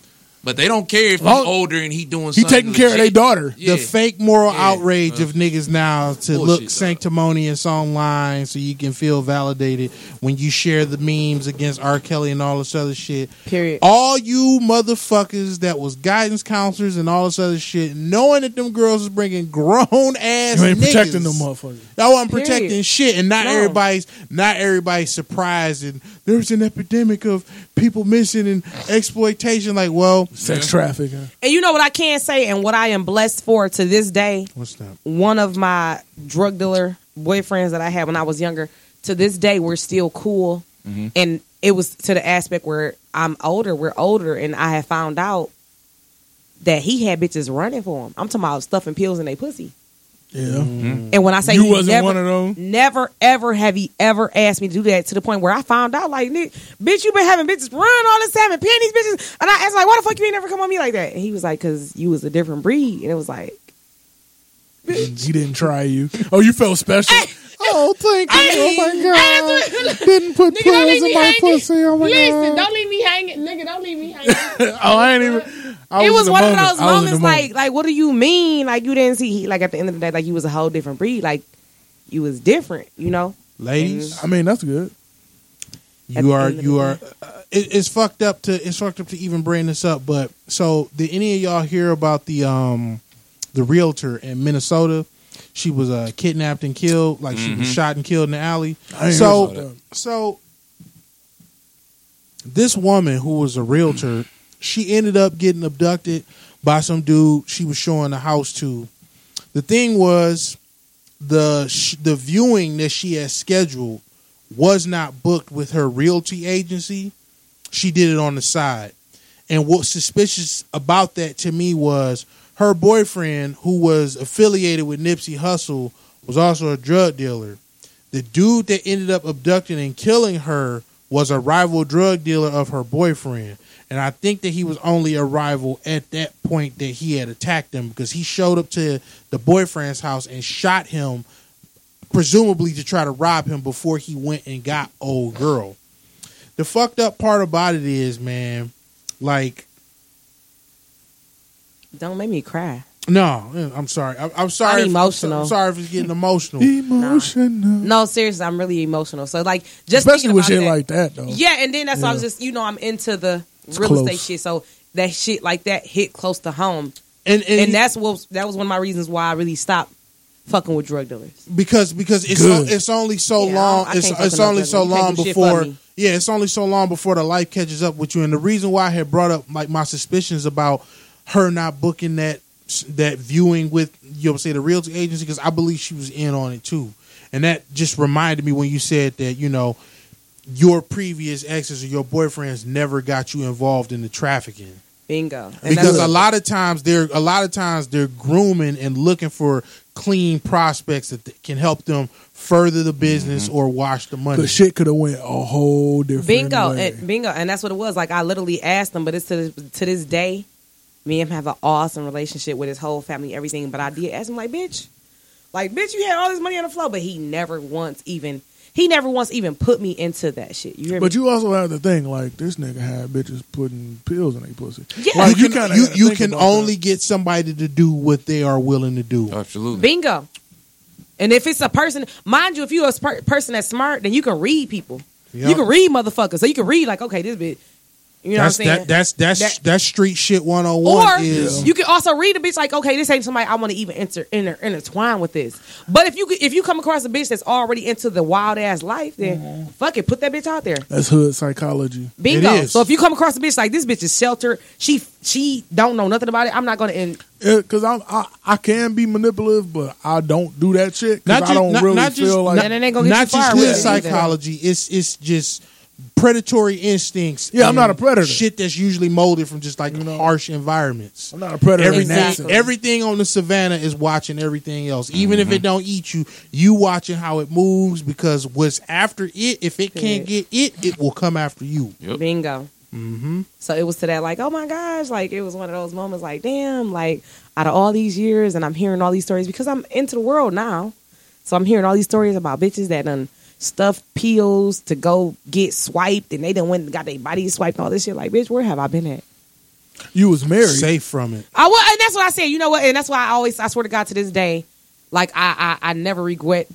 S4: but they don't care if he's
S3: Long-
S4: older and he doing
S3: He
S4: something.
S3: taking care of their
S4: legit.
S3: daughter.
S4: Yeah.
S1: The fake moral
S4: Yeah. Uh-huh.
S1: outrage of niggas now to
S4: Bullshit,
S1: look
S4: dog.
S1: sanctimonious online so you can feel validated when you share the memes against R. Kelly and all this other shit.
S5: Period.
S1: All you motherfuckers that was guidance counselors and all this other shit, knowing that them girls is bringing grown ass
S3: You ain't
S1: niggas.
S3: protecting them motherfuckers.
S1: I wasn't
S5: Period.
S1: protecting shit, and not
S5: No.
S1: everybody's not everybody's surprised. And there's an epidemic of people missing and exploitation. Like, well,
S3: Sex trafficking.
S5: And you know what I can say, and what I am blessed for to this day.
S1: what's that?
S5: one of my drug dealer boyfriends that I had when I was younger, to this day we're still cool.
S3: Mm-hmm.
S5: And it was to the aspect where I'm older, we're older, and I had found out that he had bitches running for him. I'm talking about stuffing pills in their pussy.
S3: Yeah.
S5: And when I say
S3: Mm-hmm. Mm. You
S5: he
S3: wasn't
S5: never,
S3: one of them?
S5: never ever have he ever asked me to do that to the point where I found out like, "Nigga, bitch, you been having bitches run all this time and paying these bitches, and I asked like, why the fuck you ain't never come on me like that? And he was like, because you was a different breed, and it was like,
S3: He didn't try you. Oh, you felt special.
S1: Oh, thank you.
S5: Hey.
S1: oh my god. Didn't put pills in my pussy. Oh my
S7: Listen,
S1: god.
S7: don't leave me hanging. Nigga, don't leave me hanging.
S3: oh, I ain't even. I
S5: it
S3: in
S5: was
S3: the
S5: one of
S3: moment.
S5: those
S3: I was in the
S5: moments like like what do you mean like you didn't see he, like at the end of the day like you was a whole different breed like you was different you know
S1: Ladies,
S3: I mean, that's good.
S5: At
S1: you
S5: the
S1: are
S5: end of
S1: you
S5: the
S1: are uh, it, it's fucked up to it's fucked up to even bring this up, but so did any of y'all hear about the um the realtor in Minnesota? She was uh, kidnapped and killed, like she was shot and killed in the alley.
S3: I ain't
S1: So-
S3: heard about that.
S1: So this woman who was a realtor, she ended up getting abducted by some dude she was showing the house to. The thing was the sh- the viewing that she had scheduled was not booked with her realty agency. She did it on the side. And what's suspicious about that to me was her boyfriend, who was affiliated with Nipsey Hussle, was also a drug dealer. The dude that ended up abducting and killing her was a rival drug dealer of her boyfriend. And I think that he was only a rival at that point that he had attacked him because he showed up to the boyfriend's house and shot him, presumably to try to rob him before he went and got old girl. The fucked up part about it is, man, like
S5: Don't make me cry.
S1: no, I'm sorry. I'm, I'm sorry. if-
S5: I'm emotional.
S1: I'm sorry if it's getting emotional.
S3: Emotional.
S5: No, seriously, I'm really emotional. So like, just
S3: Especially
S5: thinking
S3: with
S5: about
S3: shit
S5: that-
S3: like that though.
S5: Yeah, and then that's why I was just you know I'm into the real
S3: close.
S5: estate shit, so that shit like that hit close to home,
S1: and
S5: and,
S1: and,
S5: that's what that was one of my reasons why I really stopped fucking with drug dealers.
S1: because because it's
S3: Good.
S1: it's only so
S5: Yeah, I
S1: long
S5: don't- I
S1: it's
S5: can't fuck
S1: it's
S5: with no
S1: only
S5: drug
S1: so
S5: dealer. You
S1: long
S5: can't do shit for
S1: before
S5: me.
S1: yeah it's only so long before the life catches up with you and the reason why I had brought up like my suspicions about her not booking that that viewing with you know say the realty agency because I believe she was in on it too and that just reminded me when you said that you know your previous exes or your boyfriends never got you involved in the trafficking
S5: Bingo. And
S1: because
S5: that's-
S1: a lot of times they're a lot of times they're grooming and looking for clean prospects that th- can help them further the business or wash the money.
S3: The Mm-hmm. shit could have went a whole different
S5: bingo,
S3: way.
S5: and, bingo, and that's what it was. Like I literally asked them, but it's to this, to this day, me and him have an awesome relationship with his whole family, everything. But I did ask him, like, bitch, like, bitch, you had all this money on the floor, but he never once even he never once even put me into that shit. You hear me?
S3: But you also have the thing like this nigga had bitches putting pills in their pussy.
S5: Yeah.
S3: Like,
S1: you,
S3: kinda
S1: can, you,
S3: gotta
S1: you
S3: think
S1: can
S3: about
S1: only
S3: that. Uh,
S1: get somebody to do what they are willing to do.
S4: Absolutely.
S5: Bingo. And if it's a person, mind you, if you're a per- person that's smart, then you can read people.
S1: Yep.
S5: You can read motherfuckers. So you can read, like, okay, this bitch. You know
S1: that's,
S5: what I'm saying?
S1: that, that's that's that's
S5: That-
S1: street shit one on
S5: or
S1: one is
S5: you can also read a bitch like, okay, this ain't somebody I want to even inter, inter, intertwine with this. But if you could- if you come across a bitch that's already into the wild ass life, then
S1: Mm-hmm.
S5: fuck it, put that bitch out there.
S3: That's hood psychology.
S5: Bingo.
S1: is.
S5: So if you come across a bitch like this bitch is sheltered, she she don't know nothing about it. I'm not gonna. In-
S3: Because Uh, I'm I, I can be manipulative, but I don't do that shit
S1: Not
S3: because I
S1: ju-
S3: don't
S1: not-
S3: really
S1: not just-
S3: feel like.
S5: and it ain't gonna get
S1: Oh, not
S5: you far
S1: just
S5: with
S1: his
S5: it either.
S1: psychology. It's it's just predatory instincts.
S3: Yeah, I'm
S1: and
S3: not a predator.
S1: Shit that's usually molded from just like harsh environments.
S3: I'm not a predator.
S1: Everything,
S5: Exactly.
S1: everything on the savannah is watching everything else. Even
S5: Mm-hmm.
S1: if it don't eat you, you watching how it moves because what's after it, if it can't get it, it will come after you.
S4: Yep.
S5: Bingo. Mm-hmm. So it was to that, like, oh my gosh, like it was one of those moments, like, damn, like out of all these years, and I'm hearing all these stories because I'm into the world now. So I'm hearing all these stories about bitches that done stuffed pills to go get swiped, and they done went and got their bodies swiped, and all this shit. Like, bitch, where have I been at?
S3: You was married.
S1: Safe from it.
S5: I well, and that's what I said. You know what? And that's why I always, I swear to God, to this day, like I, I, I never regret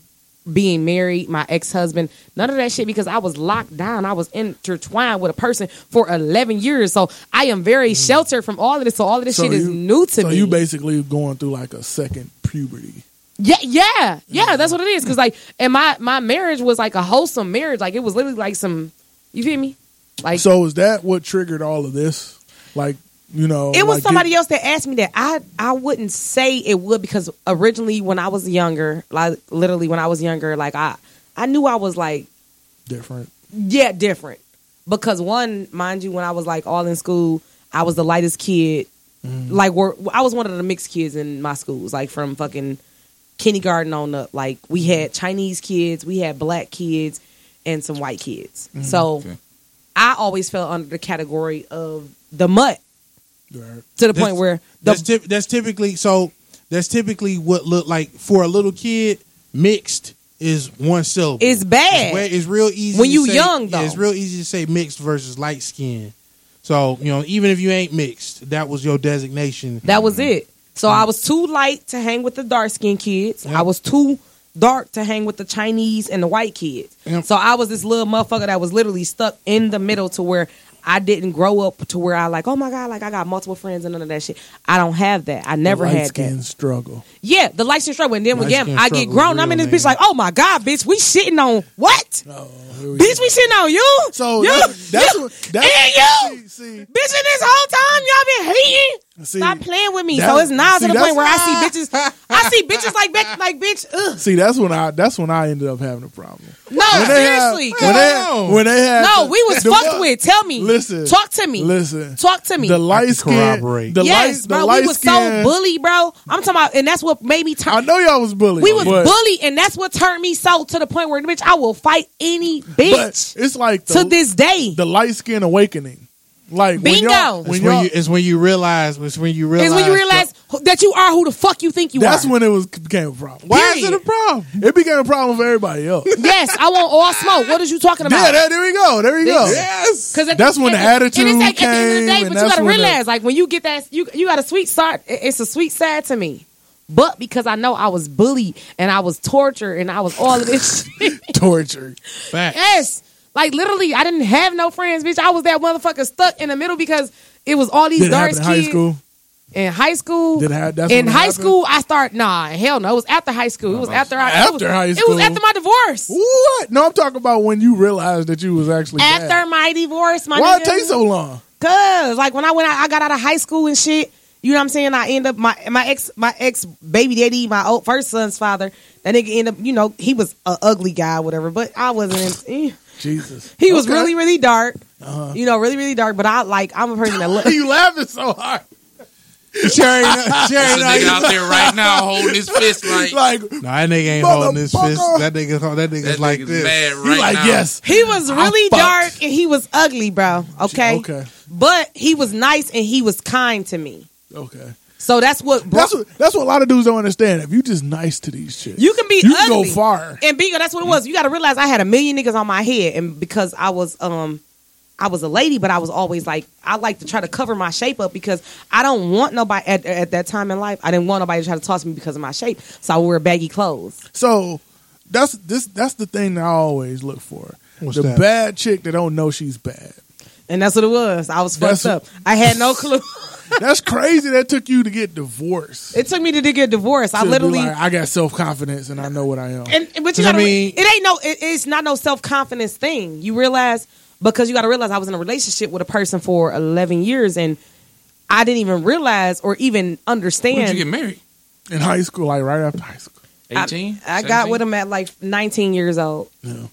S5: being married, my ex husband, none of that shit, because I was locked down. I was intertwined with a person for eleven years, so I am very sheltered from all of this. So all of this
S3: Mm. So
S5: shit is
S3: you-
S5: new to
S3: so
S5: me.
S3: you basically going through like a second puberty.
S5: Yeah, yeah,
S3: Mm-hmm.
S5: yeah. That's what it is. Because like, and my my marriage was like a wholesome marriage. Like it was literally like some. You feel me? Like
S3: So is that what triggered all of this? Like you know,
S5: it was
S3: like
S5: somebody
S3: get-
S5: else that asked me that i i wouldn't say it would because originally when i was younger like literally when i was younger like i i knew i was like
S3: different.
S5: yeah different because one mind you when i was like all in school i was the lightest kid like we're, i was one of the mixed kids in my schools like from fucking kindergarten on up like we had chinese kids we had black kids and some white kids so
S4: Okay.
S5: i always fell under the category of the mutt
S3: Right.
S5: to the
S1: That's-
S5: point where the
S1: That's typ- that's typically so. That's typically what look like for a little kid. Mixed is one syllable.
S5: It's bad.
S1: It's, way- it's real easy
S5: When
S1: to
S5: you
S1: say-
S5: young,
S1: yeah, it's
S5: though.
S1: real easy to say mixed versus light skin. So you know, even if you ain't mixed, that was your designation.
S5: That was it. So I was too light to hang with the dark skinned kids. I was too dark to hang with the Chinese and the white kids.
S1: Yep.
S5: So I was this little motherfucker that was literally stuck in the middle to where I didn't grow up to where I like, oh my God, like I got multiple friends and none of that shit. I don't have that. I never
S3: light
S5: had
S3: skin
S5: that.
S3: struggle.
S5: Yeah, the light skin struggle. And then
S1: Light
S5: again,
S1: skin
S5: I
S1: struggle
S5: get
S1: is
S5: grown. I'm
S1: real,
S5: in this
S1: man.
S5: bitch like, oh my God, bitch, we shitting on what?
S3: Here we
S5: Bitch, we shitting on you.
S3: So
S5: you,
S3: that's, that's
S5: you,
S3: what that's
S5: and you.
S3: see, see,
S5: Bitch, in this whole time y'all been hating.
S3: see,
S5: Stop playing with me.
S3: that-
S5: so it's now
S3: see,
S5: to the
S3: that's-
S5: point where I see bitches. I see bitches like back, like bitch. Ugh.
S3: see, that's when I that's when I ended up having a problem.
S5: No,
S3: they have-
S5: seriously.
S3: when
S1: No.
S3: they, when they had
S5: no,
S3: the-
S5: we was
S3: the
S5: fucked
S3: one-
S5: with. Tell me.
S3: Listen.
S5: Talk to me.
S3: Listen,
S5: Talk to me.
S3: the light skin,
S1: corroborate.
S3: the
S5: yes,
S3: light, the
S5: bro.
S3: light
S5: we was so
S3: skin.
S5: bullied, bro. I'm talking about, and that's what made me turn.
S3: I know y'all was bullied.
S5: we was
S3: but,
S5: bullied, and that's what turned me so to the point where, bitch, I will fight any
S3: but
S5: bitch
S3: it's like the,
S5: to this day.
S3: the light skin awakening. Like when
S5: Bingo.
S3: y'all-
S5: That's
S1: It's
S3: when
S1: when,
S3: y'all-
S1: you, it's when you realize. It's when you realize.
S5: Is when you realize who- that you are who the fuck you think you
S3: that's
S5: are.
S3: when it was became a problem.
S1: Why is it a
S5: Period.
S1: problem?
S3: It became a problem for everybody else. yeah,
S5: yes, I want all smoke. What is you talking about?
S3: there, there we go. There we go.
S1: Yes.
S5: Cause at
S3: That's when the
S5: at
S3: attitude
S5: and it's like, At the end of
S3: came,
S5: the day,
S3: and
S5: but you
S3: that's
S5: gotta
S3: when the-
S5: realize, like when you get that, you you got a sweet side. it- It's a sweet side to me, but because I know I was bullied and I was tortured and I was all of this. shit.
S3: Torture.
S1: Fact.
S5: yes, like literally, I didn't have no friends, bitch. I was that motherfucker stuck in the middle because it was all these
S3: Did it
S5: dark
S3: happen in
S5: kids
S3: high school?
S5: in high school.
S3: Did it have- that's
S5: in
S3: when it
S5: high
S3: happened?
S5: school, I start nah, hell no. It was after high school. It was after I, it was-
S3: After high
S5: It
S3: school.
S5: was after my divorce.
S3: What? No, I'm talking about when you realized that you was actually
S5: After
S3: bad.
S5: my divorce, my
S3: Why
S5: nigga.
S3: it take so long?
S5: Cause like when I went out, I got out of high school and shit. You know what I'm saying? I end up my my ex my ex baby daddy, my old first son's father. That nigga end up, you know, he was a ugly guy, whatever. But I wasn't. In, eh.
S3: Jesus.
S5: he was
S3: Okay. Uh-huh.
S5: really really dark. You know, really really dark. But I like I'm a person that look.
S3: you laughing so hard.
S1: Sherry, Sherry,
S4: There's a nigga out there right now holding his fist like,
S3: Like,
S1: No, that nigga ain't holding his fist.
S3: Motherfucker.
S1: That nigga's that nigga's
S4: that
S1: like
S4: nigga's
S1: this.
S4: mad
S3: you
S4: right
S3: like,
S4: now.
S3: yes.
S5: He was really
S3: fucked.
S5: dark and he was ugely, bro. Okay.
S3: Okay.
S5: But he was nice and he was kind to me.
S3: Okay.
S5: So that's what brought
S3: That's what, that's what a lot of dudes don't understand. If you just nice to these chicks,
S5: You can be
S3: you can
S5: ugly.
S3: go far.
S5: And bingo, that's what it was. You got to realize I had a million niggas on my head, and because I was um, I was a lady, but I was always like I like to try to cover my shape up because I don't want nobody at, at that time in life. I didn't want nobody to try to toss me because of my shape, so I wore baggy clothes.
S3: So that's this that's the thing that I always look for.
S1: What's
S3: the
S1: that?
S3: bad chick that don't know she's bad.
S5: And that's what it was. I was
S3: That's
S5: fucked up. I had no clue.
S3: That's crazy. That took you to get divorced.
S5: it took me to get divorced. I
S3: To be
S5: literally.
S3: like, I got self confidence and I know what I am.
S5: and and- but you
S1: Does that
S5: gotta,
S1: mean-
S5: it ain't no, it, it's not no self confidence thing. You realize because you got to realize I was in a relationship with a person for eleven years, and I didn't even realize or even
S4: When did you get
S5: understand.
S4: married?
S3: In high school, like right after high school.
S4: 18?
S5: I got with
S4: 17?
S5: him at like nineteen years old,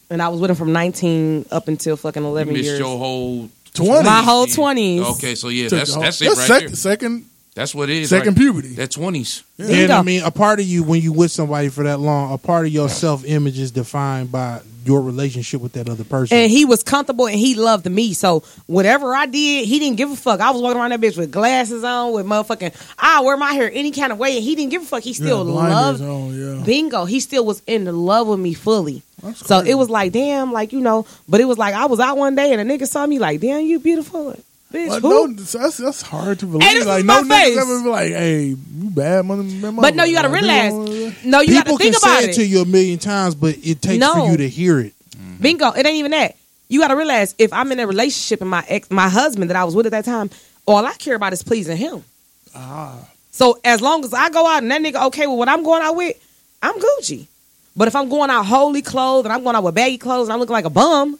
S5: and I was with him from nineteen up until fucking eleven
S4: You missed
S5: years.
S4: your whole
S3: Twenty.
S5: My whole twenties.
S4: Okay, so yeah,
S3: Took
S4: that's
S3: the whole-
S4: that's it right
S3: sec-
S4: there.
S3: Second
S4: That's what it is.
S3: second
S4: right.
S3: puberty.
S4: That twenties.
S1: Yeah, and I mean, a part of you when you with somebody for that long, a part of your self image is defined by your relationship with that other person.
S5: And he was comfortable and he loved me. So whatever I did, he didn't give a fuck. I was walking around that bitch with glasses on, with motherfucking I wear my hair any kind of way, and he didn't give a fuck. He still
S3: yeah,
S5: loved
S3: blinders on, yeah.
S5: bingo he still was in love with me fully so
S3: crazy.
S5: it was like damn like you know but it was like i was out one day and a nigga saw me like damn you beautiful Like, bitch
S3: Well,
S5: who
S3: no, that's that's hard to believe.
S5: Hey, this
S3: like
S5: is
S3: no
S5: my face.
S3: niggas ever be like, "Hey, you bad mother." mother-
S5: but no you gotta
S3: like,
S5: realize
S3: you
S5: no you
S1: People
S5: gotta think
S1: can
S5: about
S1: say it.
S5: it
S1: to you a million times, but it takes
S5: No.
S1: for you to hear it.
S5: bingo it ain't even that you gotta realize if i'm in a relationship and my ex my husband that i was with at that time all i care about is pleasing him
S1: Ah.
S5: so as long as i go out and that nigga okay with what i'm going out with i'm gucci but if i'm going out wholly clothed and i'm going out with baggy clothes and i'm looking like a bum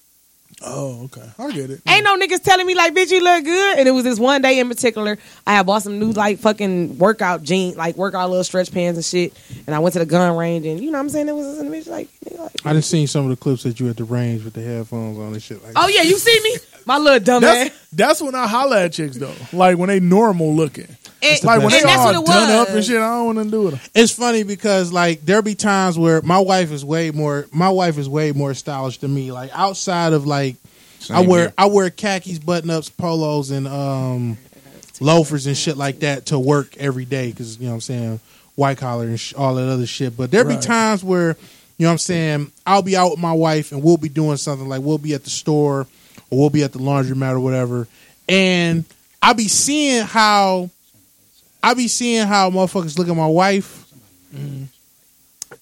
S3: Oh, okay, I get it.
S5: Ain't no niggas telling me like, bitch, you look good. And it was this one day in particular, I had bought some new like fucking workout jeans, like workout little stretch pants and shit. And I went to the gun range, and you know what I'm saying? It was this bitch like, nigga, like,
S1: I done seen some of the clips that you at the range with the headphones on and shit like.
S5: oh yeah, you see me, my little dumb ass.
S3: That's that's when I holler at chicks though, like when they normal looking,
S5: And,
S3: like when
S5: and
S3: they
S5: that's what
S3: all
S5: it
S3: done up
S5: was.
S3: and shit. I don't want to do with them.
S1: It's funny because like there be times where my wife is way more my wife is way more stylish than me. Like outside of like I wear I wear khakis, button ups, polos, and um, loafers and shit like that to work every day because you know what I'm saying white collar and sh- all that other shit. But there
S3: Right.
S1: be times where you know what I'm saying I'll be out with my wife and we'll be doing something like we'll be at the store or we'll be at the laundromat or whatever, and I be seeing how I be seeing how motherfuckers look at my wife.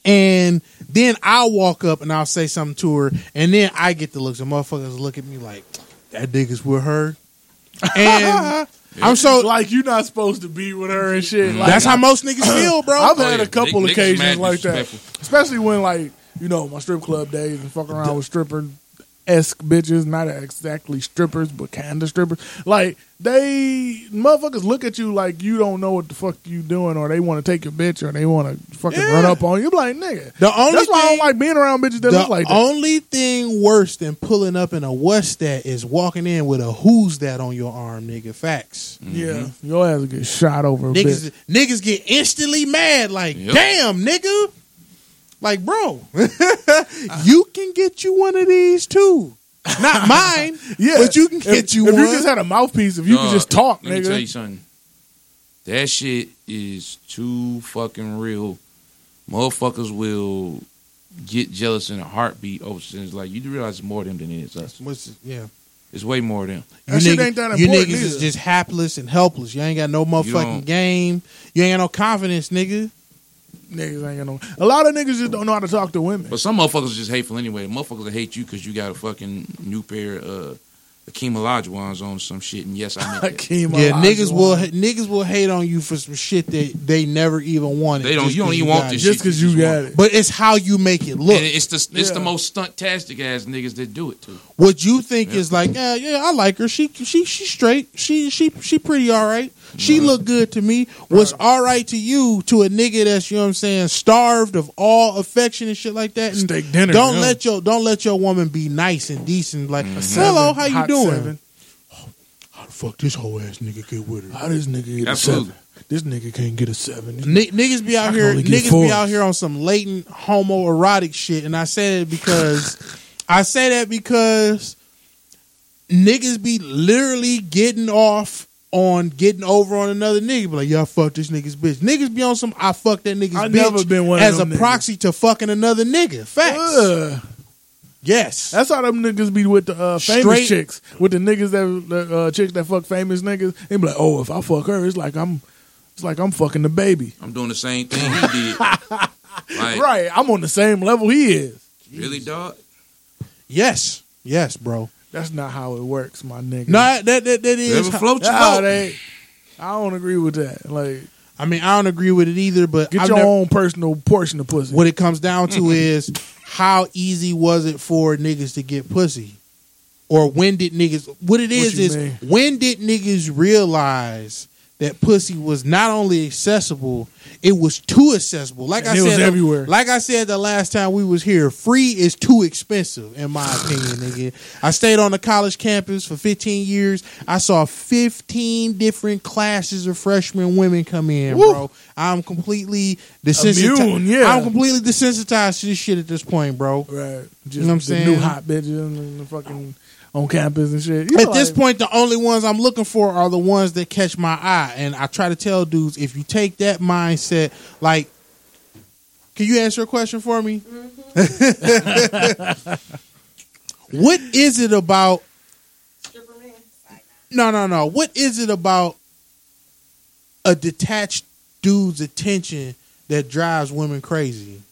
S1: And then I'll walk up and I'll say something to her, and then I get the looks, and motherfuckers look at me like, "That nigga's with her." And I'm so Mm.
S3: Like you're not supposed to be with her and shit. Like,
S1: that's how most niggas feel, bro.
S3: I've
S4: Oh,
S3: had
S4: yeah.
S3: a couple
S4: Niggas- niggas
S3: occasions
S4: mad
S3: like that,
S4: disrespectful.
S3: especially when like you know my strip club days and fuck around with stripper esque bitches, not exactly strippers, but kind of strippers. Like they motherfuckers look at you like you don't know what the fuck you doing, or they want to take your bitch, or they want to fucking run up on you. Like nigga,
S1: The only
S3: that's why I
S1: thing-
S3: don't like being around bitches that
S1: the
S3: look like that.
S1: only thing worse than pulling up in a what's that is walking in with a who's that on your arm, nigga. Facts.
S3: Yeah, your ass will get shot over a
S1: Mm-hmm. Niggas,
S3: bitch.
S1: niggas get instantly mad. Like,
S4: Yep.
S1: damn, nigga. Like, bro, you can get you one of these too. Not mine.
S3: Yeah,
S1: but you can
S3: If-
S1: get you
S3: if
S1: one.
S3: you just had a mouthpiece, if you
S4: Dog,
S3: could just talk,
S4: Let me tell you
S3: nigga.
S4: something. That shit is too fucking real. Motherfuckers will get jealous in a heartbeat over things like you do realize it's more of them than it is us.
S1: What's- yeah.
S4: It's way more of them.
S1: You
S3: That shit
S1: niggas-
S3: ain't that
S1: you
S3: important
S1: niggas is
S3: either.
S1: just hapless and helpless. You ain't got no motherfucking
S4: don't.
S1: game. You ain't got no confidence, nigga.
S3: Niggas ain't gonna. A lot of niggas just don't know how to talk to women.
S4: But some motherfuckers just hateful anyway. Motherfuckers will hate you because you got a fucking new pair of uh, Akeem Olajuwons on or some shit. And yes, I meant that.
S3: Hakeem
S1: yeah, niggas
S3: Olajuwon.
S1: will niggas will hate on you for some shit that they never even wanted.
S4: They don't-
S1: just
S4: you don't
S1: 'cause
S4: even want
S1: got
S4: this
S1: it.
S3: just because you got it.
S1: But it's how you make it look.
S4: and it's the it's the
S3: Yeah.
S4: most stunt-tastic ass niggas that do it too.
S1: what you think
S4: Yeah.
S1: is like, yeah, yeah, I like her. She she she straight. She she she pretty all right.
S3: Mm-hmm.
S1: She look good to me. What's all right to you to a nigga that's you know what I'm saying starved of all affection and shit like that. And
S3: Steak dinner,
S1: Don't
S3: yeah.
S1: let your don't let your woman be nice and decent. Like hello,
S3: Seven,
S1: how you
S3: hot
S1: doing?
S3: seven. Oh,
S1: How the fuck this whole ass nigga get with her?
S3: How this nigga get
S4: Absolutely.
S3: a seven? This nigga can't get a seven. This
S1: Ni- niggas be out
S3: can
S1: here.
S3: only get
S1: Niggas be
S3: fours.
S1: out here on some latent homoerotic shit, and I say that because I say that because niggas be literally getting off on getting over on another nigga. Be like, y'all fuck this nigga's bitch. Niggas be on some I fuck that nigga's
S3: I
S1: bitch
S3: never been one of
S1: as
S3: them
S1: a
S3: niggas.
S1: proxy to fucking another nigga. Facts.
S3: Ugh.
S1: Yes.
S3: That's how them niggas be with the uh, famous
S1: Straight-
S3: chicks, with the niggas that the uh, chicks that fuck famous niggas. They be like, oh, if I fuck her, it's like I'm, it's like I'm fucking the baby.
S4: I'm doing the same thing he did. Like,
S3: Right, I'm on the same level he is.
S4: Really, dog?
S1: yes. Yes, bro.
S3: That's not how it works, my nigga.
S1: No, that that that is.
S4: Never float your
S3: Nah,
S4: boat.
S3: they, I don't agree with that. Like,
S1: I mean, I don't agree with it either. But
S3: get
S1: I've
S3: your
S1: never-
S3: own personal portion of pussy.
S1: What it comes down
S3: Mm-hmm.
S1: to is how easy was it for niggas to get pussy? Or when did niggas what it is
S3: you
S1: is
S3: mean?
S1: when did niggas realize that pussy was not only accessible, it was too accessible. Like
S3: And
S1: I
S3: it
S1: said
S3: was everywhere.
S1: Like I said the last time we was here, free is too expensive in my opinion, nigga. I stayed on the college campus for 15 years. I saw 15 different classes of freshman women come in, bro. I'm completely desensitized.
S3: Immune, yeah.
S1: I'm completely desensitized to this shit at this point, bro.
S3: Right. Just
S1: You know what I'm
S3: the
S1: saying?
S3: new hot bitches and the fucking on campus and shit. You
S1: At
S3: know,
S1: this
S3: like,
S1: point, the only ones I'm looking for are the ones that catch my eye. And I try to tell dudes if you take that mindset, like, can you answer a question for me? Mm-hmm. what is it about? No, no, no. What is it about a detached dude's attention that drives women crazy?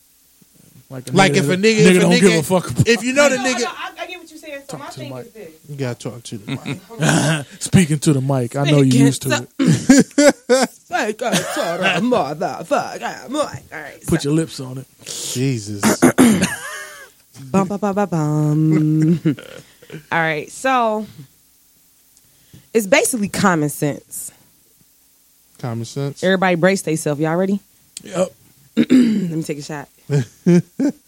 S3: like,
S1: Like if a
S3: that-
S1: nigga- if a
S3: don't
S1: nigga-
S3: give a fuck. About,
S1: If you know the
S7: No, no,
S1: nigga,
S7: I, I get what you're saying. So my
S3: to the
S7: thing
S3: mic.
S7: is this.
S1: you gotta talk to the mic.
S3: speaking to the mic, I know you
S5: Speaking
S3: used to
S5: to-
S3: it.
S5: Like a total motherfucker. Like, all right.
S3: Put your lips on it.
S1: Jesus.
S5: Bum, bum, bum, bum, bum. All right, so it's basically common sense.
S1: Common sense.
S5: Everybody brace themselves. Y'all ready?
S3: Yep.
S5: Let me take a shot.
S3: Go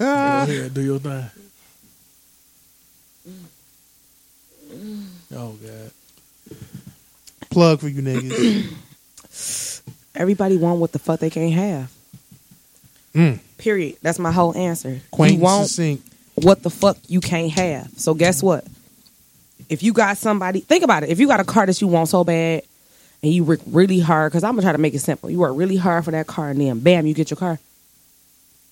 S3: ahead, do your thing. Oh god.
S1: Plug for you niggas.
S5: Everybody want what the fuck they can't have.
S1: Mm.
S5: Period. That's my whole answer.
S1: Quaint
S5: you
S1: and
S5: want
S1: succinct.
S5: what the fuck you can't have. So guess what? If you got somebody, think about it. If you got a car that you want so bad, and you work really hard, because I'm gonna try to make it simple. You work really hard for that car, and then bam, you get your car.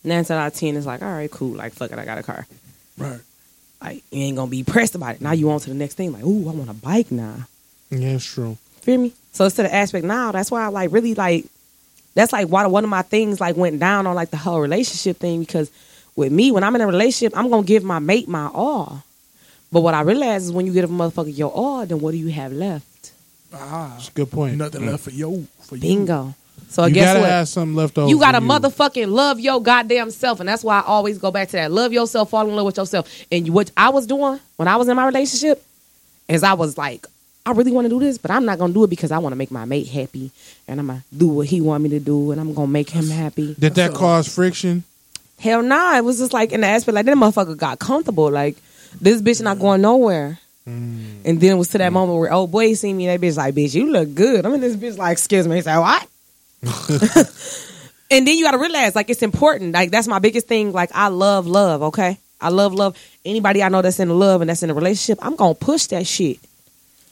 S5: Nine times out of ten, it's like, all right, cool. Like fuck it, I got a car.
S3: Right.
S5: Like you ain't gonna be pressed about it. Now you on to the next thing. Like, ooh, I want a bike now.
S1: Yeah, it's true.
S5: Feel me? So it's to the aspect now. That's why I like really like that's like why one of my things like went down on like the whole relationship thing because with me when I'm in a relationship I'm gonna give my mate my all. But what I realize is when you give a motherfucker your all, then what do you have left?
S3: Ah.
S1: It's a good point.
S3: Nothing left for yo for you.
S5: Bingo. So
S1: you
S5: guess
S1: gotta
S5: what?
S1: have something left over.
S5: You gotta
S1: for
S5: motherfucking love your goddamn self, and that's why I always go back to that. Love yourself, fall in love with yourself. And what I was doing when I was in my relationship is I was like, I really want to do this, but I'm not gonna do it because I want to make my mate happy, and I'm gonna do what he want me to do, and I'm gonna make him happy.
S1: Did that cause friction?
S5: Hell nah, it was just like in the aspect like that motherfucker got comfortable, like this bitch not going nowhere.
S3: Mm.
S5: And then it was to that moment where oh boy he seen me, and that bitch like bitch you look good. I mean this bitch like excuse me, he's like what? and then you got to realize like it's important. Like that's my biggest thing. Like I love love. Okay, I love love. Anybody I know that's in love and that's in a relationship, I'm gonna push that shit.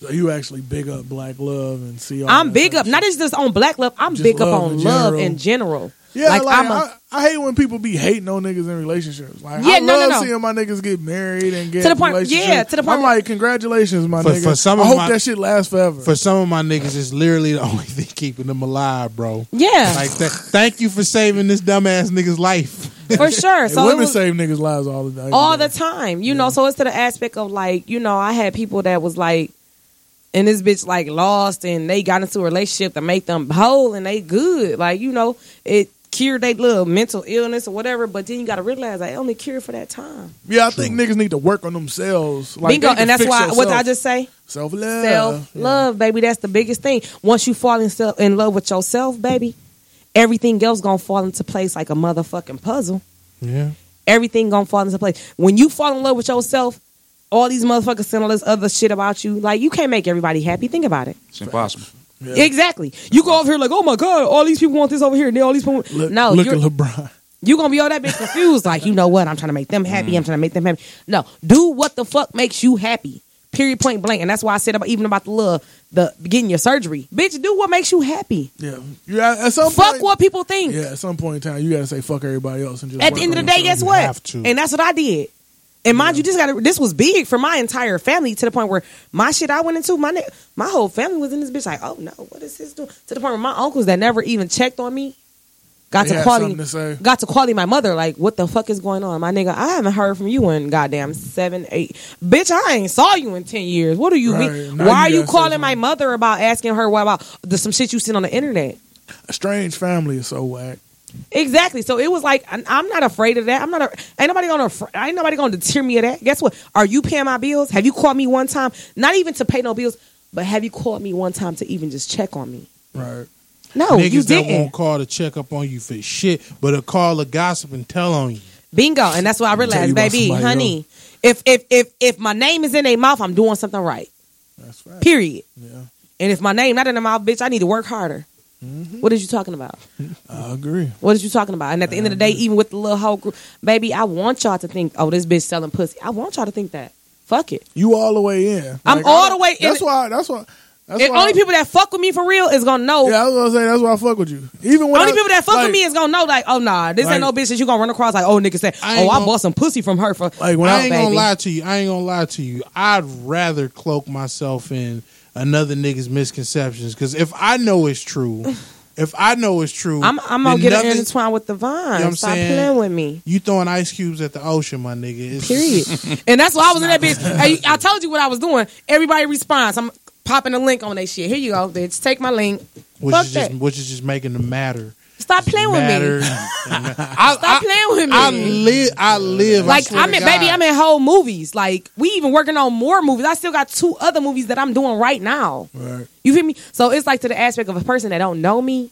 S3: So you actually big up black love and see all
S5: I'm
S3: that
S5: big
S3: type
S5: up,
S3: of
S5: not just just on black love. I'm
S3: Just
S5: big up
S3: love
S5: on
S3: in
S5: love
S3: general.
S5: in general.
S3: Yeah, like,
S5: I'm a-
S3: I, I hate when people be hating on niggas in relationships. Like,
S5: Yeah,
S3: I
S5: no, no, no.
S3: love seeing my niggas get married and get
S5: To the point-
S3: relationships.
S5: yeah, to the point
S3: I'm
S5: that-
S3: like, congratulations, my
S1: For-
S3: nigga.
S1: for some
S3: I
S1: of
S3: hope
S1: my-
S3: that shit lasts forever.
S1: For some of my niggas, it's literally the only thing keeping them alive, bro.
S5: yeah,
S1: Like that. Thank you for saving this dumbass nigga's life.
S5: for sure.
S3: Hey,
S5: so it
S3: women
S5: was-
S3: save niggas' lives all the time.
S5: all the time. You know, so it's to the aspect of like, you know, I had people that was like, and this bitch like lost, and they got into a relationship to make them whole, and they good. Like, you know, it cured their little mental illness or whatever. But then you got to realize I only cured for that time.
S3: Yeah, I think niggas need to work on themselves. Like,
S5: Bingo, and that's why what I just say,
S3: self love.
S5: self love, baby. That's the biggest thing. Once you fall in, self, in love with yourself, baby, everything else gonna fall into place like a motherfucking puzzle.
S1: Yeah.
S5: everything gonna fall into place. When you fall in love with yourself, all these motherfuckers saying all this other shit about you, like you can't make everybody happy. Think about it.
S4: It's impossible.
S5: Exactly. You go over here like, oh my god, all these people want this over here, and then all these people.
S3: Look,
S5: no,
S3: look
S5: you're,
S3: at LeBron.
S5: you gonna be all that bitch confused. like, you know what? I'm trying to make
S3: Mm.
S5: them happy. I'm trying to make them happy. No, do what the fuck makes you happy. Period, point blank. And that's why I said about even about the love, the getting your surgery, bitch. Do what makes you happy.
S3: Yeah, you at, at some
S5: Fuck
S3: point,
S5: what people think.
S3: Yeah, at some point in time, you gotta say fuck everybody else and just
S5: At
S3: work
S5: the end of
S3: on
S5: the day,
S3: yourself.
S5: guess what?
S1: have to.
S5: And that's what I did. And mind you, this got this was big for my entire family to the point where my shit I went into my ne- my whole family was in this bitch like oh no what is this doing to the point where my uncles that never even checked on me got
S3: They
S5: to
S3: had
S5: quality
S3: something to say.
S5: got to quality my mother like what the fuck is going on my nigga I haven't heard from you in goddamn seven eight bitch I ain't saw you in ten years what do you
S3: Right.
S5: mean
S3: Now
S5: why are
S3: you
S5: you
S3: gotta say
S5: calling my
S3: something.
S5: mother about asking her why about the, some shit you seen on the internet
S3: A strange family is so whack.
S5: Exactly. So it was like I'm- I'm not afraid of that. I'm not. A, ain't nobody gonna. afr- Ain't nobody gonna deter me of that. Guess what? Are you paying my bills? Have you called me one time? Not even to pay no bills, but have you called me one time to even just check on me?
S3: Right.
S5: No, you
S1: Niggas that
S5: didn't.
S1: won't call to check up on you for shit, but a call to gossip and tell on you.
S5: Bingo. And that's what I
S3: you
S5: realized,
S3: about
S5: baby,
S3: somebody
S5: honey. If if if if my name is in their mouth, I'm doing something right.
S3: That's right.
S5: Period.
S3: Yeah,
S5: And if my name not in their mouth, bitch, I need to work harder.
S1: Mm-hmm.
S5: What is you talking about?
S3: I agree.
S5: What is you talking about? And at the end of the
S1: Uh-huh.
S5: day, even with the little whole group, baby, I want y'all to think, oh, this bitch selling pussy. I want y'all to think that. Fuck it.
S3: You all the way in.
S5: I'm
S3: Like,
S5: all
S3: I don't-
S5: the way in
S3: That's
S5: it.
S3: why. That's why. That's
S5: and
S3: why
S5: only people that fuck with me for real is gonna know.
S3: Yeah, I was gonna say that's why I fuck with you. Even when
S5: only
S3: I-
S5: people that fuck
S3: like-
S5: with me is gonna know. Like, oh nah, this
S3: Like-
S5: ain't no bitch that you gonna run across. Like, oh nigga say,
S1: I ain't
S5: oh I
S1: gonna-
S5: bought some pussy from her for. oh,
S3: Like, when
S1: I
S3: Well,
S1: ain't
S5: baby.
S1: gonna lie to you. I ain't gonna lie to you. I'd rather cloak myself in another nigga's misconceptions because if I know it's true, if I know it's true,
S5: I'm I'm
S1: then
S5: gonna get
S1: nothing-
S5: an intertwined with the vine.
S1: You know what I'm
S5: Stop
S1: saying?
S5: playing with me.
S1: You throwing ice cubes at the ocean, my nigga. It's-
S5: Period. and that's why I was in that bitch. Hey, I told you what I was doing. Everybody responds. I'm popping a link on that shit. Here you go, bitch. Take my link.
S1: Which
S5: Fuck
S1: is
S5: that.
S1: just which is just making the matter
S5: Stop playing with
S1: matter.
S5: me.
S1: I,
S5: Stop playing
S1: I
S5: with me.
S1: live. I live. I
S5: like
S1: swear
S5: I'm
S1: to
S5: in, baby,
S1: God.
S5: I'm in whole movies. Like we even working on more movies. I still got two other movies that I'm doing right now.
S3: Right.
S5: You feel me? So it's like to the aspect of a person that don't know me,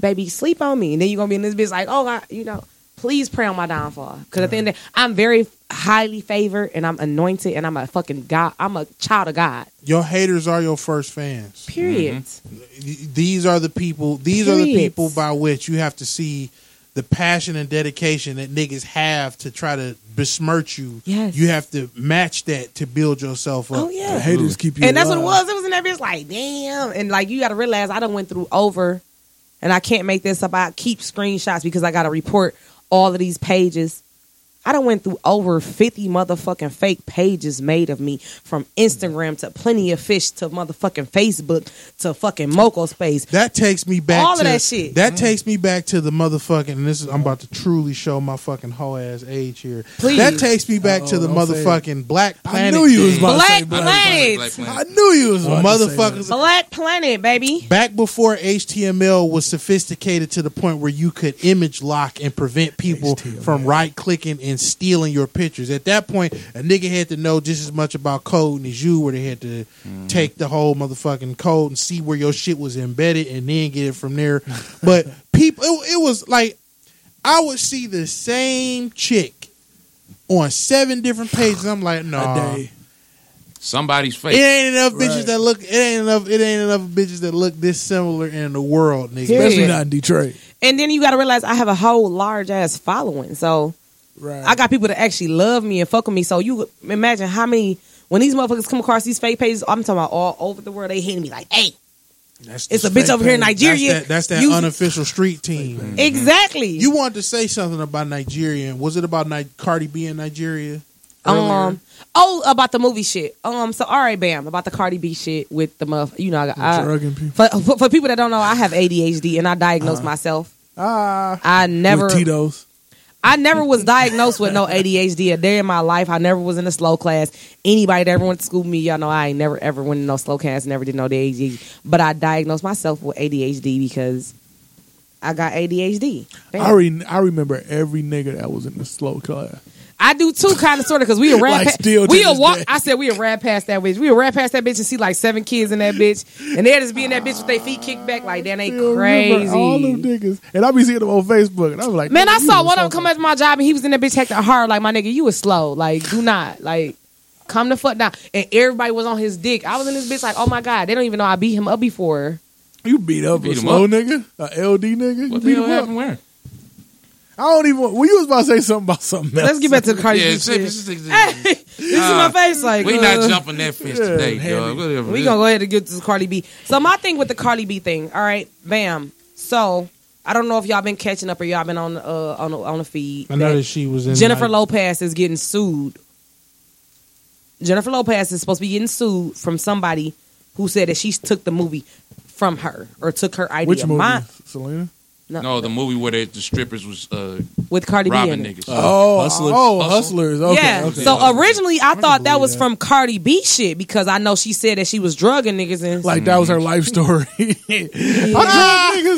S5: baby, sleep on me, and then you're gonna be in this bitch like, oh, I, you know, please pray on my downfall. Because at the end, of the, I'm very highly favored and I'm anointed and I'm a fucking god. I'm a child of God.
S1: Your haters are your first fans.
S5: Period.
S1: Mm-hmm. These are the people. These are the
S5: Period.
S1: people by which you have to see the passion and dedication that niggas have to try to besmirch you.
S5: Yes.
S1: You have to match that to build yourself up.
S5: Oh yeah.
S3: The haters keep you.
S5: and that's what it
S3: alive.
S5: was. It was in that bitch like, damn. And like you gotta realize I done went through over and I can't make this up. I keep screenshots because I gotta report all of these pages. I done went through over 50 motherfucking fake pages made of me from Instagram to Plenty of Fish to motherfucking Facebook to fucking Moco Space.
S1: That takes me back
S5: All of
S1: to
S5: that shit. Mm-hmm.
S1: takes me back to the motherfucking. And this is I'm about to truly show my fucking whole ass age here.
S5: Please.
S1: That takes me back to the
S3: don't say it.
S1: motherfucking Black
S3: I
S1: Planet.
S3: knew you was
S1: thing.
S3: about to say
S5: Black
S3: black.
S4: Black
S5: Planet.
S4: Planet.
S3: I knew you was
S1: Well,
S3: about to say
S1: motherfuckers.
S5: Black Planet, baby.
S1: Back before HTML was sophisticated to the point where you could image lock and prevent people from right clicking and stealing your pictures. At that point, a nigga had to know just as much about coding as you, where they had to
S3: Mm-hmm.
S1: take the whole motherfucking code and see where your shit was embedded and then get it from there. But people, it, it was like I would see the same chick on seven different pages. I'm like, no.
S3: that.
S1: Nah,
S3: A day.
S4: Somebody's
S1: it
S4: fake.
S1: ain't enough bitches
S3: Right.
S1: that look. It ain't enough. It ain't enough bitches that look this similar in the world, nigga.
S3: Especially
S5: Period.
S3: not in Detroit.
S5: And then you got to realize I have a whole large ass following. So
S3: Right.
S5: I got people that actually love me and fuck with me. So you imagine how many when these motherfuckers come across these fake pages. I'm talking about all over the world. They hitting me like, "Hey,
S1: That's
S5: it's
S1: the
S5: a bitch over here in Nigeria."
S1: That's that, that's that
S5: You-
S1: unofficial street team.
S5: exactly.
S1: You wanted to say something about Nigeria. Was it about Ni- Cardi B in Nigeria?
S5: um. Oh, about the movie shit. Um. So all right, bam. About the Cardi B shit with the muff. You know, I, I
S3: drugging
S5: for,
S3: people.
S5: for for people that don't know, I have ADHD and I diagnosed
S1: Uh-huh.
S5: myself.
S3: Ah,
S5: I never
S3: with Tito's.
S5: I never was diagnosed with no ADHD a day in my life. I never was in a slow class. Anybody that ever went to school with me, y'all know I ain't never ever went in no slow class, never did no ADHD. But I diagnosed myself with ADHD because I got ADHD. Damn.
S3: I re- I remember every nigga that was in the slow class.
S5: I do too, kind of, sort of, because we a ran
S3: Like,
S5: past.
S3: still to
S5: we a
S3: this
S5: walk.
S3: day.
S5: I said we a ran past that bitch. We a ran past that bitch and see like seven kids in that bitch, and they just be in that bitch with their feet kicked back, like that ain't
S3: I remember
S5: crazy.
S3: All them niggas, and I be seeing them on Facebook, and I was like,
S5: Man, I
S3: you
S5: saw one of
S3: was
S5: them
S3: something.
S5: come up to my job and he was in that bitch hectic hard. Like, my nigga, you was slow. Like, do not. Like, come the fuck down. And everybody was on his dick. I was in this bitch like, oh my God, they don't even know I beat him up before.
S3: You beat up
S4: beat
S3: a
S4: him
S3: slow
S4: up.
S3: nigga, a LD nigga. you
S4: What the
S3: beat
S4: hell
S3: him up.
S4: happened where?
S3: I don't even. Well, you was about to say something about something else.
S5: Let's get back to the Cardi
S4: Yeah,
S5: B
S4: it's-
S5: shit.
S4: it's- it's-
S5: Hey, this is my
S4: Nah,
S5: face. Like,
S4: We
S5: uh,
S4: not jumping that fence today, dog. Whatever.
S5: We gonna go ahead and get to the Cardi B. So my thing with the Cardi B thing, all right, bam. So I don't know if y'all been catching up or y'all been on uh, on the, on the feed.
S1: I know
S5: that-
S1: that she was in
S5: Jennifer
S1: Ni-
S5: Lopez is getting sued. Jennifer Lopez is supposed to be getting sued from somebody who said that she took the movie from her or took her idea.
S3: Which movie,
S5: My-
S3: Selena?
S4: No, the movie where they, the strippers was uh,
S5: with Cardi B.
S4: robbing
S5: in it.
S4: niggas.
S3: Oh,
S9: Hustlers.
S3: oh,
S4: Uh, Hustle.
S3: hustlers. Okay,
S5: yeah.
S3: okay.
S5: So originally I, thought that
S3: believe
S5: was
S3: that.
S5: from Cardi B shit because I know she said that she was drugging niggas and
S3: like that was her life story. I drug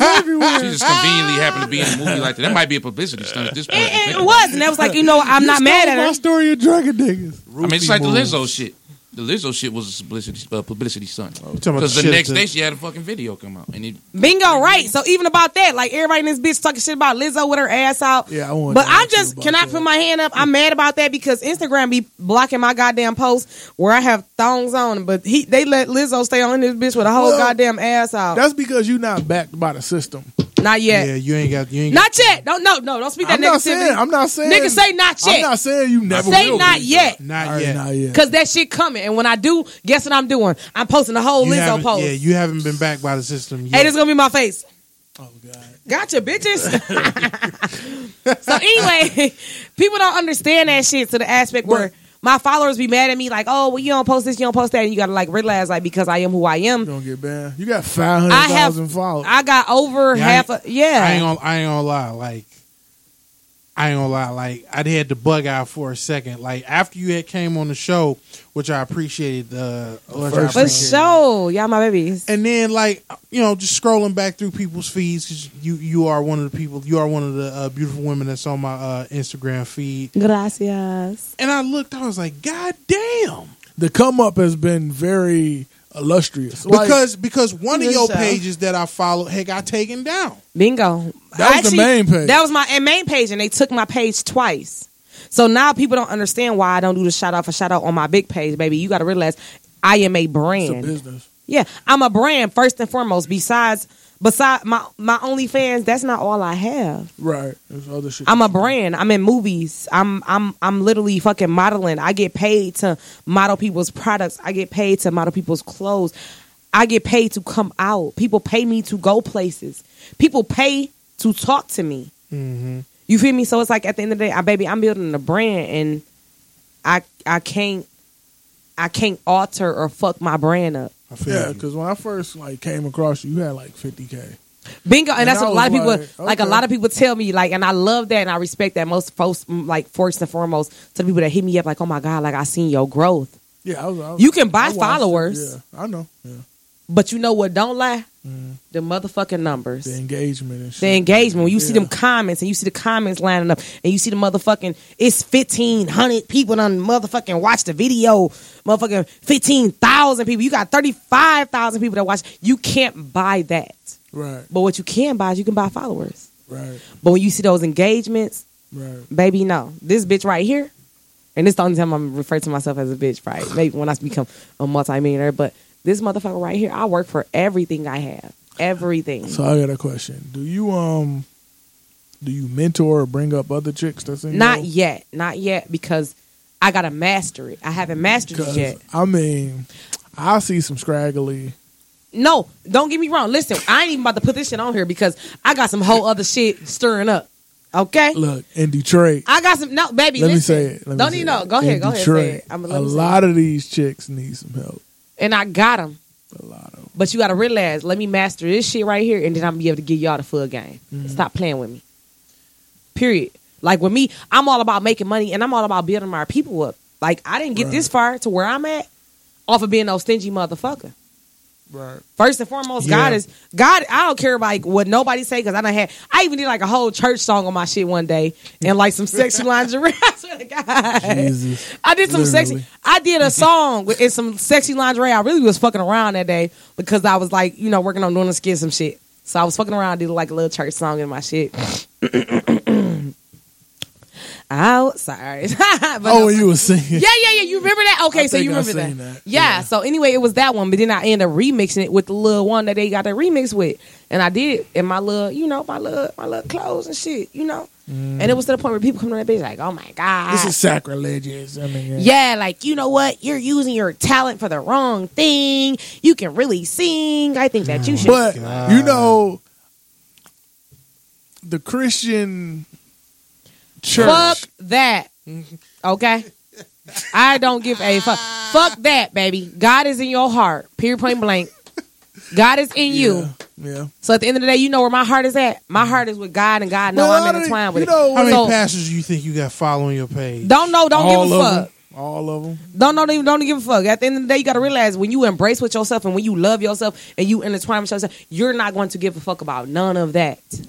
S3: niggas everywhere.
S4: She just conveniently happened to be in a movie like that. That might be a publicity stunt at this point.
S5: it, it was and that was like you know I'm not mad at
S3: My
S5: her.
S3: story of drugging niggas.
S4: I mean, it's like the Lizzo shit. The Lizzo shit was a publicity, uh, publicity stunt.
S1: talking about
S4: Because
S1: shit
S4: the next
S1: that-
S4: day she had a fucking video come out. And it,
S5: Bingo, right? So even about that, like everybody in this bitch talking shit about Lizzo with her ass out.
S3: Yeah, I wanted
S5: But
S3: to
S5: I
S3: ask you
S5: just
S3: about
S5: can I
S3: that.
S5: put my hand up. I'm mad about that because Instagram be blocking my goddamn posts where I have thongs on, but he they let Lizzo stay on this bitch with a whole
S3: Well,
S5: goddamn ass out.
S3: That's because you not backed by the system.
S5: Not
S1: Yeah.
S5: yet.
S1: you ain't got you ain't got,
S5: Not yet. Don't no no. Don't speak that
S3: I'm not
S5: negativity.
S3: saying. I'm not saying.
S5: Nigga, say not
S3: I'm
S5: yet.
S3: not saying you never.
S5: say
S3: will
S5: not
S3: be.
S5: yet.
S1: not
S3: All right,
S1: yet.
S3: Not yet.
S5: Cause that shit coming, and when I do, guess what I'm doing? I'm posting a whole
S1: You
S5: Lizzo
S1: haven't-
S5: post.
S1: Yeah, you haven't been backed by the system yet.
S5: Hey, this gonna be my face.
S3: Oh god.
S5: Gotcha, bitches. so anyway, people don't understand that shit to the aspect where my followers be mad at me like, oh, well, you don't post this, you don't post that, and you gotta like realize like because I am who I
S3: You
S5: am,
S3: don't get banned. You got five hundred thousand followers.
S5: I got over
S1: Yeah, I
S5: half. a,
S1: ain't-
S5: yeah,
S1: I ain't gonna I ain't gonna lie, like I ain't gonna lie, like I had to bug out for a second. Like after you had came on the show, which I appreciated uh, which I
S3: first
S5: for
S1: appreciated.
S5: sure, y'all my babies.
S1: and then like you know just scrolling back through people's feeds because you you are one of the people you are one of the uh, beautiful women that's on my uh, instagram feed
S10: Gracias.
S1: and i looked i was like god damn
S3: the come up has been very illustrious. Like,
S1: because because one of
S5: Good
S1: your
S5: show.
S1: pages that i followed had got taken down
S5: Bingo.
S3: That was the main page.
S5: That was my eh, main page, and they took my page twice. So now people don't understand why I don't do the shout out for shout out on my big page, baby. You got to realize I am a
S3: it's a
S5: brand.
S3: business.
S5: Yeah, I'm a brand first and foremost. Besides, beside my my OnlyFans, that's not all I have.
S3: Right. There's other shit.
S5: I'm a brand. I'm in movies. I'm I'm I'm literally fucking modeling. I get paid to model people's products. I get paid to model people's clothes. I get paid to come out. People pay me to go places. People pay to talk to me. You feel me? So it's like at the end of the day, I baby, I'm building a brand and I I can't I can't alter or fuck my brand up.
S1: I feel
S3: Yeah,
S1: you.
S3: because when I first like came across you, you had like 50k.
S5: Bingo, and,
S3: And
S5: that's
S3: I
S5: what a
S3: was
S5: lot of people
S3: like,
S5: like. A
S3: okay.
S5: lot of people tell me like, and I love that, and I respect that. Most folks, mm, like first and foremost, to the people that hit me up, like, oh my god, like I seen your growth.
S3: Yeah, I was, I was-
S5: You can buy
S3: I watched it.
S5: followers.
S3: Yeah, Mm. I know. Yeah.
S5: But you know what? Don't lie. The motherfucking numbers.
S3: The engagement and shit.
S5: the engagement when you see
S3: Yeah.
S5: them comments and you see the comments lining up and you see the motherfucking it's 1500 people done motherfucking watch the video motherfucking 15,000 people you got 35,000 people that watch you can't buy that
S3: Right,
S5: but what you can buy is you can buy followers
S3: right,
S5: but when you see those engagements
S3: right.
S5: baby no this bitch right here and this the only time I'm referring to myself as a bitch right maybe when I become a multimillionaire but this motherfucker right here I work for everything I have everything
S3: So I got a question. Do you um, do you mentor or bring up other chicks that's in?
S5: Not
S3: your-
S5: yet, not yet, because I gotta master it. I haven't mastered it
S3: 'Cause,
S5: yet.
S3: I mean, I see some scraggly.
S5: No, don't get me wrong. Listen, I ain't even about to put this shit on here because I got some whole other shit stirring up. Okay,
S3: Look in Detroit.
S5: I got some. No, baby,
S3: let me
S5: listen.
S3: say it. Let me
S5: don't
S3: say
S5: even
S3: it.
S5: know. Go
S3: In
S5: ahead, go
S3: Detroit,
S5: ahead. Say it. I'm
S3: a lot of these chicks need some help.
S5: and I got them.
S3: A lot of. 'em.
S5: But you gotta realize, let me master this shit right here, and then I'm gonna be able to give y'all the full game. Stop playing with me. Period. Like with me, I'm all about making money and I'm all about building my people up. Like I didn't get this far to where I'm at off of being no stingy motherfucker.
S3: Right.
S5: First and foremost,
S3: Yeah.
S5: God is God. I don't care like what nobody say because I done had. I even did like a whole church song on my shit one day and like some sexy lingerie. I swear to God,
S3: Jesus.
S5: I did some
S3: Literally.
S5: sexy. I did a song with and some sexy lingerie. I really was fucking around that day because I was like, you know, working on doing the skit some shit. So I was fucking around, did like a little church song in my shit. Out, sorry. But no.
S3: Oh, and you were singing.
S5: Yeah, yeah, yeah. You remember that? Okay, so
S3: think
S5: you
S3: I
S5: remember that.
S3: seen that.
S5: Yeah, So anyway, it was that one, but then I ended up remixing it with the little one that they got the remix with, and I did in my little, you know, my little, my little clothes and shit, you know. And it was to the point where people come to that bitch like, "Oh my god,
S3: Mm. This is sacrilegious. I mean,
S5: yeah, like you know what? You're using your talent for the wrong thing. You can really sing. I think that you should."
S3: But you know, the Christian church.
S5: Fuck that. Okay. I don't give a fuck. Fuck that, baby. God is in your heart. Period point blank. God is in you.
S3: Yeah. Mm-hmm.
S5: So at the end of the day, you know where my heart is at. My heart is with God, and God know
S3: Well, I
S5: I'm
S3: don't-
S5: intertwined
S3: you
S5: with
S3: know,
S5: it.
S1: How many
S5: so
S1: pastors do you think you got following your page?
S5: don't know. Don't
S3: all
S5: give a
S3: of
S5: fuck.
S3: Them, all of them.
S5: Don't know. Don't, don't give a fuck. At the end of the day, you got to realize when you embrace with yourself and when you love yourself and you intertwine with yourself, you're not going to give a fuck about none of that.
S3: Uh,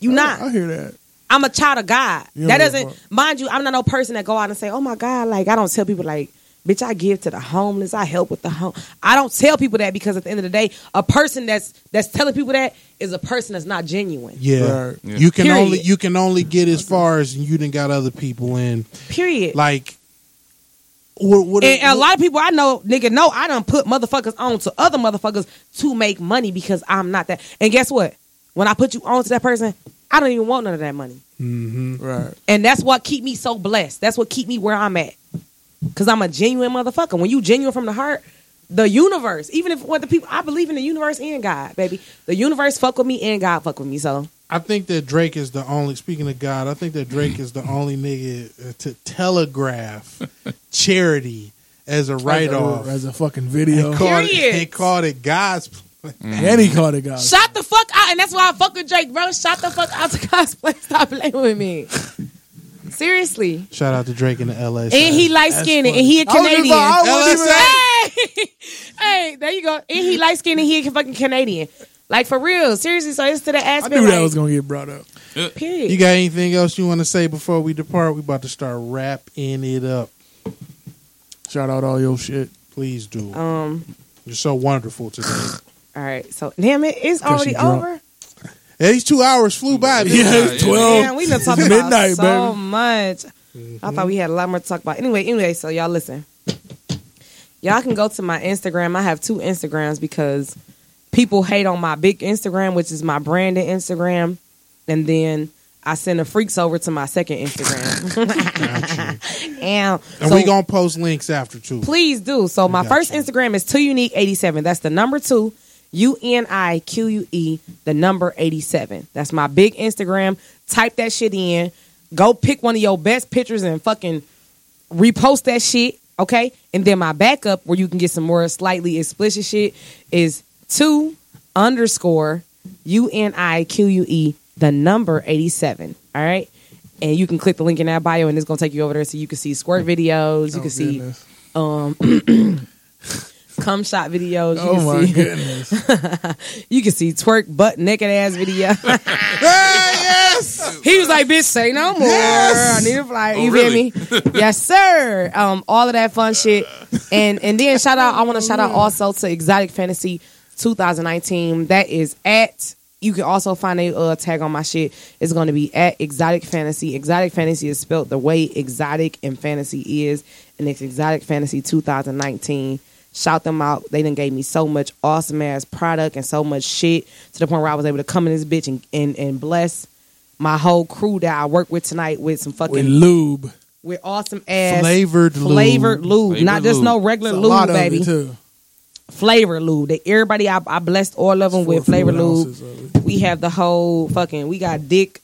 S5: You not.
S3: I hear that.
S5: I'm a child of God.
S3: You
S5: that
S3: don't give a
S5: doesn't
S3: fuck.
S5: mind you. I'm not no person that go out and say, "Oh my God!" Like I don't tell people like, "Bitch, I give to the homeless. I help with the home." I don't tell people that because at the end of the day, a person that's that's telling people that is a person that's not genuine.
S1: Yeah.
S3: Right.
S4: Yeah.
S1: you can
S5: Period.
S1: only you can only get as far as you didn't got other people in.
S5: Period.
S1: Like, what? what
S5: and, and a lot of people I know, nigga, know I done put motherfuckers on to other motherfuckers to make money because I'm not that. And guess what? When I put you on to that person, I don't even want none of that money.
S3: Right.
S5: And that's what keep me so blessed. That's what keep me where I'm at. Cause I'm a genuine motherfucker. When you genuine from the heart, the universe, even if what the people I believe in the universe and God, baby. The universe fuck with me and God fuck with me. So
S1: I think that Drake is the only. Speaking of God, I think that Drake is the only nigga uh, to telegraph charity as a write off.
S3: As a fucking video.
S1: They called it,
S5: Period.
S1: they called it God's. plan.
S3: And he called it God.
S5: shut the fuck out. And that's why I fuck with Drake, bro. Shut the fuck out to God's place. Stop playing with me. Seriously.
S1: Shout out to Drake in the LA.
S5: And he light skinned and he a
S3: I was just
S5: Canadian.
S3: like, I wasn't even-
S5: Hey! hey, there you go. And he light skinned and he a fucking Canadian. Like for real. Seriously, so it's to the
S3: I
S5: aspect.
S3: knew that
S5: like,
S3: was gonna get brought up.
S4: uh,
S5: period.
S1: You got anything else you want to say before we depart? We about to start wrapping it up.
S3: Shout out all your shit.
S1: Please do.
S5: um
S1: You're so wonderful today.
S5: All right, so damn it, it's
S3: she
S5: already
S3: drunk.
S5: over.
S1: Yeah, these two hours flew by. didn't
S3: Yeah,
S1: they?
S3: it's twelve.
S5: Damn, we've been talking
S3: midnight,
S5: about so much. I thought we had a lot more to talk about. Anyway, anyway, so y'all listen. Y'all can go to my Instagram. I have two Instagrams because people hate on my big Instagram, which is my branded Instagram, and then I send the freaks over to my second Instagram. and
S1: And we gonna post links after too.
S5: Please do. So my
S1: got
S5: first
S1: you.
S5: Instagram is two unique eighty seven. That's the number two U N I Q U E, the number 87. That's my big Instagram. Type that shit in. Go pick one of your best pictures and fucking repost that shit, okay? And then my backup, where you can get some more slightly explicit shit, is two underscore U N I Q U E, the number 87, all right? And you can click the link in that bio, and it's gonna take you over there so you can see squirt
S1: Oh,
S5: videos,
S3: Oh,
S5: you can see cum shot videos, you
S3: Oh
S5: can
S3: my
S5: see
S3: goodness!
S5: you can see twerk butt naked ass video. yes, he was like, "Bitch, say no more. I need a flyer."
S3: Oh,
S5: You feel me? yes, sir. Um, all of that fun shit, and and then shout out. I want to shout
S3: Mm.
S5: out also to Exotic Fantasy 2019. That is at. You can also find a uh, tag on my shit. It's going to be at Exotic Fantasy. Exotic Fantasy is spelled the way exotic and fantasy is, and it's Exotic Fantasy 2019 shout them out. They done gave me so much awesome ass product and so much shit to the point where I was able to come in this bitch and and, and bless my whole crew that I work with tonight with some
S3: With
S5: fucking
S3: lube,
S5: with awesome ass
S1: Flavored lube.
S5: flavored lube,
S4: Flavored
S5: not just
S4: lube.
S5: no
S3: It's
S5: regular
S3: a
S5: lube,
S3: lot of
S5: baby.
S3: it too.
S5: Flavored lube. They, everybody, I, I blessed all of them
S3: Four
S5: with flavored
S3: fluid
S5: lube.
S3: ounces of it.
S5: We have the whole fucking. We got dick.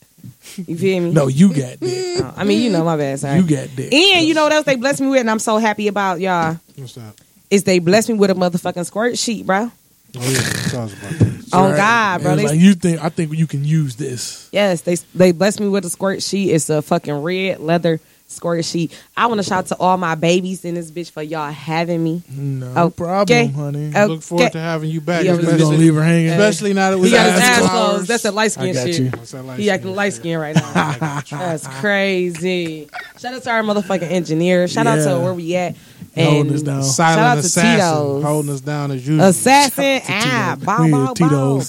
S5: You feel me?
S3: No, you got dick.
S5: Uh, I mean, you know my bad. Sorry.
S3: You got dick.
S5: and you know what else they blessed me with, and I'm so happy about y'all.
S1: What's that?
S5: Is they blessed me with a motherfucking squirt sheet,
S1: Oh,
S5: bro?
S1: yeah. Tell us about that.
S5: Oh
S3: Right.
S5: God,
S3: It
S5: bro!
S3: was
S5: They
S3: like, you think I think you can use this?
S5: Yes, they they blessed me with a squirt sheet. It's a fucking red leather squirt sheet. I want to shout to all my babies in this bitch for y'all having me.
S3: No
S5: Oh,
S3: problem,
S5: okay.
S3: honey.
S5: Oh,
S1: Look forward
S5: Okay.
S1: to having you back.
S5: Yeah,
S3: You just gonna
S1: especially,
S3: leave her hanging.
S1: especially now that we
S5: He got his
S1: got
S5: ass
S1: flowers.
S5: closed. That's that light
S3: I
S5: skin
S3: got
S5: shit.
S3: you.
S1: What's that like?
S5: He acting light skin right now. That's crazy. Shout out to our motherfucking engineer. Shout out
S3: Yeah.
S5: to where we out.
S3: Holding us
S5: And
S3: down.
S1: Silent
S5: Shout out to
S1: assassin
S5: Tito's.
S1: holding us down as usual.
S5: assassin. Ah, bow,
S3: we need
S5: bow, bow.
S3: Tito's.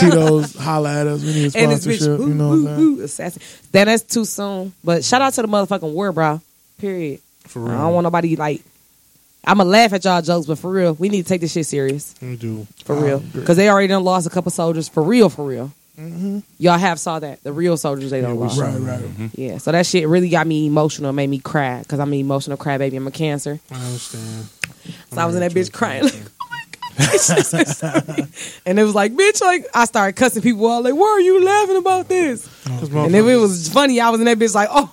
S3: Tito's holla at us. We need a
S5: and this bitch,
S3: sponsorship.
S5: ooh,
S3: you know
S5: ooh,
S3: what I'm saying?
S5: ooh, assassin. Then that's too soon. But shout out to the motherfucking war, bro. Period.
S1: For real.
S5: I don't want nobody like. I'ma laugh at y'all jokes, but for real, we need to take this shit serious.
S1: We do.
S5: For real, because they already done lost a couple soldiers. For real, for real. Y'all have saw that the real soldiers they don't lost.
S3: Mm-hmm. Right, right.
S11: Mm-hmm.
S5: Yeah, so that shit really got me emotional, made me cry because I'm an emotional crybaby. I'm a cancer,
S1: I understand.
S5: so I was in that bitch crying like, oh my god, this is so funny." and it was like, bitch, like I started cussing people out like, why are you laughing about this?
S1: 'Cause
S5: And if
S1: motherfuckers,
S5: it was funny, I was in that bitch like, oh,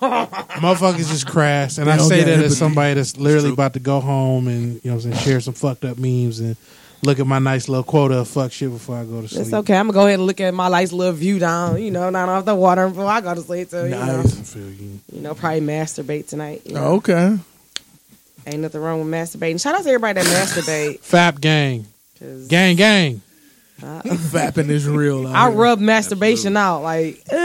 S1: motherfuckers just crashed. And I
S3: don't
S1: say
S3: get
S1: that
S3: empathy.
S1: as somebody that's literally about to go home and, you know what I'm saying, share some fucked up memes and look at my nice little quota of fuck shit before I go to sleep.
S5: it's okay. I'm gonna go ahead and look at my nice little view down, you know, down off the water before I go to sleep. So you know.
S1: I feel you.
S5: you know, probably masturbate tonight. You
S11: Oh.
S5: know?
S3: Oh, Okay.
S5: Ain't nothing wrong with masturbating. Shout out to everybody that masturbate.
S1: Fap gang.
S5: 'cause
S1: Gang gang.
S3: Vapping is real. out
S5: I
S3: here.
S5: rub masturbation out. Like, eh,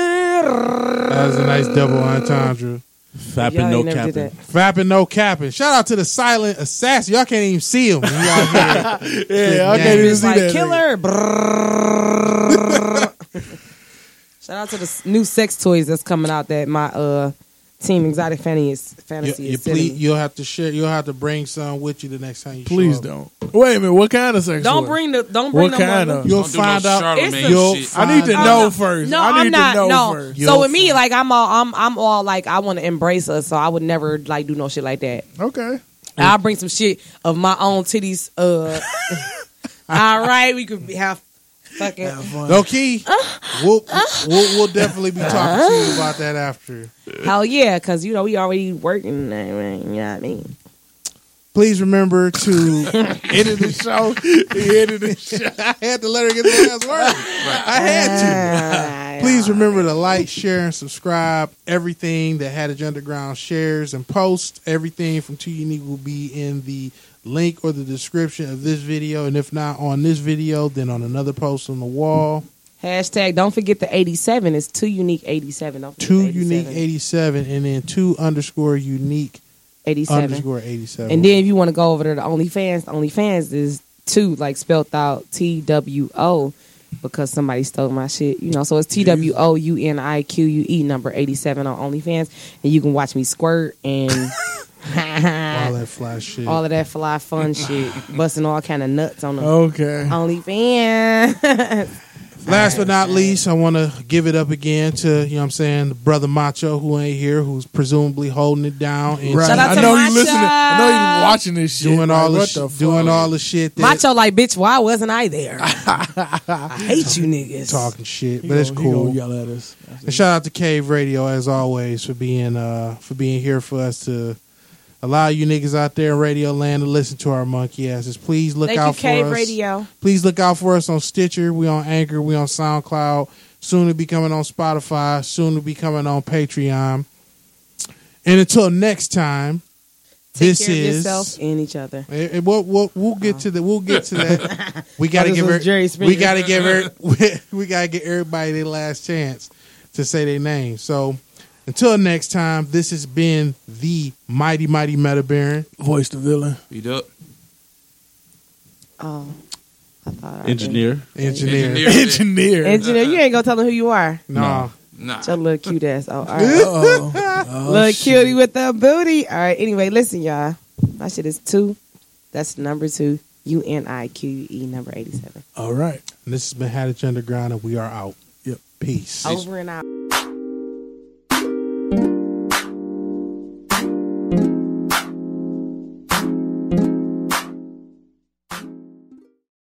S1: That was a nice double entendre.
S5: y'all
S11: Fapping,
S5: ain't
S11: no
S5: never did
S11: capping.
S5: that.
S1: Fapping no capping. Shout out to the silent assassin. Y'all can't even see him.
S3: Yeah, I
S1: Yeah.
S3: can't even
S5: It's
S3: see
S5: like,
S3: that.
S5: killer. brrrr. Shout out to the s- new sex toys that's coming out that my uh team Exotic Fantasy is,
S1: you,
S5: fantasy
S1: you
S5: is sending
S1: please,
S5: me.
S1: you'll have to share. You'll have to bring some with you the next time you
S3: Please
S1: show up.
S3: don't. Wait a minute. What kind of sex?
S5: Don't
S3: toy?
S5: bring the don't bring
S3: What
S5: no
S3: kind
S5: more-
S3: of?
S1: You'll
S4: Don't do no
S1: find out.
S4: Charlemagne
S5: It's a-
S1: You'll
S4: shit.
S1: find
S3: I need to
S5: Oh,
S3: know
S5: no.
S3: first.
S5: No,
S3: I need
S5: am
S3: to
S5: not.
S3: know
S5: no.
S3: first.
S5: So with me, like I'm all I'm I'm all like I want to embrace us, so I would never like do no shit like that.
S3: Okay.
S5: I'll bring some shit of my own titties. Uh, all right, we could have fucking.
S1: No key. we'll, we'll we'll definitely be talking to you about that after.
S5: Hell yeah, because you know we already working. that way, You know what I mean?
S1: Please remember to edit the show. Edit the show. I had to let her get the last word. I had to. Please remember to like, share, and subscribe. Everything that Hattage Underground shares and posts, everything from Too Unique will be in the link or the description of this video. And if not on this video, then on another post on the wall.
S5: Hashtag. Don't forget the eighty-seven. It's too unique eighty-seven. Don't forget
S1: Two
S5: the
S1: unique 87 and then two underscore unique
S5: eighty-seven.
S1: underscore 87.
S5: And then if you want to go over to the OnlyFans, the OnlyFans is two like spelled out T W O because somebody stole my shit. You know, so it's T W O U N I Q U E number eighty seven on OnlyFans, and you can watch me squirt and
S1: all that fly shit. Oh.
S5: all of that fly fun shit, busting all kind of nuts on the
S3: Okay.
S5: OnlyFans.
S1: Last but not least, I want to give it up again to, you know what I'm saying, Brother Macho, who ain't here, who's presumably holding it down and
S3: Right.
S5: Shout out
S3: I
S5: to
S3: know
S5: Macho.
S3: you listening. I know you watching this shit.
S1: doing all
S3: like,
S1: the,
S3: what
S1: sh-
S3: the fuck?
S1: doing all the shit that
S5: Macho, like, bitch, why wasn't I there? I hate you niggas.
S1: talking shit,
S3: He
S1: but it's
S3: gonna- he
S1: cool.
S3: gonna yell at us.
S1: And shout out to Cave Radio as always for being uh for being here for us to allow you niggas out there in radio land to listen to our monkey asses. Please look
S5: Thank
S1: out
S5: you,
S1: for
S5: Cave
S1: us.
S5: Radio.
S1: Please look out for us on Stitcher. We on Anchor. We on SoundCloud. Soon to be coming on Spotify. Soon to be coming on Patreon. And until next time,
S5: Take
S1: this
S5: care
S1: is.
S5: of yourself and each other.
S1: Eh, eh, we'll, we'll, we'll get to the we'll get to that. We gotta
S5: this
S1: give
S5: was
S1: her
S5: Jerry
S1: we
S5: Springer.
S1: gotta give her we, gotta get everybody their last chance to say their name. So until next time, this has been the mighty mighty Meta Baron.
S3: Voice the villain.
S4: Beat up.
S5: Oh, I thought. I already-
S6: Engineer.
S1: engineer.
S4: Engineer.
S3: Engineer.
S5: Engineer, you ain't gonna tell them who you are.
S1: Nah,
S4: Nah.
S5: Your little cute ass. Oh, all right. little cutie with the booty. All right. Anyway, listen, y'all. My shit is two. That's number two. U N I Q U E number eighty-seven.
S3: All right.
S1: And this has been Haddish Underground, and we are out.
S3: Yep.
S1: Peace.
S5: Over and out.